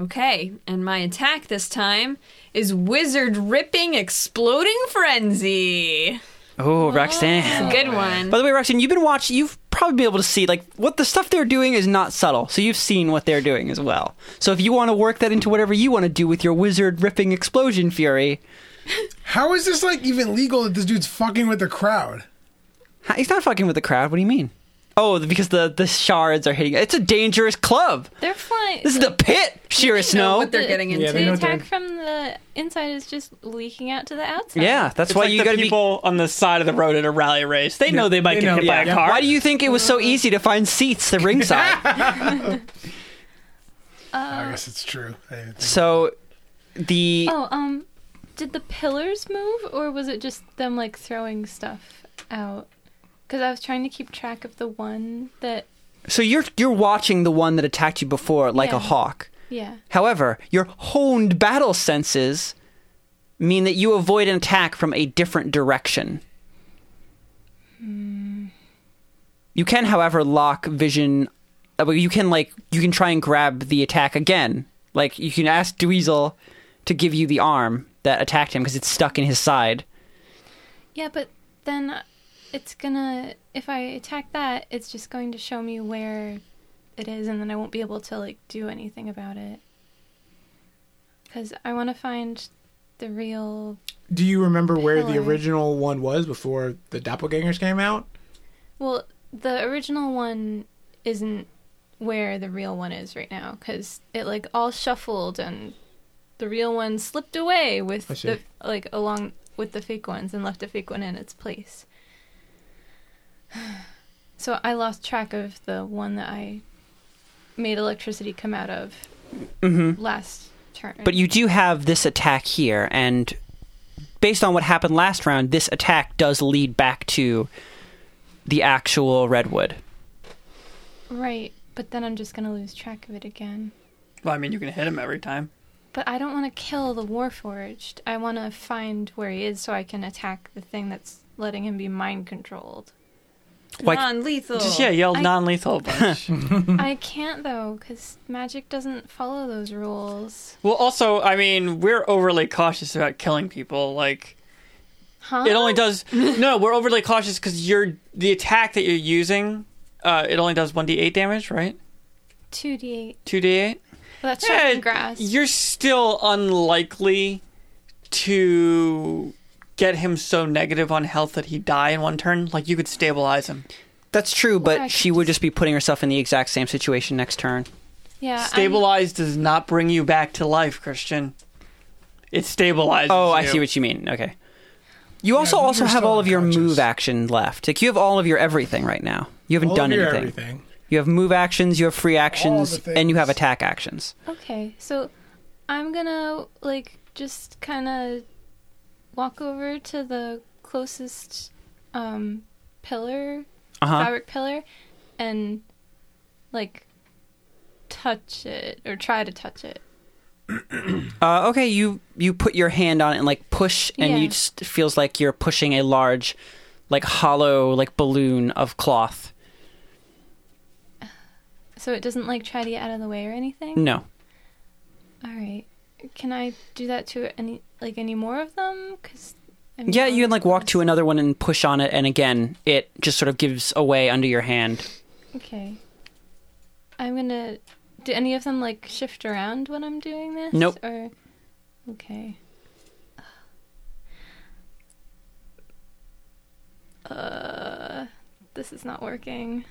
Speaker 4: Okay, and my attack this time is Wizard Ripping Exploding Frenzy.
Speaker 1: Oh, Roxanne.
Speaker 4: Good one.
Speaker 1: By the way, Roxanne, you've been watching. You've probably been able to see like what the stuff they're doing is not subtle. So you've seen what they're doing as well. So if you want to work that into whatever you want to do with your wizard ripping explosion fury,
Speaker 3: How is this like even legal that this dude's fucking with the crowd?
Speaker 1: ha- he's not fucking with the crowd. What do you mean? Oh, because the the shards are hitting. It's a dangerous club.
Speaker 6: They're flying.
Speaker 1: This is the pit, Shira
Speaker 4: know
Speaker 1: Snow.
Speaker 4: what they're
Speaker 6: the-
Speaker 4: getting into.
Speaker 5: Yeah, they
Speaker 6: the
Speaker 5: know
Speaker 6: attack
Speaker 5: they're-
Speaker 6: from the inside is just leaking out to the outside.
Speaker 1: Yeah, that's
Speaker 2: It's
Speaker 1: why
Speaker 2: like
Speaker 1: you
Speaker 2: the
Speaker 1: got to be.
Speaker 2: people on the side of the road at a rally race. They know they might
Speaker 5: they
Speaker 2: get
Speaker 5: know,
Speaker 2: hit by
Speaker 5: yeah.
Speaker 2: a car.
Speaker 1: Why do you think it was so easy to find seats the ringside?
Speaker 3: I guess it's true. I didn't think-
Speaker 1: so, the
Speaker 6: Oh, um, did the pillars move or was it just them like throwing stuff out? Because I was trying to keep track of the one that.
Speaker 1: so you're you're watching the one that attacked you before like a
Speaker 6: Yeah.
Speaker 1: hawk.
Speaker 6: Yeah.
Speaker 1: However, your honed battle senses mean that you avoid an attack from a different direction. You can, however, lock vision. uh, well, You can like you can try and grab the attack again. Like you can ask Dweezil to give you the arm that attacked him because it's stuck in his side.
Speaker 6: Yeah, but then it's gonna. If I attack that, it's just going to show me where it is, and then I won't be able to like do anything about it. Because I want to find the real.
Speaker 5: Do you remember where the
Speaker 6: Pillar.
Speaker 5: original one was before the doppelgangers came out?
Speaker 6: Well, the original one isn't where the real one is right now because it like all shuffled and the real one slipped away with
Speaker 5: I see.
Speaker 6: the like along with the fake ones and left a fake one in its place. So I lost track of the one that I made electricity come out of last turn.
Speaker 1: But you do have this attack here, and based on what happened last round, this attack does lead back to the actual redwood.
Speaker 6: right, but then I'm just gonna lose track of it again.
Speaker 2: Well, I mean, you're gonna hit him every time.
Speaker 6: But I don't want to kill the Warforged. I want to find where he is so I can attack the thing that's letting him be mind controlled.
Speaker 1: Why-
Speaker 8: Non-lethal.
Speaker 2: Just yeah, yell
Speaker 6: I-
Speaker 2: non-lethal a bunch.
Speaker 6: I can't though, because magic doesn't follow those rules.
Speaker 2: well, also, I mean, we're overly cautious about killing people. Like,
Speaker 6: Huh?
Speaker 2: it only does. no, we're overly cautious because you're the attack that you're using. Uh, it only does one d8 damage, right?
Speaker 6: two d eight.
Speaker 2: Two d8.
Speaker 6: Well, that's
Speaker 2: Yeah,
Speaker 6: shocking grass.
Speaker 2: You're still unlikely to get him so negative on health that he die in one turn. Like you could stabilize him.
Speaker 1: That's true,
Speaker 6: I
Speaker 1: but
Speaker 6: could
Speaker 1: she would just be putting herself in the exact same situation next turn.
Speaker 6: yeah, I'm,
Speaker 2: Stabilize does not bring you back to life, Christian. It stabilizes.
Speaker 1: Oh, I
Speaker 2: you.
Speaker 1: see what you mean. Okay. You also
Speaker 3: but
Speaker 1: also
Speaker 3: you're
Speaker 1: have
Speaker 3: still
Speaker 1: all of your
Speaker 3: unconscious.
Speaker 1: move action left. Like you have all of your everything right now. You haven't
Speaker 5: All
Speaker 1: done
Speaker 5: of your
Speaker 1: anything.
Speaker 5: everything.
Speaker 1: You have move actions, you have free actions,
Speaker 3: the
Speaker 1: and you have
Speaker 3: things.
Speaker 1: attack actions.
Speaker 6: okay. So I'm gonna like just kind of walk over to the closest um, pillar
Speaker 1: Uh huh.
Speaker 6: fabric pillar and like touch it or try to touch it.
Speaker 1: Uh, okay, you you put your hand on it and like push, and
Speaker 6: Yeah.
Speaker 1: you just it feels like you're pushing a large, like hollow, like balloon of cloth.
Speaker 6: So it doesn't like try to get out of the way or anything.
Speaker 1: No,
Speaker 6: All right. Can I do that to any like any more of them? Cause I mean,
Speaker 1: yeah,
Speaker 6: I'm
Speaker 1: you can like walk to
Speaker 6: close.
Speaker 1: another one and push on it, and again, it just sort of gives away under your hand.
Speaker 6: Okay. I'm gonna. Do any of them like shift around when I'm doing this?
Speaker 1: Nope.
Speaker 6: Or okay. Uh, this is not working.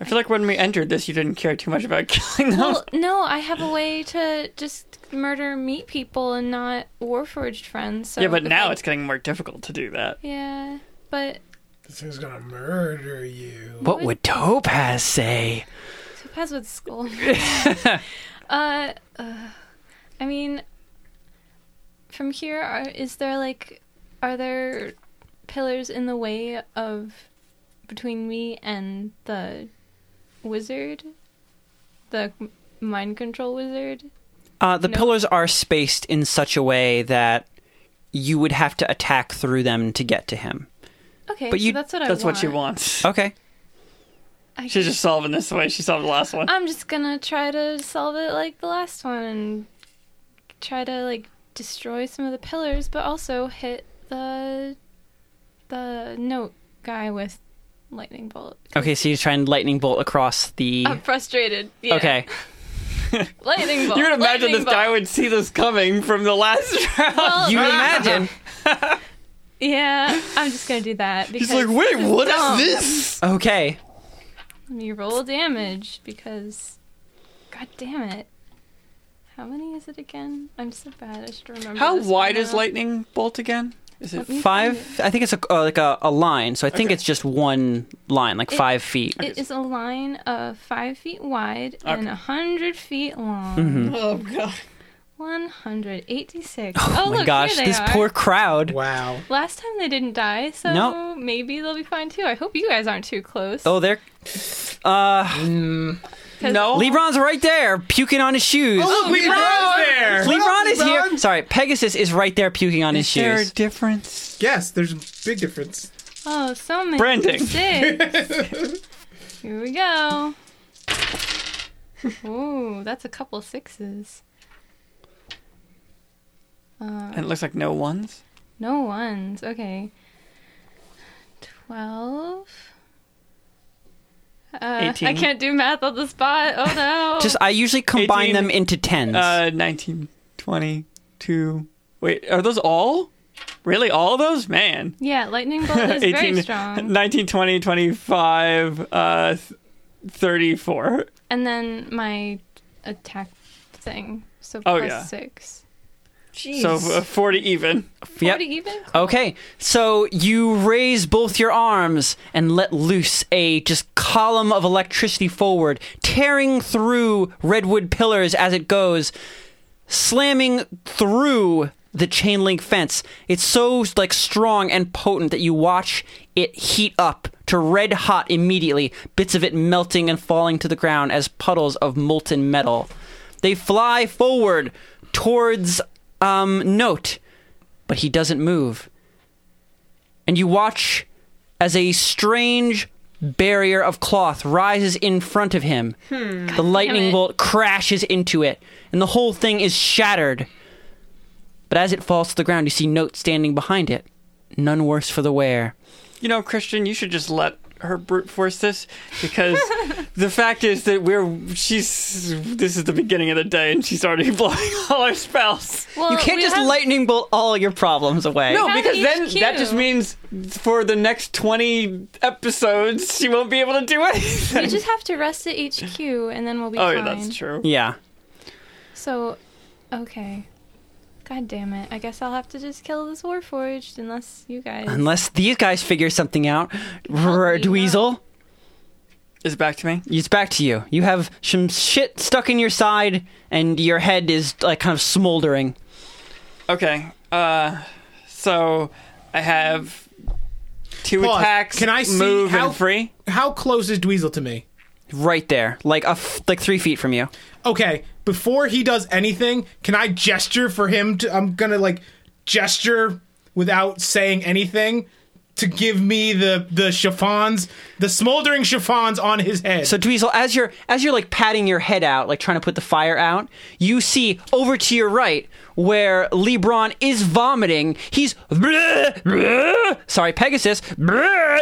Speaker 2: I feel like when we entered this, you didn't care too much about killing them.
Speaker 6: Well, no, I have a way to just murder meat people and not warforged friends. So
Speaker 2: yeah, but
Speaker 6: if
Speaker 2: now
Speaker 6: I-
Speaker 2: it's getting more difficult to do that.
Speaker 6: yeah, but
Speaker 3: This thing's gonna murder you.
Speaker 1: What would Topaz say?
Speaker 6: Topaz would scold. uh, uh, I mean, from here, are, is there like, are there pillars in the way of between me and the wizard, the m- mind control wizard?
Speaker 1: Uh, the
Speaker 6: No.
Speaker 1: pillars are spaced in such a way that you would have to attack through them to get to him.
Speaker 6: Okay,
Speaker 1: But you-
Speaker 6: so that's what I
Speaker 2: That's
Speaker 6: want.
Speaker 2: what she wants.
Speaker 1: Okay.
Speaker 6: I
Speaker 2: She's just solving this the way she solved the last one.
Speaker 6: I'm just gonna try to solve it like the last one and try to like destroy some of the pillars, but also hit the the note guy with lightning bolt.
Speaker 1: Okay, so you're trying lightning bolt across the.
Speaker 6: I'm frustrated. Oh, Yeah.
Speaker 1: Okay.
Speaker 6: lightning bolt.
Speaker 2: You would imagine
Speaker 6: lightning
Speaker 2: this guy
Speaker 6: bolt.
Speaker 2: would see this coming from the last round.
Speaker 6: Well,
Speaker 1: You imagine.
Speaker 6: Yeah, I'm just gonna do that because
Speaker 2: He's like, wait, what is
Speaker 6: dumb.
Speaker 2: this?
Speaker 1: Okay.
Speaker 6: Let me roll damage because. God damn it. How many is it again? I'm so bad. I should remember.
Speaker 2: How
Speaker 6: this by
Speaker 2: wide is
Speaker 6: now.
Speaker 2: lightning bolt again? Is it?
Speaker 6: Let me
Speaker 1: Five.
Speaker 6: find
Speaker 1: I think it's a, uh, like a, a line. So I think it's just one line, like
Speaker 6: It-
Speaker 1: five feet.
Speaker 6: It It is a line of five feet wide
Speaker 2: Okay.
Speaker 6: and a 100 feet long.
Speaker 1: Mm-hmm.
Speaker 8: Oh god.
Speaker 6: 186.
Speaker 1: Oh, my
Speaker 6: look,
Speaker 1: gosh,
Speaker 6: here they
Speaker 1: this
Speaker 6: are.
Speaker 1: poor crowd.
Speaker 5: Wow.
Speaker 6: Last time they didn't die, so
Speaker 1: Nope.
Speaker 6: maybe they'll be fine too. I hope you guys aren't too close.
Speaker 1: Oh, they're. Uh,
Speaker 6: 'cause
Speaker 2: no.
Speaker 1: LeBron's right there, puking on his shoes.
Speaker 5: Oh, Look, we bronze there.
Speaker 1: LeBron is here. Sorry, Pegasus is right there puking on his
Speaker 2: Is there a
Speaker 1: shoes.
Speaker 2: difference?
Speaker 5: Yes, there's a big difference.
Speaker 6: Oh, so many.
Speaker 2: Branding.
Speaker 6: Six. Here we go. Ooh, that's a couple sixes. Uh,
Speaker 2: And it looks like no ones.
Speaker 6: no ones. Okay. Twelve. Uh, I
Speaker 2: Eighteen.
Speaker 6: can't do math on the spot. Oh no.
Speaker 1: Just I usually combine
Speaker 2: 18.
Speaker 1: them into tens.
Speaker 2: Uh, 19, 20, 2. Wait, are those all? Really, all of those? Man.
Speaker 6: yeah, lightning bolt is very
Speaker 2: 18,
Speaker 6: strong.
Speaker 2: 19, 20, 25, uh, th- 34.
Speaker 6: And then my attack thing. So
Speaker 2: Oh,
Speaker 6: plus
Speaker 2: yeah.
Speaker 6: six.
Speaker 8: Jeez.
Speaker 2: So uh, 40 even.
Speaker 1: Yep.
Speaker 6: Forty even.
Speaker 1: Okay, so you raise both your arms and let loose a just column of electricity forward, tearing through redwood pillars as it goes, slamming through the chain link fence. It's so like strong and potent that you watch it heat up to red hot immediately, bits of it melting and falling to the ground as puddles of molten metal. They fly forward towards um note but he doesn't move. And you watch as a strange barrier of cloth rises in front of him. The lightning
Speaker 6: Hmm. it.
Speaker 1: bolt crashes into it, and the whole thing is shattered. But as it falls to the ground, you see Note standing behind it, none worse for the wear.
Speaker 2: You know, Christian, you should just let her brute force this because the fact is that we're she's this is the beginning of the day and she's already blowing all our spells.
Speaker 6: Well,
Speaker 1: you can't
Speaker 6: we
Speaker 1: just
Speaker 6: have-
Speaker 1: lightning bolt all your problems away.
Speaker 2: No,
Speaker 6: have
Speaker 2: because then
Speaker 6: HQ.
Speaker 2: that just means for the next 20 episodes she won't be able to do anything.
Speaker 6: We just have to rest at HQ, and then we'll be
Speaker 2: oh,
Speaker 6: fine.
Speaker 2: yeah, that's true.
Speaker 1: Yeah.
Speaker 6: So, okay. God damn it! I guess I'll have to just kill this Warforged unless you guys.
Speaker 1: Unless these guys figure something out. Dweezil,
Speaker 2: Is it back to me?
Speaker 1: it's back to you. You have some shit stuck in your side, and your head is like kind of smoldering.
Speaker 2: Okay. Uh so I have two
Speaker 5: Pause.
Speaker 2: attacks,
Speaker 5: Can I see
Speaker 2: move
Speaker 5: how-
Speaker 2: and free.
Speaker 5: How close is Dweezil to me?
Speaker 1: right there, like a f- like three feet from you.
Speaker 5: Okay, before he does anything, can I gesture for him to I'm gonna like gesture without saying anything to give me the the chiffons, the smoldering chiffons on his head.
Speaker 1: So Dweezil, as you're as you're like patting your head out, like trying to put the fire out, you see over to your right where Lebron is vomiting. He's sorry, Pegasus,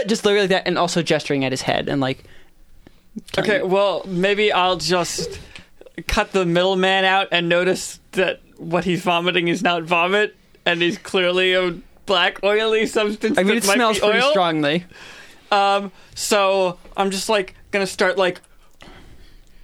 Speaker 1: just literally like that, and also gesturing at his head and like
Speaker 2: Okay, well, maybe I'll just cut the middleman out and notice that what he's vomiting is not vomit, and he's clearly a black oily substance.
Speaker 1: I mean, it
Speaker 2: that might
Speaker 1: smells
Speaker 2: be
Speaker 1: pretty
Speaker 2: oil.
Speaker 1: strongly.
Speaker 2: Um, so I'm just like gonna start like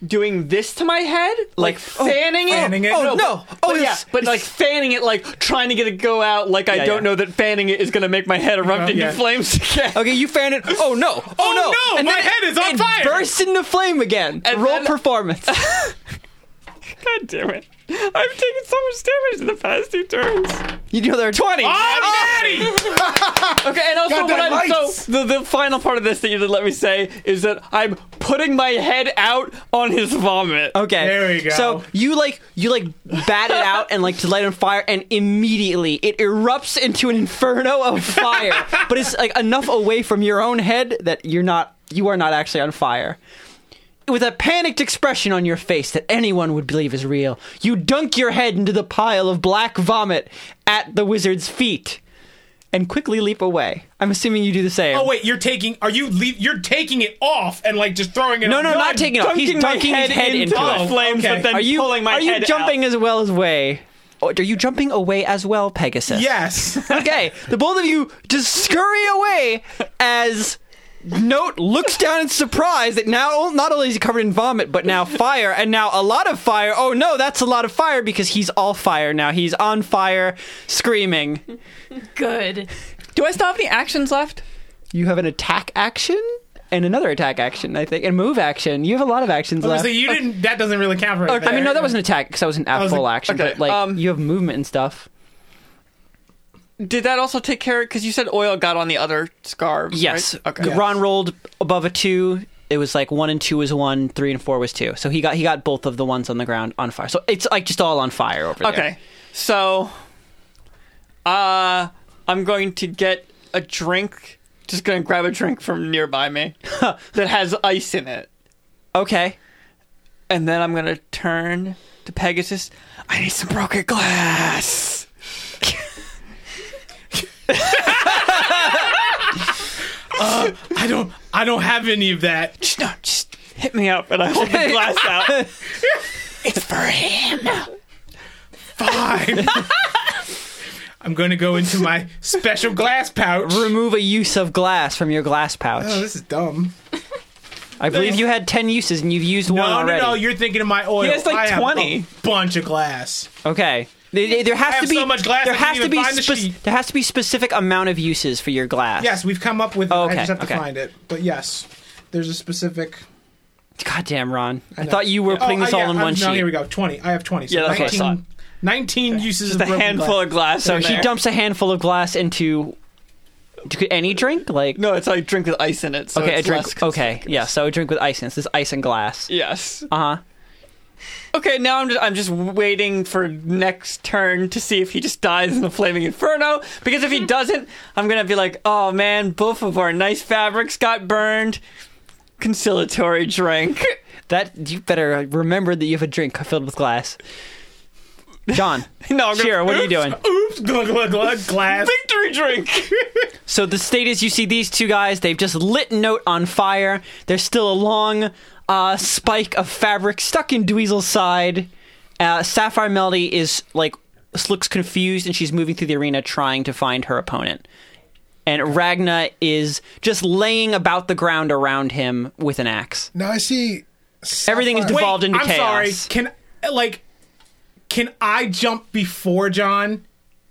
Speaker 2: doing this to my head,
Speaker 1: Like,
Speaker 2: like,
Speaker 1: oh,
Speaker 2: fanning it.
Speaker 5: fanning it.
Speaker 1: Oh, no.
Speaker 2: but-
Speaker 1: Oh,
Speaker 2: but yeah,
Speaker 1: it's-
Speaker 2: but like fanning it, like trying to get it go out. Like I
Speaker 1: Yeah,
Speaker 2: don't
Speaker 1: yeah.
Speaker 2: know that fanning it is gonna make my head erupt into
Speaker 5: yeah.
Speaker 2: flames again.
Speaker 1: Okay, you fan it. Oh no! Oh,
Speaker 5: Oh, no,
Speaker 1: And
Speaker 5: my
Speaker 1: then
Speaker 5: head is on
Speaker 1: it
Speaker 5: fire.
Speaker 1: Bursts into flame again.
Speaker 2: And
Speaker 1: Roll
Speaker 2: then-
Speaker 1: performance.
Speaker 2: God damn it! I've taken so much damage in the past two turns.
Speaker 1: you Oh, know there are twenty.
Speaker 2: Oh, Okay, and also what
Speaker 5: Goddamn
Speaker 2: I'm
Speaker 5: lights!
Speaker 2: so the, the final part of this that you didn't let me say is that I'm putting my head out on his vomit.
Speaker 1: Okay.
Speaker 5: There we go.
Speaker 1: So you like you like bat it out and like to light on fire, and immediately it erupts into an inferno of fire. but it's like enough away from your own head that you're not you are not actually on fire. With a panicked expression on your face that anyone would believe is real, you dunk your head into the pile of black vomit at the wizard's feet, and quickly leap away. I'm assuming you do the same.
Speaker 5: Oh wait, you're taking are you leave you're taking it off and like just throwing it
Speaker 1: No,
Speaker 5: on-
Speaker 1: no, not taking it off. He's
Speaker 2: dunking my
Speaker 1: dunking his head into
Speaker 2: the
Speaker 1: it.
Speaker 2: flames,
Speaker 5: Okay.
Speaker 2: but then
Speaker 1: are you
Speaker 2: pulling my
Speaker 1: are you
Speaker 2: head
Speaker 1: jumping
Speaker 2: out.
Speaker 1: as well as way? Or are you jumping away as well, Pegasus?
Speaker 5: Yes.
Speaker 1: Okay, the both of you just scurry away as Note looks down in surprise that now not only is he covered in vomit, but now fire, and now a lot of fire. Oh no, that's a lot of fire because he's all fire now. He's on fire, screaming.
Speaker 6: Good.
Speaker 2: Do I still have any actions left?
Speaker 1: You have an attack action and another attack action, I think, and move action. You have a lot of actions left.
Speaker 5: So you didn't. That doesn't really count right
Speaker 1: I mean, no,
Speaker 5: there.
Speaker 1: that was an attack because that was an at
Speaker 5: was
Speaker 1: full
Speaker 5: like-
Speaker 1: action,
Speaker 2: okay,
Speaker 1: but like
Speaker 2: um,
Speaker 1: you have movement and stuff.
Speaker 2: Did that also take care of? Because you said oil got on the other scarves. right?
Speaker 1: Yes.
Speaker 2: Okay.
Speaker 1: Ron rolled above a two. It was like one and two was one, three and four was two. So he got he got both of the ones on the ground on fire. So it's like just all on fire over there.
Speaker 2: Okay. So, uh, I'm going to get a drink. Just going to grab a drink from nearby me that has ice in it.
Speaker 1: Okay.
Speaker 2: And then I'm going to turn to Pegasus. I need some broken glass.
Speaker 5: I don't. I don't have any of that.
Speaker 2: Just, no, just hit me up. And I hold the glass out. it's for him.
Speaker 5: Fine. I'm going to go into my special glass pouch.
Speaker 1: Remove a use of glass from your glass pouch.
Speaker 5: Oh, this is dumb.
Speaker 1: I believe you had ten uses and you've used one
Speaker 5: No, no,
Speaker 1: already.
Speaker 5: no. You're thinking of my oil.
Speaker 2: He has, like,
Speaker 5: I have
Speaker 2: 20.
Speaker 5: a bunch of glass.
Speaker 1: Okay. There- There there has
Speaker 5: have
Speaker 1: to be
Speaker 5: so much glass
Speaker 1: there
Speaker 5: I can't
Speaker 1: has to
Speaker 5: even
Speaker 1: be
Speaker 5: find the
Speaker 1: spec-
Speaker 5: sheet.
Speaker 1: there has to be specific amount of uses for your glass.
Speaker 5: Yes, we've come up with. it.
Speaker 1: Okay,
Speaker 5: I just have to
Speaker 1: okay.
Speaker 5: find it. But yes, there's a specific.
Speaker 1: Goddamn, Ron. I,
Speaker 5: know.
Speaker 1: thought you were putting
Speaker 5: Oh,
Speaker 1: this
Speaker 5: I-
Speaker 1: all
Speaker 5: yeah,
Speaker 1: in
Speaker 5: I'm-
Speaker 1: one
Speaker 5: No,
Speaker 1: sheet.
Speaker 5: here we go. Twenty. I have twenty. So
Speaker 2: Yeah, that's what
Speaker 5: 19,
Speaker 2: I thought.
Speaker 5: Nineteen uses. of
Speaker 2: Just a
Speaker 5: broken
Speaker 2: handful
Speaker 5: glass.
Speaker 2: of glass.
Speaker 1: So
Speaker 2: in
Speaker 1: he
Speaker 2: there.
Speaker 1: dumps a handful of glass into to any drink, like
Speaker 2: No, it's like drink with ice in it. So
Speaker 1: okay,
Speaker 2: it's
Speaker 1: a drink.
Speaker 2: less
Speaker 1: okay, yeah. So a drink with ice in it. This is ice and glass.
Speaker 2: Yes.
Speaker 1: Uh huh.
Speaker 2: Okay, now I'm just I'm just waiting for next turn to see if he just dies in the flaming inferno. Because if he doesn't, I'm gonna be like, oh man, both of our nice fabrics got burned. Conciliatory drink.
Speaker 1: That you better remember that you have a drink filled with glass. John,
Speaker 2: No, I'm gonna,
Speaker 1: Shira, what are you doing?
Speaker 5: Oops. Glug glug glug. Glass.
Speaker 2: Victory drink.
Speaker 1: So the state is you see these two guys, they've just lit Note on fire. There's still a long uh, spike of fabric stuck in Dweezil's side. Uh, Sapphire Melody is like s- looks confused and she's moving through the arena trying to find her opponent. And Ragna is just laying about the ground around him with an axe.
Speaker 3: Now I see.
Speaker 1: Everything is
Speaker 3: Sapphire-
Speaker 1: devolved into
Speaker 5: I'm sorry.
Speaker 1: chaos.
Speaker 5: Can like, can I jump before John?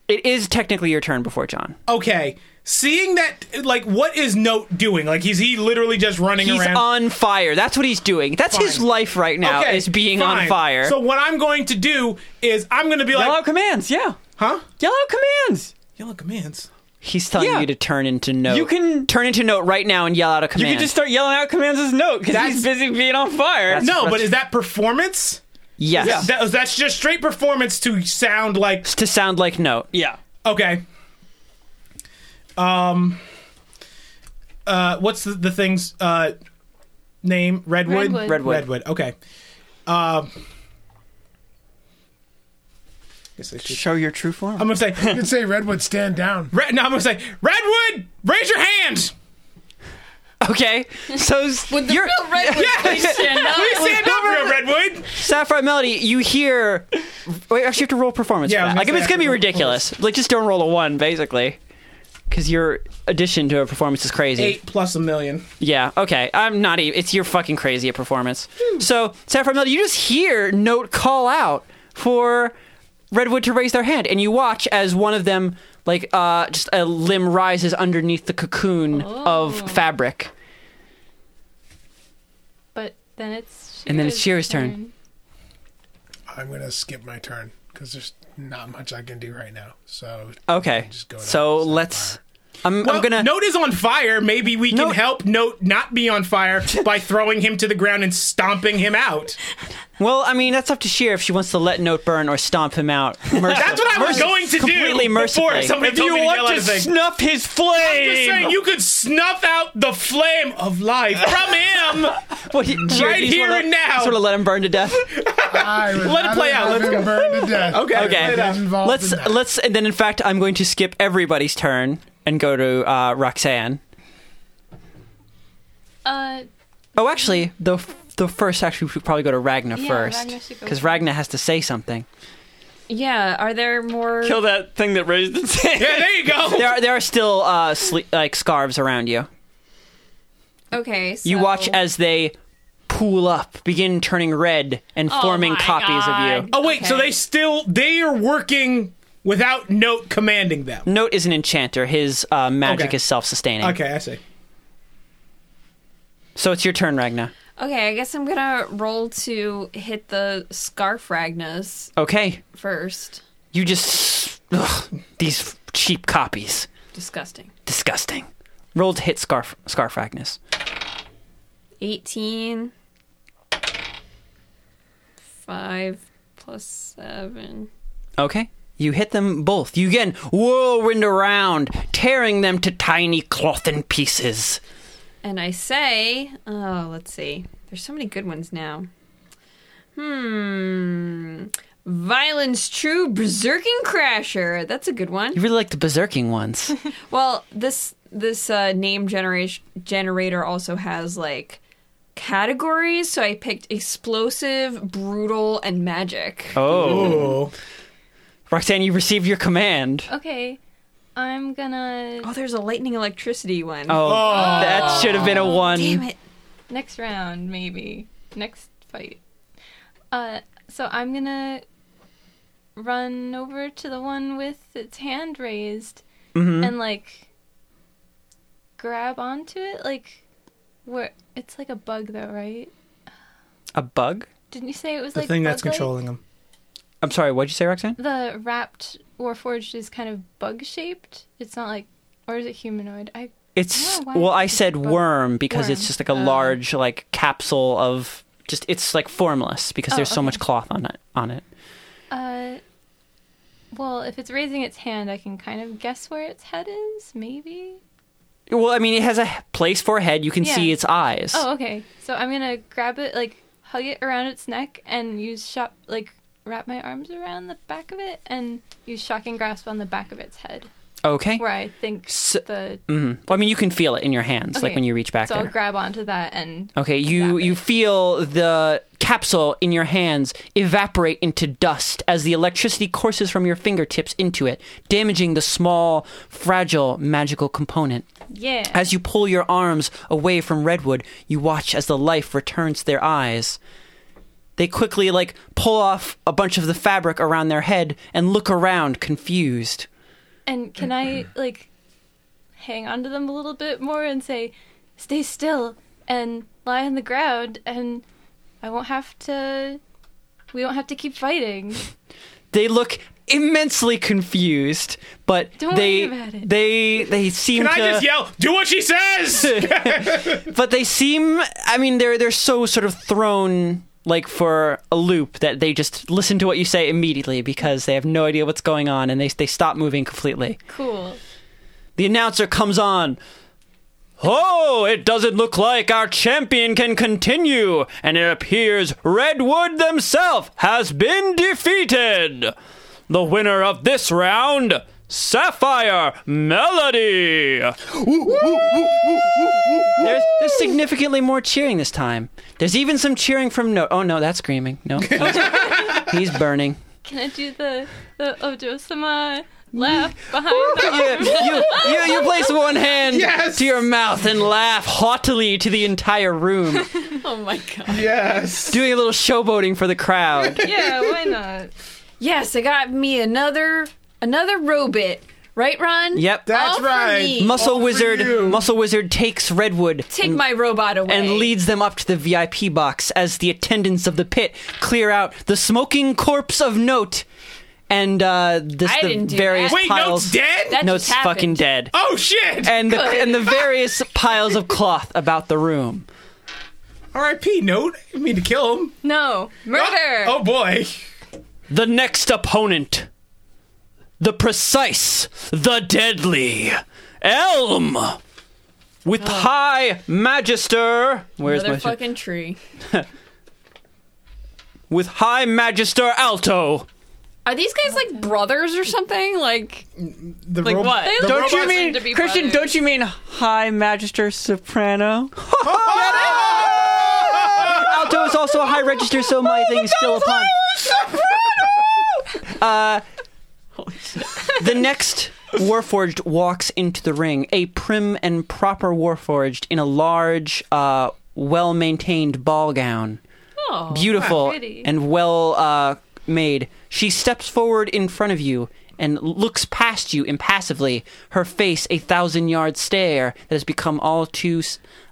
Speaker 1: It is technically your turn before John.
Speaker 5: Okay. Seeing that, like, what is Note doing? Like, is he literally just running
Speaker 1: He's
Speaker 5: around?
Speaker 1: on fire. That's what he's doing. That's his
Speaker 5: Fine.
Speaker 1: life right now
Speaker 5: Okay,
Speaker 1: is being on
Speaker 5: fine.
Speaker 1: fire.
Speaker 5: So what I'm going to do is I'm going to be
Speaker 2: Yell out
Speaker 5: like,
Speaker 2: Oh, commands, yeah.
Speaker 5: huh?
Speaker 2: Yell out commands.
Speaker 5: Yellow commands.
Speaker 1: He's telling
Speaker 2: Yeah.
Speaker 1: you to turn into note.
Speaker 2: You can-
Speaker 1: turn into note right now and yell out a
Speaker 2: You
Speaker 1: command.
Speaker 2: could just start yelling out commands as note because
Speaker 5: That's-
Speaker 2: he's busy being on fire.
Speaker 1: That's-
Speaker 5: No, but is that performance?
Speaker 1: yes
Speaker 2: Yeah.
Speaker 5: That, that's just straight performance to sound like
Speaker 1: to sound like note.
Speaker 2: yeah.
Speaker 5: okay. Um. Uh, what's the, the thing's uh name? Redwood.
Speaker 6: Redwood.
Speaker 1: Redwood.
Speaker 5: Redwood. Okay. Um. Guess I should.
Speaker 2: Show your true form.
Speaker 5: I'm gonna say
Speaker 3: You could say Redwood stand down.
Speaker 5: Red, no, I'm gonna say Redwood. Raise your hand.
Speaker 1: Okay, so s-
Speaker 4: With the
Speaker 1: you're-
Speaker 4: real redwood please stand up.
Speaker 5: Please stand up here, Redwood.
Speaker 1: Sapphire Melody. You hear? Wait, actually, you have to roll performance.
Speaker 5: Yeah, I
Speaker 1: for
Speaker 5: was
Speaker 1: that.
Speaker 5: gonna
Speaker 1: like if
Speaker 5: say
Speaker 1: it's gonna be
Speaker 5: after
Speaker 1: ridiculous, like just don't roll a one, basically, because your addition to a performance is crazy.
Speaker 5: Eight plus a million.
Speaker 1: Yeah, okay. I'm not even. It's your fucking crazy at performance. So, Sapphire Melody, you just hear Note call out for Redwood to raise their hand, and you watch as one of them, like, uh, just a limb rises underneath the cocoon of fabric.
Speaker 6: But then it's
Speaker 1: And then it's Shira's turn.
Speaker 3: I'm gonna skip my turn because there's not much I can do right now. So
Speaker 1: Okay.
Speaker 3: I'm just going
Speaker 1: So
Speaker 3: outside
Speaker 1: let's.
Speaker 3: fire.
Speaker 1: I'm,
Speaker 5: Well,
Speaker 1: I'm gonna.
Speaker 5: Note is on fire. Maybe we can
Speaker 1: Note-
Speaker 5: help Note not be on fire by throwing him to the ground and stomping him out.
Speaker 1: Well, I mean, that's up to Shira if she wants to let Note burn or stomp him out. Mercil-
Speaker 5: That's what I was
Speaker 1: mercil-
Speaker 5: going to do
Speaker 1: Completely
Speaker 5: before
Speaker 1: mercifully.
Speaker 5: somebody-
Speaker 2: if
Speaker 5: told
Speaker 2: you
Speaker 5: me to yell
Speaker 2: want
Speaker 5: out
Speaker 2: to
Speaker 5: a thing.
Speaker 2: snuff his flame,
Speaker 5: Just saying, you could snuff out the flame of life from him.
Speaker 1: What, Shira,
Speaker 5: Right
Speaker 1: you just
Speaker 5: here
Speaker 1: wanna-
Speaker 5: and now.
Speaker 1: Sort of let him burn to death.
Speaker 3: I would
Speaker 5: Let it play
Speaker 3: rather have
Speaker 5: out. Let's
Speaker 3: him
Speaker 5: go.
Speaker 3: Burn to death.
Speaker 1: Okay.
Speaker 3: Get involved
Speaker 1: let's
Speaker 3: in that.
Speaker 1: let's and then in fact I'm going to skip everybody's turn and go to uh, Roxanne.
Speaker 6: Uh,
Speaker 1: Oh, actually, the the first actually we should probably go to Ragna
Speaker 6: Yeah, Ragna
Speaker 1: first
Speaker 6: should go
Speaker 1: because
Speaker 6: first.
Speaker 1: Ragna has to say something.
Speaker 4: Yeah, are there more?
Speaker 2: kill that thing that raised its hand.
Speaker 5: Yeah, there you go.
Speaker 1: There are there are still uh, sle- like scarves around you.
Speaker 4: Okay. So
Speaker 1: You watch as they pool up, begin turning red, and
Speaker 4: Oh
Speaker 1: forming
Speaker 4: my
Speaker 1: copies of
Speaker 4: God.
Speaker 1: you.
Speaker 5: Oh wait, so
Speaker 4: Okay.
Speaker 5: they still they are working without note commanding them.
Speaker 1: Note is an enchanter. His uh, magic
Speaker 5: Okay.
Speaker 1: is self-sustaining.
Speaker 5: Okay, I see.
Speaker 1: So it's your turn, Ragna.
Speaker 4: Okay, I guess I'm gonna roll to hit the scarf Ragnas
Speaker 1: Okay,
Speaker 4: first.
Speaker 1: you just ugh, these cheap copies.
Speaker 4: Disgusting.
Speaker 1: Disgusting. Roll to hit Scarf Scarf Agnes.
Speaker 4: 18. 5 plus 7.
Speaker 1: Okay. You hit them both. You again whirlwind around, tearing them to tiny clothen pieces.
Speaker 4: And I say, oh, let's see. There's so many good ones now. Hmm. Violence True Berserking Crasher. That's a good one.
Speaker 1: You really like the berserking ones.
Speaker 4: Well, this this uh, name generation generator also has like categories, so I picked explosive, brutal, and magic.
Speaker 1: Oh.
Speaker 5: Oh,
Speaker 1: Roxanne, you received your command.
Speaker 6: Okay, I'm gonna
Speaker 4: Oh, there's a lightning electricity one.
Speaker 1: Oh, that should have been a one.
Speaker 4: damn it!
Speaker 6: next round maybe next fight. Uh, so I'm gonna run over to the one with its hand raised
Speaker 5: Mm-hmm.
Speaker 6: and like grab onto it, like where it's like a bug though, right?
Speaker 1: A bug?
Speaker 6: Didn't you say it was
Speaker 5: the
Speaker 6: like
Speaker 5: thing that's
Speaker 6: bug-like?
Speaker 5: controlling them.
Speaker 1: I'm sorry, what'd you say, Roxanne?
Speaker 6: the wrapped warforged is kind of bug shaped. It's not like, or is it humanoid? I
Speaker 1: It's
Speaker 6: Oh, why
Speaker 1: well,
Speaker 6: is
Speaker 1: I
Speaker 6: it
Speaker 1: said
Speaker 6: bug?
Speaker 1: worm because
Speaker 6: Worm. Uh.
Speaker 1: it's just like a large like capsule of just it's like formless because
Speaker 6: Oh,
Speaker 1: there's so
Speaker 6: okay.
Speaker 1: much cloth on it on it.
Speaker 6: uh, well, if it's raising its hand, I can kind of guess where its head is, maybe.
Speaker 1: Well, I mean, it has a h- place for a head. You can
Speaker 6: Yeah.
Speaker 1: see its eyes.
Speaker 6: Oh, okay. So I'm gonna grab it, like hug it around its neck, and use shop like wrap my arms around the back of it and use shocking grasp on the back of its head,
Speaker 1: Okay.
Speaker 6: where I think
Speaker 1: So-
Speaker 6: the
Speaker 1: Mhm. Well, I mean, you can feel it in your hands, like
Speaker 6: Okay.
Speaker 1: when you reach back
Speaker 6: so I'll
Speaker 1: there.
Speaker 6: grab onto that and
Speaker 1: okay, you
Speaker 6: Grab it.
Speaker 1: you feel the capsule in your hands evaporate into dust as the electricity courses from your fingertips into it, damaging the small, fragile magical component.
Speaker 6: yeah.
Speaker 1: As you pull your arms away from Redwood, you watch as the life returns to their eyes. They quickly like pull off a bunch of the fabric around their head and look around confused.
Speaker 6: And can I like hang on to them a little bit more and say, "Stay still and lie on the ground, and I won't have to. We won't have to keep fighting."
Speaker 1: they look immensely confused, but
Speaker 6: Don't
Speaker 1: they
Speaker 6: worry about it.
Speaker 1: they they seem
Speaker 5: Can I
Speaker 1: to
Speaker 5: just yell? Do what she says.
Speaker 1: but they seem I mean they're they're so sort of thrown like for a loop that they just listen to what you say immediately because they have no idea what's going on and they they stop moving completely.
Speaker 6: Cool.
Speaker 1: The announcer comes on. Oh, it doesn't look like our champion can continue, and it appears Redwood themselves has been defeated. The winner of this round, Sapphire Melody. There's, there's significantly more cheering this time. There's even some cheering from no. Oh no, that's screaming. No, he's burning.
Speaker 6: Can I do the the Ojo-sama laugh behind the
Speaker 1: you, you, you, you place one hand
Speaker 5: Yes.
Speaker 1: to your mouth and laugh haughtily to the entire room,
Speaker 4: Oh my god.
Speaker 5: yes.
Speaker 1: doing a little showboating for the crowd.
Speaker 6: Yeah, why not?
Speaker 4: Yes, I got me another another robot. Right, Ron?
Speaker 1: Yep.
Speaker 5: That's
Speaker 4: All for
Speaker 5: right.
Speaker 4: me.
Speaker 1: Muscle
Speaker 5: you.
Speaker 1: Wizard Muscle Wizard takes Redwood
Speaker 4: Take my robot away.
Speaker 1: and leads them up to the VIP box as the attendants of the pit clear out the smoking corpse of Note and uh, this
Speaker 4: I
Speaker 1: the
Speaker 4: didn't do
Speaker 1: various
Speaker 4: that.
Speaker 5: Wait,
Speaker 1: piles.
Speaker 5: note's dead.
Speaker 4: That
Speaker 1: Note's
Speaker 4: just happened.
Speaker 1: fucking dead.
Speaker 5: oh shit.
Speaker 1: And the, and the various piles of cloth about the room.
Speaker 5: R.I.P. Note. I didn't mean to kill him.
Speaker 6: No.
Speaker 4: Murder!
Speaker 5: Oh boy.
Speaker 1: The next opponent. The precise, the deadly Elm. With high magister. Where's
Speaker 4: Another
Speaker 1: my.
Speaker 4: fucking tree.
Speaker 1: With high magister Alto.
Speaker 4: Are these guys like brothers or something? Like,
Speaker 5: The
Speaker 2: Like
Speaker 5: rob-
Speaker 2: what?
Speaker 4: the
Speaker 2: don't you
Speaker 4: robots seem
Speaker 2: mean
Speaker 4: to be
Speaker 2: Christian?
Speaker 4: brothers.
Speaker 2: Don't you mean High Magister Soprano?
Speaker 1: Alto is also a high register, so my thing is still upon. uh, the next Warforged walks into the ring, a prim and proper Warforged in a large, uh, well maintained ball gown.
Speaker 4: Oh,
Speaker 1: Beautiful
Speaker 6: pretty.
Speaker 1: and well uh, made. She steps forward in front of you and looks past you impassively, her face a thousand yard stare that has become all too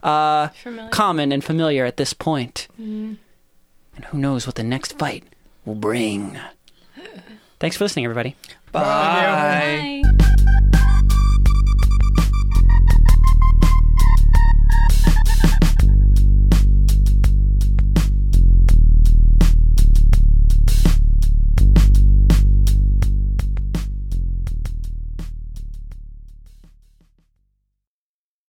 Speaker 1: uh,
Speaker 6: Familiar. Mm-hmm.
Speaker 1: common and familiar at this point. And who knows what the next fight will bring. Thanks for listening, everybody.
Speaker 6: Bye.